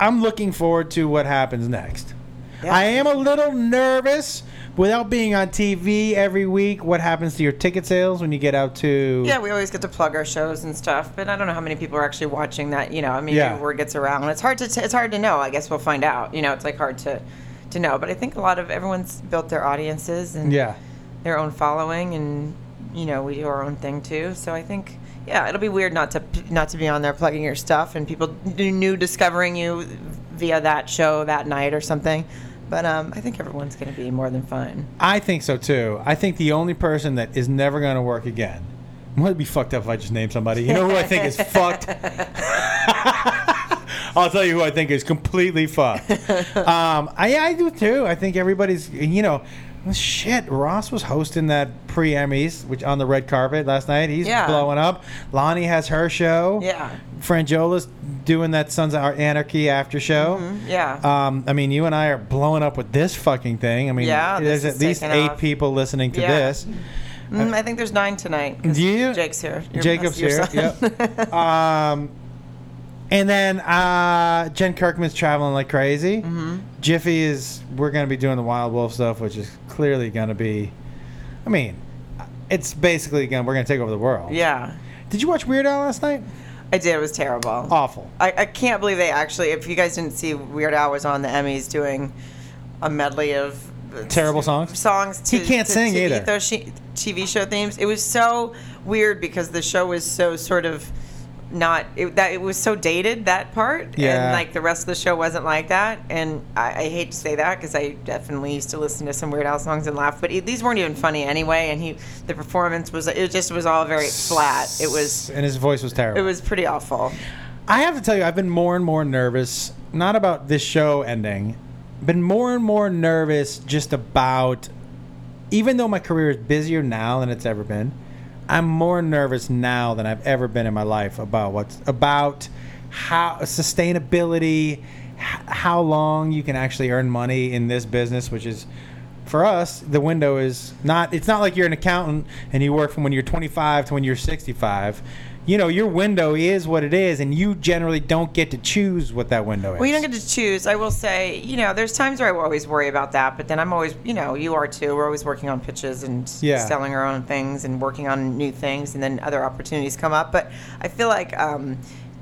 [SPEAKER 3] I'm looking forward to what happens next.
[SPEAKER 1] Yeah.
[SPEAKER 3] I am a little nervous without being on TV every week. What happens to your ticket sales when you get out to?
[SPEAKER 1] Yeah, we always get to plug our shows and stuff, but I don't know how many people are actually watching that. You know, I mean,
[SPEAKER 3] Yeah.
[SPEAKER 1] word gets around. It's hard to t- it's hard to know. I guess we'll find out. You know, it's like hard to to know. But I think a lot of everyone's built their audiences and
[SPEAKER 3] Yeah.
[SPEAKER 1] their own following, and you know, we do our own thing too. So I think. Yeah, it'll be weird not to not to be on there plugging your stuff and people n- new discovering you via that show that night or something. But um, I think everyone's going to be more than fine.
[SPEAKER 3] I think so too. I think the only person that is never going to work again. I'm going to be fucked up if I just name somebody. You know who I think is fucked? I'll tell you who I think is completely fucked. Um, I, I do too. I think everybody's, you know, Shit, Ross was hosting that pre Emmys, which on the red carpet last night. He's
[SPEAKER 1] Yeah.
[SPEAKER 3] blowing up. Lonnie has her show.
[SPEAKER 1] Yeah.
[SPEAKER 3] Frangola's doing that Sons of Anarchy after show.
[SPEAKER 1] Mm-hmm. Yeah.
[SPEAKER 3] Um, I mean, you and I are blowing up with this fucking thing. I mean,
[SPEAKER 1] Yeah, this
[SPEAKER 3] there's
[SPEAKER 1] is
[SPEAKER 3] at least
[SPEAKER 1] taking
[SPEAKER 3] eight
[SPEAKER 1] off.
[SPEAKER 3] people listening to
[SPEAKER 1] Yeah.
[SPEAKER 3] this.
[SPEAKER 1] Mm, I think there's nine tonight. 'cause
[SPEAKER 3] Do you-
[SPEAKER 1] Jake's here. Your-
[SPEAKER 3] Jacob's
[SPEAKER 1] your
[SPEAKER 3] here.
[SPEAKER 1] son.
[SPEAKER 3] Yep. um, and then uh, Jen Kirkman's traveling like crazy.
[SPEAKER 1] Mm-hmm.
[SPEAKER 3] Jiffy is. We're gonna be doing the Wild Wolf stuff, which is clearly gonna be. I mean, it's basically gonna. We're gonna take over the world.
[SPEAKER 1] yeah.
[SPEAKER 3] Did you watch Weird Al last night?
[SPEAKER 1] I did. It was terrible.
[SPEAKER 3] Awful.
[SPEAKER 1] I, I can't believe they actually. If you guys didn't see, Weird Al was on the Emmys doing a medley of
[SPEAKER 3] Terrible songs?
[SPEAKER 1] Songs. To,
[SPEAKER 3] He can't
[SPEAKER 1] to-
[SPEAKER 3] sing
[SPEAKER 1] to
[SPEAKER 3] either.
[SPEAKER 1] Ethos she- TV show themes. It was so weird because the show was so sort of not it, that it was so dated that part
[SPEAKER 3] Yeah.
[SPEAKER 1] and like the rest of the show wasn't like that and i, I hate to say that because i definitely used to listen to some weird al songs and laugh but it, these weren't even funny anyway and he the performance was it just was all very flat it was
[SPEAKER 3] And his voice was terrible.
[SPEAKER 1] it was pretty awful
[SPEAKER 3] I have to tell you, I've been more and more nervous, not about this show ending, been more and more nervous just about, even though my career is busier now than it's ever been, I'm more nervous now than I've ever been in my life about what's about how sustainability, h- how long you can actually earn money in this business, which is for us, the window is not. It's not like you're an accountant and you work from when you're 25 to when you're 65. You know, your window is what it is, and you generally don't get to choose what that window is.
[SPEAKER 1] Well, you don't get to choose. I will say, you know, there's times where I will always worry about that, but then I'm always, you know, you are too. We're always working on pitches and
[SPEAKER 3] Yeah.
[SPEAKER 1] selling our own things and working on new things, and then other opportunities come up. But I feel like um,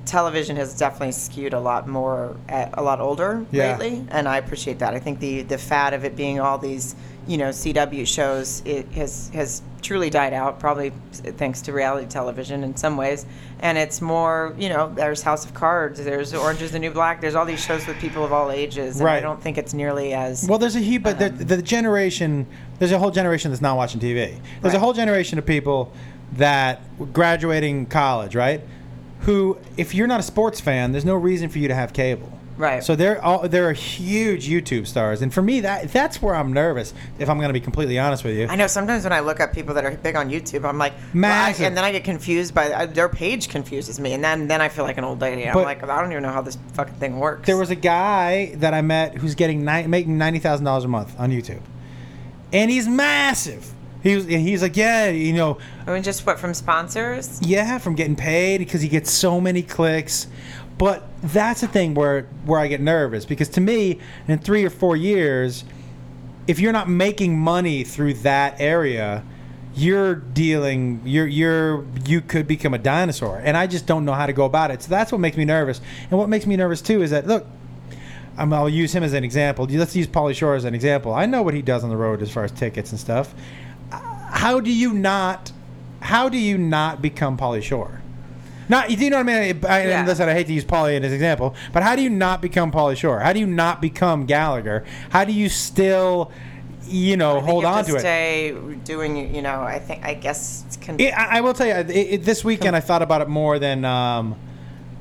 [SPEAKER 1] television has definitely skewed a lot more, at, a lot older
[SPEAKER 3] Yeah.
[SPEAKER 1] lately, and I appreciate that. I think the the fad of it being all these, you know, CW shows it has has truly died out, probably thanks to reality television in some ways. And it's more, you know, there's House of Cards, there's Orange is the New Black, there's all these shows with people of all ages. And I
[SPEAKER 3] Right.
[SPEAKER 1] don't think it's nearly as
[SPEAKER 3] Well, there's a huge, but the,
[SPEAKER 1] Um,
[SPEAKER 3] the generation, there's a whole generation that's not watching TV. There's a
[SPEAKER 1] Right.
[SPEAKER 3] whole generation of people that were graduating college, right? Who, if you're not a sports fan, there's no reason for you to have cable.
[SPEAKER 1] Right.
[SPEAKER 3] So they're all there are huge YouTube stars, and for me, that that's where I'm nervous. If I'm going to be completely honest with you,
[SPEAKER 1] I know sometimes when I look up people that are big on YouTube, I'm like, well, I-
[SPEAKER 3] Massive.
[SPEAKER 1] and then I get confused by I, their page confuses me, and then then I feel like an old lady. I'm
[SPEAKER 3] But-
[SPEAKER 1] like, I don't even know how this fucking thing works.
[SPEAKER 3] There was a guy that I met who's getting ni- making ninety thousand dollars a month on YouTube, and he's massive. He was, and he's like, yeah, you know,
[SPEAKER 1] I mean, just what from sponsors?
[SPEAKER 3] yeah, from getting paid because he gets so many clicks. But that's the thing where where I get nervous because to me, in three or four years, if you're not making money through that area, you're dealing you're you're you could become a dinosaur. And I just don't know how to go about it. So that's what makes me nervous. And what makes me nervous too is that look, um, I'll use him as an example. Let's use Pauly Shore as an example. I know what he does on the road as far as tickets and stuff. Uh, How do you not? How do you not become Pauly Shore? Not do you know what I mean? I, I-
[SPEAKER 1] Yeah.
[SPEAKER 3] Listen, I hate to use Pauly as an example, but how do you not become Pauly Shore? How do you not become Gallagher? How do you still, you know,
[SPEAKER 1] I think
[SPEAKER 3] hold
[SPEAKER 1] you have
[SPEAKER 3] on
[SPEAKER 1] to
[SPEAKER 3] to it?
[SPEAKER 1] stay doing, you know, I think, I guess, it's con-
[SPEAKER 3] Yeah, I, I will tell you, it, it, this weekend I thought about it more than um,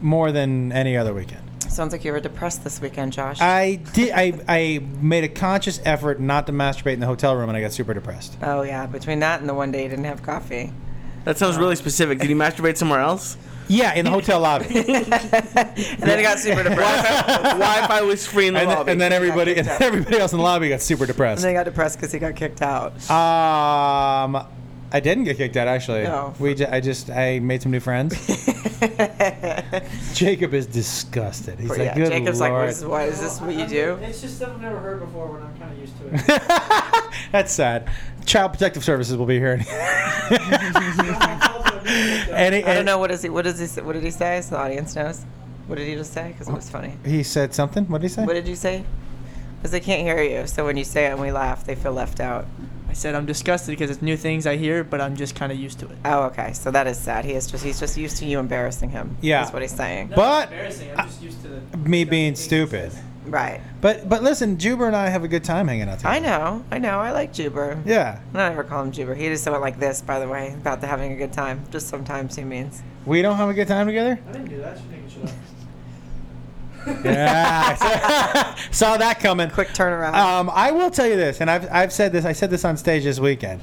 [SPEAKER 3] more than any other weekend.
[SPEAKER 1] sounds like you were depressed this weekend, Josh.
[SPEAKER 3] I did. I, I made a conscious effort not to masturbate in the hotel room, and I got super depressed.
[SPEAKER 1] oh, yeah, between that and the one day you didn't have coffee.
[SPEAKER 4] That sounds really specific. Did he masturbate somewhere else?
[SPEAKER 3] Yeah, in the hotel lobby,
[SPEAKER 1] And then I got super depressed.
[SPEAKER 4] Wi-Fi was free in the
[SPEAKER 3] and, then,
[SPEAKER 4] lobby.
[SPEAKER 3] and then everybody, and then everybody else in the lobby got super
[SPEAKER 1] and
[SPEAKER 3] depressed.
[SPEAKER 1] then I got depressed because he got kicked out.
[SPEAKER 3] Um, I didn't get kicked out actually.
[SPEAKER 1] No.
[SPEAKER 3] We, ju- I just, I made some new friends. Jacob is disgusted. He's
[SPEAKER 1] But
[SPEAKER 3] like,
[SPEAKER 1] yeah,
[SPEAKER 3] good
[SPEAKER 1] Jacob's like,
[SPEAKER 3] lord,
[SPEAKER 1] what is, why, is this what you
[SPEAKER 7] I'm-
[SPEAKER 1] do?
[SPEAKER 7] It's just stuff I've never heard before when I'm kind of used to it.
[SPEAKER 3] that's sad. Child Protective Services will be here. and he,
[SPEAKER 1] I don't know, what is he, what, is he, say- what did he say? So the audience knows. What did he just say? Because it was funny.
[SPEAKER 3] He said something. What did he say?
[SPEAKER 1] What did you say? Because they can't hear you, so when you say it and we laugh, they feel left out.
[SPEAKER 7] I said I'm disgusted because it's new things I hear, but I'm just kind of used to it.
[SPEAKER 1] Oh, okay. So that is sad. He is just—he's just used to you embarrassing him.
[SPEAKER 3] Yeah.
[SPEAKER 1] is what he's saying.
[SPEAKER 3] but
[SPEAKER 7] Embarrassing. I'm just used to the.
[SPEAKER 3] me being stupid.
[SPEAKER 1] Right.
[SPEAKER 3] But but listen, Juber and I have a good time hanging out together.
[SPEAKER 1] I know. I know. I like Juber.
[SPEAKER 3] Yeah,
[SPEAKER 1] I don't ever call him Juber. He just went like this, by the way, about the having a good time. Just sometimes he means.
[SPEAKER 3] we don't have a good time together.
[SPEAKER 7] I didn't do that. She's making shit up.
[SPEAKER 3] Yeah. Saw that coming.
[SPEAKER 1] Quick turnaround.
[SPEAKER 3] Um, I will tell you this, and I've, I've said this. I said this on stage this weekend.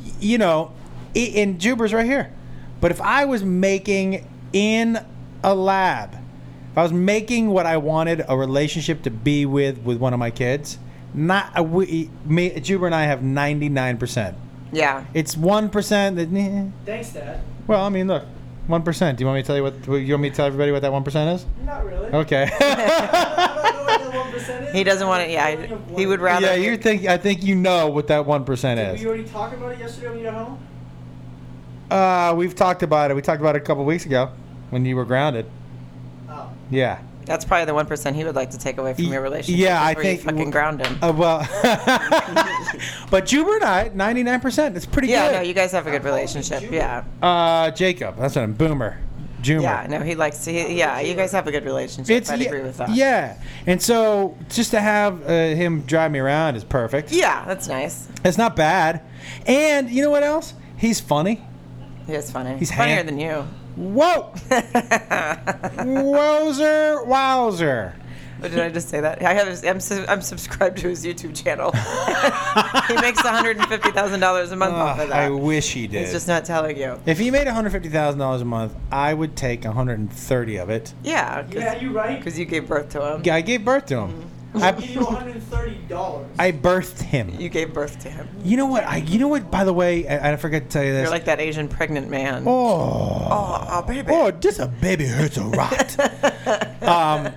[SPEAKER 3] Y- You know, i- in Juber's right here. But if I was making in a lab, if I was making what I wanted a relationship to be with with one of my kids, not a, we, me, Juber and I have ninety nine percent.
[SPEAKER 1] yeah.
[SPEAKER 3] It's one percent that. eh.
[SPEAKER 7] Thanks, Dad.
[SPEAKER 3] Well, I mean, look, one percent. Do you want me to tell you what? You want me to tell everybody what that one percent is?
[SPEAKER 7] Not really.
[SPEAKER 3] Okay.
[SPEAKER 7] I don't know where the one percent is.
[SPEAKER 1] He doesn't want it. Yeah, he would rather.
[SPEAKER 3] yeah, you think I think you know what that one percent
[SPEAKER 7] Did we
[SPEAKER 3] is.
[SPEAKER 7] already talk about it yesterday when you got home?
[SPEAKER 3] Uh, we've talked about it. We talked about it a couple weeks ago when you were grounded.
[SPEAKER 7] Oh.
[SPEAKER 3] Yeah.
[SPEAKER 1] That's probably the one percent he would like to take away from
[SPEAKER 3] Y-
[SPEAKER 1] your relationship.
[SPEAKER 3] yeah, I
[SPEAKER 1] is where you
[SPEAKER 3] think-
[SPEAKER 1] fucking ground him.
[SPEAKER 3] Uh, well, but Juber and I, ninety nine percent. It's pretty
[SPEAKER 1] yeah,
[SPEAKER 3] good.
[SPEAKER 1] no, you guys have a good relationship. Yeah,
[SPEAKER 3] uh, Jacob, that's what I'm. Boomer, Jumer.
[SPEAKER 1] yeah, no, he likes to. He, yeah, you guys have a good relationship.
[SPEAKER 3] It's
[SPEAKER 1] I'd
[SPEAKER 3] yeah,
[SPEAKER 1] agree with that.
[SPEAKER 3] yeah, and so just to have uh, him drive me around is perfect.
[SPEAKER 1] yeah, that's nice.
[SPEAKER 3] It's not bad, and you know what else? He's funny.
[SPEAKER 1] He is funny.
[SPEAKER 3] He's
[SPEAKER 1] funnier
[SPEAKER 3] hand-
[SPEAKER 1] than you.
[SPEAKER 3] Whoa, wowzer, wowzer.
[SPEAKER 1] What did I just say that? I have. I'm, su- I'm subscribed to his YouTube channel. he makes one hundred and fifty thousand dollars a month off
[SPEAKER 3] Ah,
[SPEAKER 1] of
[SPEAKER 3] I
[SPEAKER 1] that.
[SPEAKER 3] wish he did.
[SPEAKER 1] He's just not telling you.
[SPEAKER 3] if he made one hundred fifty thousand dollars a month, I would take one hundred and thirty of it.
[SPEAKER 1] Yeah,
[SPEAKER 7] Yeah,
[SPEAKER 1] because
[SPEAKER 7] you're right.
[SPEAKER 1] you gave birth to him.
[SPEAKER 3] I gave birth to him.
[SPEAKER 7] I give you
[SPEAKER 3] I,
[SPEAKER 7] $130.
[SPEAKER 3] I birthed him.
[SPEAKER 1] Mm-hmm. You gave birth to him.
[SPEAKER 3] You know what? I you know what? By the way, I, I forgot to tell you this.
[SPEAKER 1] You're like that Asian pregnant man.
[SPEAKER 3] oh,
[SPEAKER 1] oh, oh, baby.
[SPEAKER 3] oh, this a baby hurts a lot. um,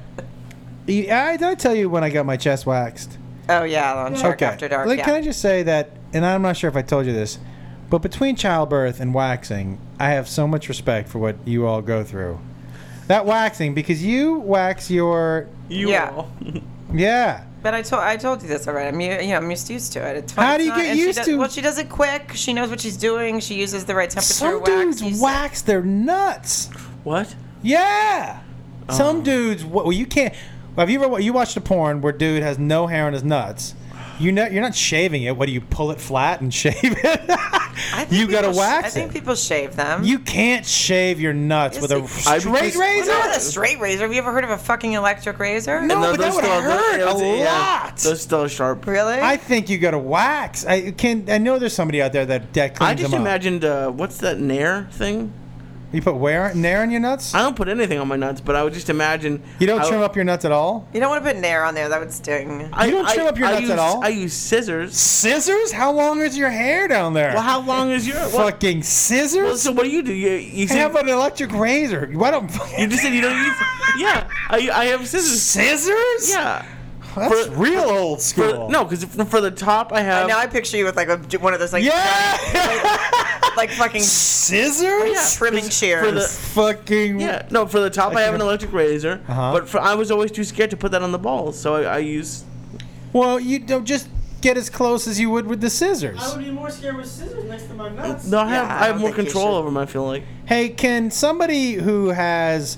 [SPEAKER 3] yeah, I, did I tell you when I got my chest waxed?
[SPEAKER 1] Oh yeah, on Shark After Dark.
[SPEAKER 3] Like,
[SPEAKER 1] yeah.
[SPEAKER 3] Can I just say that, and I'm not sure if I told you this, but between childbirth and waxing, I have so much respect for what you all go through. That waxing, because you wax your.
[SPEAKER 4] You
[SPEAKER 1] Yeah.
[SPEAKER 4] all.
[SPEAKER 3] Yeah.
[SPEAKER 1] But I told I told you this already. I'm u- you know I'm just used to it. It's fine.
[SPEAKER 3] How do
[SPEAKER 1] It's
[SPEAKER 3] you get
[SPEAKER 1] and she
[SPEAKER 3] used
[SPEAKER 1] does-
[SPEAKER 3] to-
[SPEAKER 1] Well, she does it quick. She knows what she's doing. She uses the right temperature.
[SPEAKER 3] Some
[SPEAKER 1] wax.
[SPEAKER 3] dudes
[SPEAKER 1] You s-
[SPEAKER 3] wax their nuts.
[SPEAKER 4] What?
[SPEAKER 3] Yeah.
[SPEAKER 1] Oh.
[SPEAKER 3] Some dudes. Well, you can't. Have you ever you watched a porn where dude has no hair on his nuts? You know you're not shaving it. What do you pull it flat and shave
[SPEAKER 1] I
[SPEAKER 3] it?
[SPEAKER 1] think
[SPEAKER 3] you gotta
[SPEAKER 1] people sh-
[SPEAKER 3] wax
[SPEAKER 1] I think
[SPEAKER 3] it.
[SPEAKER 1] people shave them.
[SPEAKER 3] You can't shave your nuts
[SPEAKER 1] Yes,
[SPEAKER 3] with a
[SPEAKER 1] they-
[SPEAKER 4] I-
[SPEAKER 3] straight
[SPEAKER 4] because-
[SPEAKER 1] Well,
[SPEAKER 3] razor.
[SPEAKER 1] not with a straight razor. Have you ever heard of a fucking electric razor?
[SPEAKER 3] No,
[SPEAKER 4] tho-
[SPEAKER 3] but that would hurt
[SPEAKER 4] those-
[SPEAKER 3] a
[SPEAKER 4] yeah,
[SPEAKER 3] lot.
[SPEAKER 4] Those still are sharp.
[SPEAKER 1] Really?
[SPEAKER 3] I think you gotta wax. I can. I know there's somebody out there that that cleans
[SPEAKER 4] I just
[SPEAKER 3] them up.
[SPEAKER 4] imagined uh, what's that nair thing?
[SPEAKER 3] You put wear nair on your nuts.
[SPEAKER 4] I don't put anything on my nuts, but I would just imagine.
[SPEAKER 3] you don't
[SPEAKER 4] I-
[SPEAKER 3] trim up your nuts at all.
[SPEAKER 1] you don't want to put Nair on there. That would sting.
[SPEAKER 4] I,
[SPEAKER 3] You don't
[SPEAKER 4] I-
[SPEAKER 3] trim up your
[SPEAKER 4] I
[SPEAKER 3] nuts at
[SPEAKER 4] use-
[SPEAKER 3] all?
[SPEAKER 4] I use scissors.
[SPEAKER 3] Scissors? How long is your hair down there?
[SPEAKER 4] Well, how long is your? Well,
[SPEAKER 3] Fucking scissors.
[SPEAKER 4] well, so what do you do? You, you,
[SPEAKER 3] I
[SPEAKER 4] said,
[SPEAKER 3] have an electric razor. Why don't
[SPEAKER 4] you just said you don't use. Yeah, I, I have scissors.
[SPEAKER 3] scissors?
[SPEAKER 4] Yeah.
[SPEAKER 3] that's
[SPEAKER 4] for-
[SPEAKER 3] real old
[SPEAKER 4] For,
[SPEAKER 3] school.
[SPEAKER 4] no, because for the top I have.
[SPEAKER 1] now I picture you with like a, one of those like
[SPEAKER 3] Yeah.
[SPEAKER 1] like fucking
[SPEAKER 3] scissors.
[SPEAKER 4] Yeah.
[SPEAKER 1] trimming shears.
[SPEAKER 4] for the-
[SPEAKER 3] Fucking.
[SPEAKER 4] Yeah, no, for the top I, have an
[SPEAKER 3] can't-
[SPEAKER 4] electric razor,
[SPEAKER 3] Uh-huh.
[SPEAKER 4] but for, I was always too scared to put that on the balls, so I, I use.
[SPEAKER 3] Well, you don't just get as close as you would with the scissors.
[SPEAKER 7] I would be more scared with scissors next to my nuts.
[SPEAKER 4] No, I have,
[SPEAKER 1] Yeah, I
[SPEAKER 4] I have
[SPEAKER 1] don't
[SPEAKER 4] more
[SPEAKER 1] think you
[SPEAKER 4] control
[SPEAKER 1] should.
[SPEAKER 4] over them, I feel like.
[SPEAKER 3] Hey, can somebody who has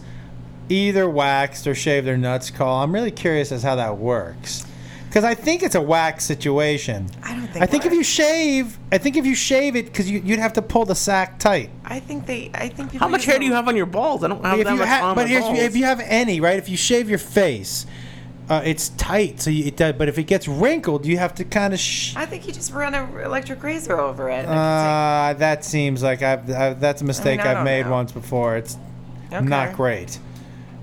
[SPEAKER 3] either waxed or shaved their nuts call? I'm really curious as how that works. Because I think it's a wax situation.
[SPEAKER 1] I don't think.
[SPEAKER 3] I think
[SPEAKER 1] that-
[SPEAKER 3] if you shave, I think if you shave it, because you, you'd have to pull the sack tight.
[SPEAKER 1] I think they. I think.
[SPEAKER 4] How
[SPEAKER 1] people
[SPEAKER 4] much
[SPEAKER 1] use
[SPEAKER 4] hair
[SPEAKER 1] them-
[SPEAKER 4] do you have on your balls? I don't
[SPEAKER 1] Oh,
[SPEAKER 4] have
[SPEAKER 3] if
[SPEAKER 4] that
[SPEAKER 3] you
[SPEAKER 4] much
[SPEAKER 3] ha-
[SPEAKER 4] on
[SPEAKER 3] but
[SPEAKER 4] my
[SPEAKER 3] here's
[SPEAKER 4] balls.
[SPEAKER 3] if you have any right if you shave your face uh, it's tight so you, it does but if it gets wrinkled you have to kind of sh-
[SPEAKER 1] I think you just ran an electric razor over it.
[SPEAKER 3] uh, that seems like I've, i that's a mistake I
[SPEAKER 1] I
[SPEAKER 3] have
[SPEAKER 1] don't
[SPEAKER 3] made
[SPEAKER 1] know.
[SPEAKER 3] once before it's
[SPEAKER 1] Okay.
[SPEAKER 3] not great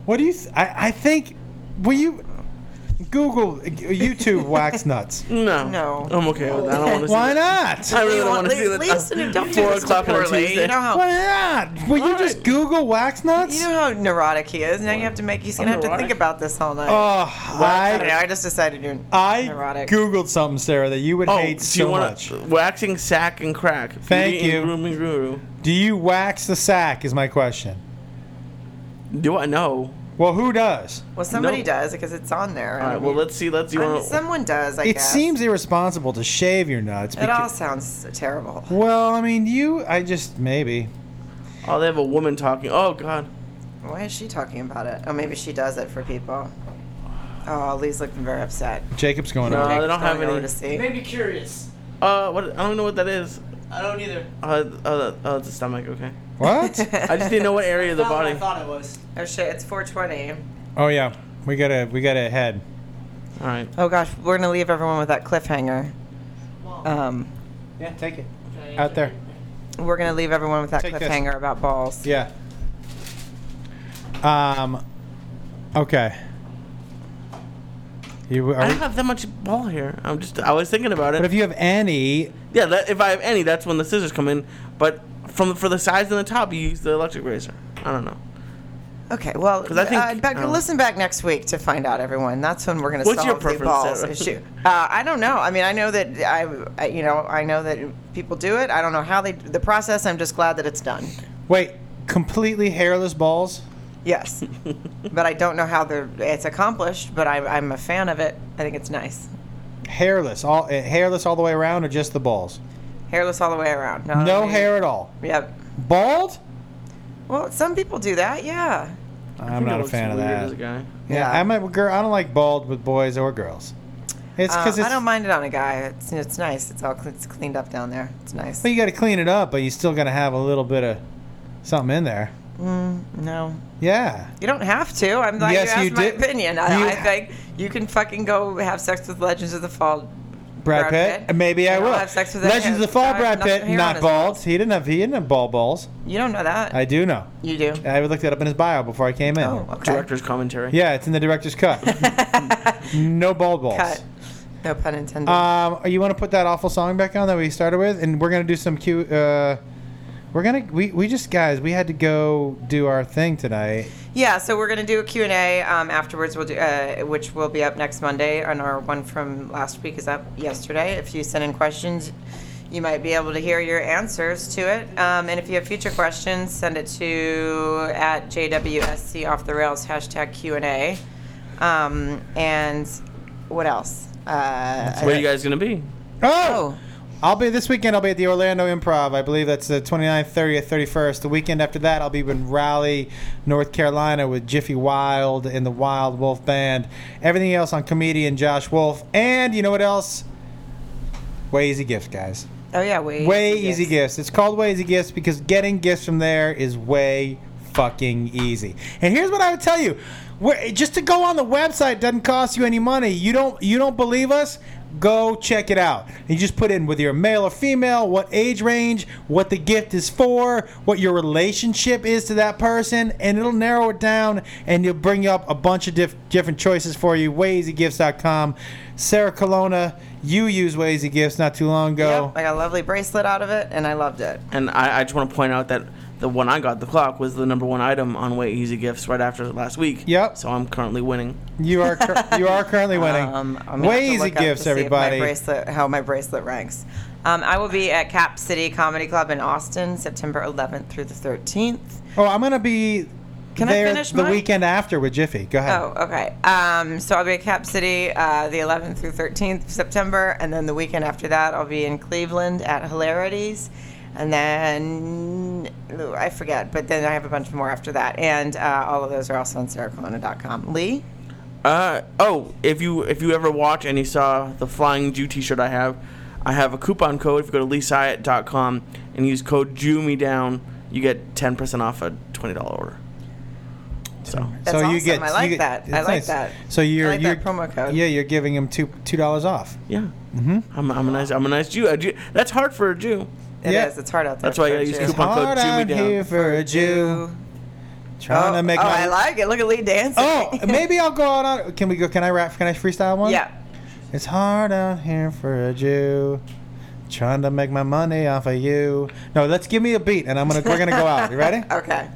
[SPEAKER 3] what do you th- I, I think will you google uh, youtube wax nuts
[SPEAKER 4] No.
[SPEAKER 1] No.
[SPEAKER 4] I'm okay with that. I don't want to see
[SPEAKER 3] Why
[SPEAKER 4] that.
[SPEAKER 3] not
[SPEAKER 4] I really
[SPEAKER 1] You
[SPEAKER 4] don't
[SPEAKER 1] want-
[SPEAKER 4] want to see
[SPEAKER 1] at
[SPEAKER 4] that.
[SPEAKER 1] least and don't do
[SPEAKER 4] Four
[SPEAKER 1] this
[SPEAKER 4] o'clock on a
[SPEAKER 1] poorly.
[SPEAKER 4] Tuesday.
[SPEAKER 1] You know how
[SPEAKER 3] why not will you
[SPEAKER 4] All
[SPEAKER 3] just
[SPEAKER 4] right.
[SPEAKER 3] google wax nuts
[SPEAKER 1] Oh. you know how neurotic he is. Now you have to make. He's gonna
[SPEAKER 4] I'm
[SPEAKER 1] have to
[SPEAKER 4] neurotic?
[SPEAKER 1] think about this all night.
[SPEAKER 3] oh
[SPEAKER 1] I don't know.
[SPEAKER 3] I,
[SPEAKER 1] I just decided you're
[SPEAKER 3] I
[SPEAKER 1] neurotic.
[SPEAKER 3] googled something Sarah that you would
[SPEAKER 4] Oh,
[SPEAKER 3] hate
[SPEAKER 4] do
[SPEAKER 3] so
[SPEAKER 4] you wanna-
[SPEAKER 3] much
[SPEAKER 4] Waxing, sack, and crack. Beauty
[SPEAKER 3] Thank
[SPEAKER 4] and
[SPEAKER 3] you.
[SPEAKER 4] Grooming guru.
[SPEAKER 3] Do you wax the sack? Is my question.
[SPEAKER 4] Do I know?
[SPEAKER 3] Well, who does?
[SPEAKER 1] well, somebody
[SPEAKER 4] Nope.
[SPEAKER 1] does because it's on there.
[SPEAKER 4] All right. Well, let's see. Let's see.
[SPEAKER 1] I mean,
[SPEAKER 4] what-
[SPEAKER 1] someone does. I
[SPEAKER 3] it
[SPEAKER 1] guess.
[SPEAKER 3] seems irresponsible to shave your nuts.
[SPEAKER 1] It all
[SPEAKER 3] becau-
[SPEAKER 1] sounds terrible.
[SPEAKER 3] well, I mean, you. I just maybe.
[SPEAKER 4] Oh, they have a woman talking. Oh God.
[SPEAKER 1] Why is she talking about it? Oh, maybe she does it for people. Oh, Lee's looking very upset.
[SPEAKER 3] Jacob's going
[SPEAKER 4] No.
[SPEAKER 3] on.
[SPEAKER 4] I don't
[SPEAKER 1] Going
[SPEAKER 4] have any-
[SPEAKER 1] over to
[SPEAKER 7] It
[SPEAKER 1] see.
[SPEAKER 7] made me curious.
[SPEAKER 4] Uh, what? I don't know what that is.
[SPEAKER 7] I don't either.
[SPEAKER 4] Uh, uh, uh it's the stomach. Okay.
[SPEAKER 3] What?
[SPEAKER 4] I just didn't know what area of the
[SPEAKER 7] Not what I
[SPEAKER 4] body.
[SPEAKER 7] thought it was.
[SPEAKER 1] Oh shit! It's 420.
[SPEAKER 3] oh yeah. We gotta we gotta head.
[SPEAKER 4] All right.
[SPEAKER 1] Oh gosh, we're gonna leave everyone with that cliffhanger. Um,
[SPEAKER 3] Yeah, take it. Out there.
[SPEAKER 1] we're gonna leave everyone with that
[SPEAKER 3] Take this.
[SPEAKER 1] cliffhanger about balls.
[SPEAKER 3] Yeah. Um. Okay. You
[SPEAKER 4] I
[SPEAKER 3] are.
[SPEAKER 4] don't have that much ball here. I'm just. I was thinking about
[SPEAKER 3] but if
[SPEAKER 4] it.
[SPEAKER 3] you have any,
[SPEAKER 4] Yeah. That, if I have any, that's when the scissors come in. But from for the sides and the top, you use the electric razor. I don't know.
[SPEAKER 1] Okay, well,
[SPEAKER 4] 'Cause I think-
[SPEAKER 1] uh, Becca,
[SPEAKER 4] oh.
[SPEAKER 1] listen back next week to find out, everyone. That's when we're going to
[SPEAKER 4] What's
[SPEAKER 1] solve
[SPEAKER 4] your
[SPEAKER 1] the
[SPEAKER 4] preference,
[SPEAKER 1] balls
[SPEAKER 4] Sarah?
[SPEAKER 1] issue. Uh, I don't know. I mean, I know that I, I, you know, I know that people do it. I don't know how they the process. I'm just glad that it's done.
[SPEAKER 3] wait, completely hairless balls.
[SPEAKER 1] Yes, but I don't know how the it's accomplished. But I, I'm a fan of it. I think it's nice.
[SPEAKER 3] Hairless, all eh, hairless all the way around, or just the balls?
[SPEAKER 1] Hairless all the way around. No,
[SPEAKER 3] No hair at all.
[SPEAKER 1] Yep.
[SPEAKER 3] Bald?
[SPEAKER 1] Well, some people do that. Yeah.
[SPEAKER 3] I'm not a fan of
[SPEAKER 4] Weird as a
[SPEAKER 3] that.
[SPEAKER 4] guy.
[SPEAKER 3] Yeah,
[SPEAKER 1] Yeah.
[SPEAKER 3] I'm a girl. I don't like bald with boys or girls. It's
[SPEAKER 1] Uh,
[SPEAKER 3] because it's.
[SPEAKER 1] I don't mind it on a guy. It's it's nice. It's all cl- it's cleaned up down there. It's nice.
[SPEAKER 3] Well, you got to clean it up, but you still got to have a little bit of something in there.
[SPEAKER 1] No.
[SPEAKER 3] Yeah.
[SPEAKER 1] You don't have to. I'm glad
[SPEAKER 3] Yes,
[SPEAKER 1] you asked
[SPEAKER 3] you
[SPEAKER 1] my
[SPEAKER 3] did.
[SPEAKER 1] opinion. I,
[SPEAKER 3] You-
[SPEAKER 1] I think you can fucking go have sex with Legends of the Fall.
[SPEAKER 3] Brad,
[SPEAKER 1] Brad
[SPEAKER 3] Pitt?
[SPEAKER 1] Pitt.
[SPEAKER 3] Maybe I
[SPEAKER 1] And I'll
[SPEAKER 3] will.
[SPEAKER 1] have sex with that
[SPEAKER 3] Legends of the
[SPEAKER 1] hair-
[SPEAKER 3] Fall.
[SPEAKER 1] guy with
[SPEAKER 3] Brad
[SPEAKER 1] nothing
[SPEAKER 3] Pitt,
[SPEAKER 1] here on
[SPEAKER 3] not
[SPEAKER 1] his
[SPEAKER 3] bald.
[SPEAKER 1] balls.
[SPEAKER 3] He didn't have. He didn't have ball balls.
[SPEAKER 1] You don't know that.
[SPEAKER 3] I Uh, do know.
[SPEAKER 1] you do.
[SPEAKER 3] I looked that up in his bio before I came in.
[SPEAKER 1] Oh, okay.
[SPEAKER 4] Director's commentary.
[SPEAKER 3] Yeah, it's in the director's cut. no bald balls.
[SPEAKER 1] Cut. No pun intended.
[SPEAKER 3] Um, you want to put that awful song back on that we started with, and we're gonna do some cute. Uh, we're gonna we, we just guys we had to go do our thing tonight.
[SPEAKER 1] yeah, so we're gonna do a Q and A um, afterwards. We'll do, uh, which will be up next Monday, and our one from last week is up yesterday. If you send in questions, you might be able to hear your answers to it. Um, and if you have future questions, send it to at JWSC off the rails hashtag Q and A. Um, and what else? Uh,
[SPEAKER 4] Where are you guys gonna be?
[SPEAKER 1] oh,
[SPEAKER 3] I'll be this weekend. I'll be at the Orlando Improv. I believe that's the 29th, 30th, 31st. The weekend after that, I'll be in Raleigh, North Carolina, with Jiffy Wild and the Wild Wolf Band. Everything else on comedian Josh Wolf. And you know what else? Way easy gifts, guys.
[SPEAKER 1] oh yeah, way
[SPEAKER 3] Way
[SPEAKER 1] easy
[SPEAKER 3] easy
[SPEAKER 1] gifts.
[SPEAKER 3] gifts. It's called Way Easy Gifts because getting gifts from there is way fucking easy. And here's what I would tell you: Where, just to go on the website doesn't cost you any money. You don't you don't believe us? Go check it out. You just put in whether you're male or female, what age range, what the gift is for, what your relationship is to that person, and it'll narrow it down and it'll bring up a bunch of diff- different choices for you. WayEasyGifts.com. Sarah Colonna, you use Way Easy Gifts not too long ago.
[SPEAKER 1] Yep, I got a lovely bracelet out of it, and I loved it.
[SPEAKER 4] And I, I just want to point out that the one I got, the clock, was the number one item on Way Easy Gifts right after last week.
[SPEAKER 3] Yep.
[SPEAKER 4] So I'm currently winning.
[SPEAKER 3] You are cur- you are currently winning.
[SPEAKER 1] Um, I'm gonna
[SPEAKER 3] Way
[SPEAKER 1] have to
[SPEAKER 3] easy
[SPEAKER 1] look up to
[SPEAKER 3] gifts,
[SPEAKER 1] see if
[SPEAKER 3] everybody.
[SPEAKER 1] My bracelet, how my bracelet ranks. Um, I will be at Cap City Comedy Club in Austin, September 11th through the 13th.
[SPEAKER 3] Oh, I'm gonna be
[SPEAKER 1] Can I
[SPEAKER 3] there
[SPEAKER 1] finish
[SPEAKER 3] the
[SPEAKER 1] mine?
[SPEAKER 3] weekend after with Jiffy. Go ahead.
[SPEAKER 1] Oh, okay. Um, so I'll be at Cap City uh, the 11th through 13th of September, and then the weekend after that, I'll be in Cleveland at Hilarities, and then ooh, I forget, but then I have a bunch more after that, and uh, all of those are also on sarahcolonna.com. Lee,
[SPEAKER 4] Uh oh! If you if you ever watch and you saw the Flying Jew T-shirt I have, I have a coupon code. If you go to leesyatt.com and use code Jew Me Down, you get ten percent off a twenty dollar order. So
[SPEAKER 1] That's
[SPEAKER 3] so you
[SPEAKER 1] awesome.
[SPEAKER 3] get.
[SPEAKER 1] I like
[SPEAKER 3] you get-
[SPEAKER 1] that. I
[SPEAKER 3] it's
[SPEAKER 1] like that.
[SPEAKER 3] So you're
[SPEAKER 1] I like
[SPEAKER 3] you're
[SPEAKER 1] that promo code.
[SPEAKER 3] Yeah, you're giving him two two dollars off.
[SPEAKER 4] yeah, mm-hmm. I'm, I'm a nice I'm a nice Jew. A Jew. That's hard for a Jew.
[SPEAKER 1] It is.
[SPEAKER 3] Yeah.
[SPEAKER 1] It's hard out there.
[SPEAKER 4] That's why I
[SPEAKER 1] for
[SPEAKER 4] gotta use
[SPEAKER 1] Jews.
[SPEAKER 4] coupon- code
[SPEAKER 3] Hard
[SPEAKER 4] Jew Me
[SPEAKER 3] out
[SPEAKER 4] Down.
[SPEAKER 3] here for a Jew. Trying
[SPEAKER 1] Oh,
[SPEAKER 3] to make
[SPEAKER 1] oh,
[SPEAKER 3] my.
[SPEAKER 1] I like it. Look at Lee dancing.
[SPEAKER 3] Oh, maybe I'll go out on. Can we go? Can I rap? Can I freestyle one?
[SPEAKER 1] yeah.
[SPEAKER 3] It's hard out here for a Jew. Trying to make my money off of you. No, let's give me a beat, and I'm gonna we're gonna go out. You ready?
[SPEAKER 1] Okay.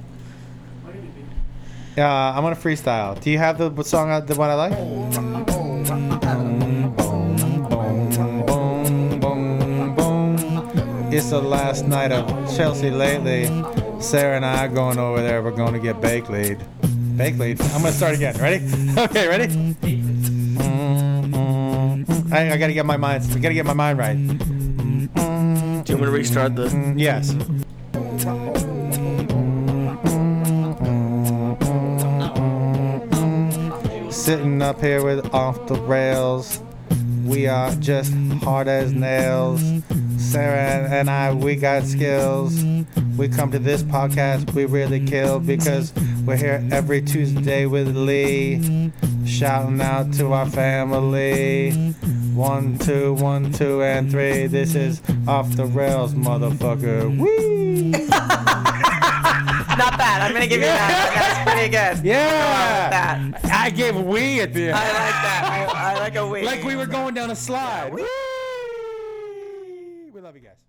[SPEAKER 3] Uh, I'm gonna freestyle. Do you have the what song? I- The one I like. Boom, boom, boom, boom. It's the last night of Chelsea lately. Sarah and I are going over there. We're going to get bake lead. Bake lead. I'm gonna start again. Ready? Okay, ready? I, I gotta get my mind. I gotta get my mind right.
[SPEAKER 4] Do you want me to restart the?
[SPEAKER 3] Yes. Sitting up here with off the rails. We are just hard as nails. Sarah and I, we got skills. We come to this podcast, we really kill because we're here every Tuesday with Lee. Shouting out to our family. One, two, one, two, and three. This is off the rails, motherfucker. Whee!
[SPEAKER 1] Not bad. I'm gonna give you that. That's pretty good.
[SPEAKER 3] Yeah!
[SPEAKER 1] That.
[SPEAKER 3] I gave a wee at the
[SPEAKER 1] I
[SPEAKER 3] end.
[SPEAKER 1] like that. I, I like a wig.
[SPEAKER 3] Like we were going down a slide. Whee! We love you guys.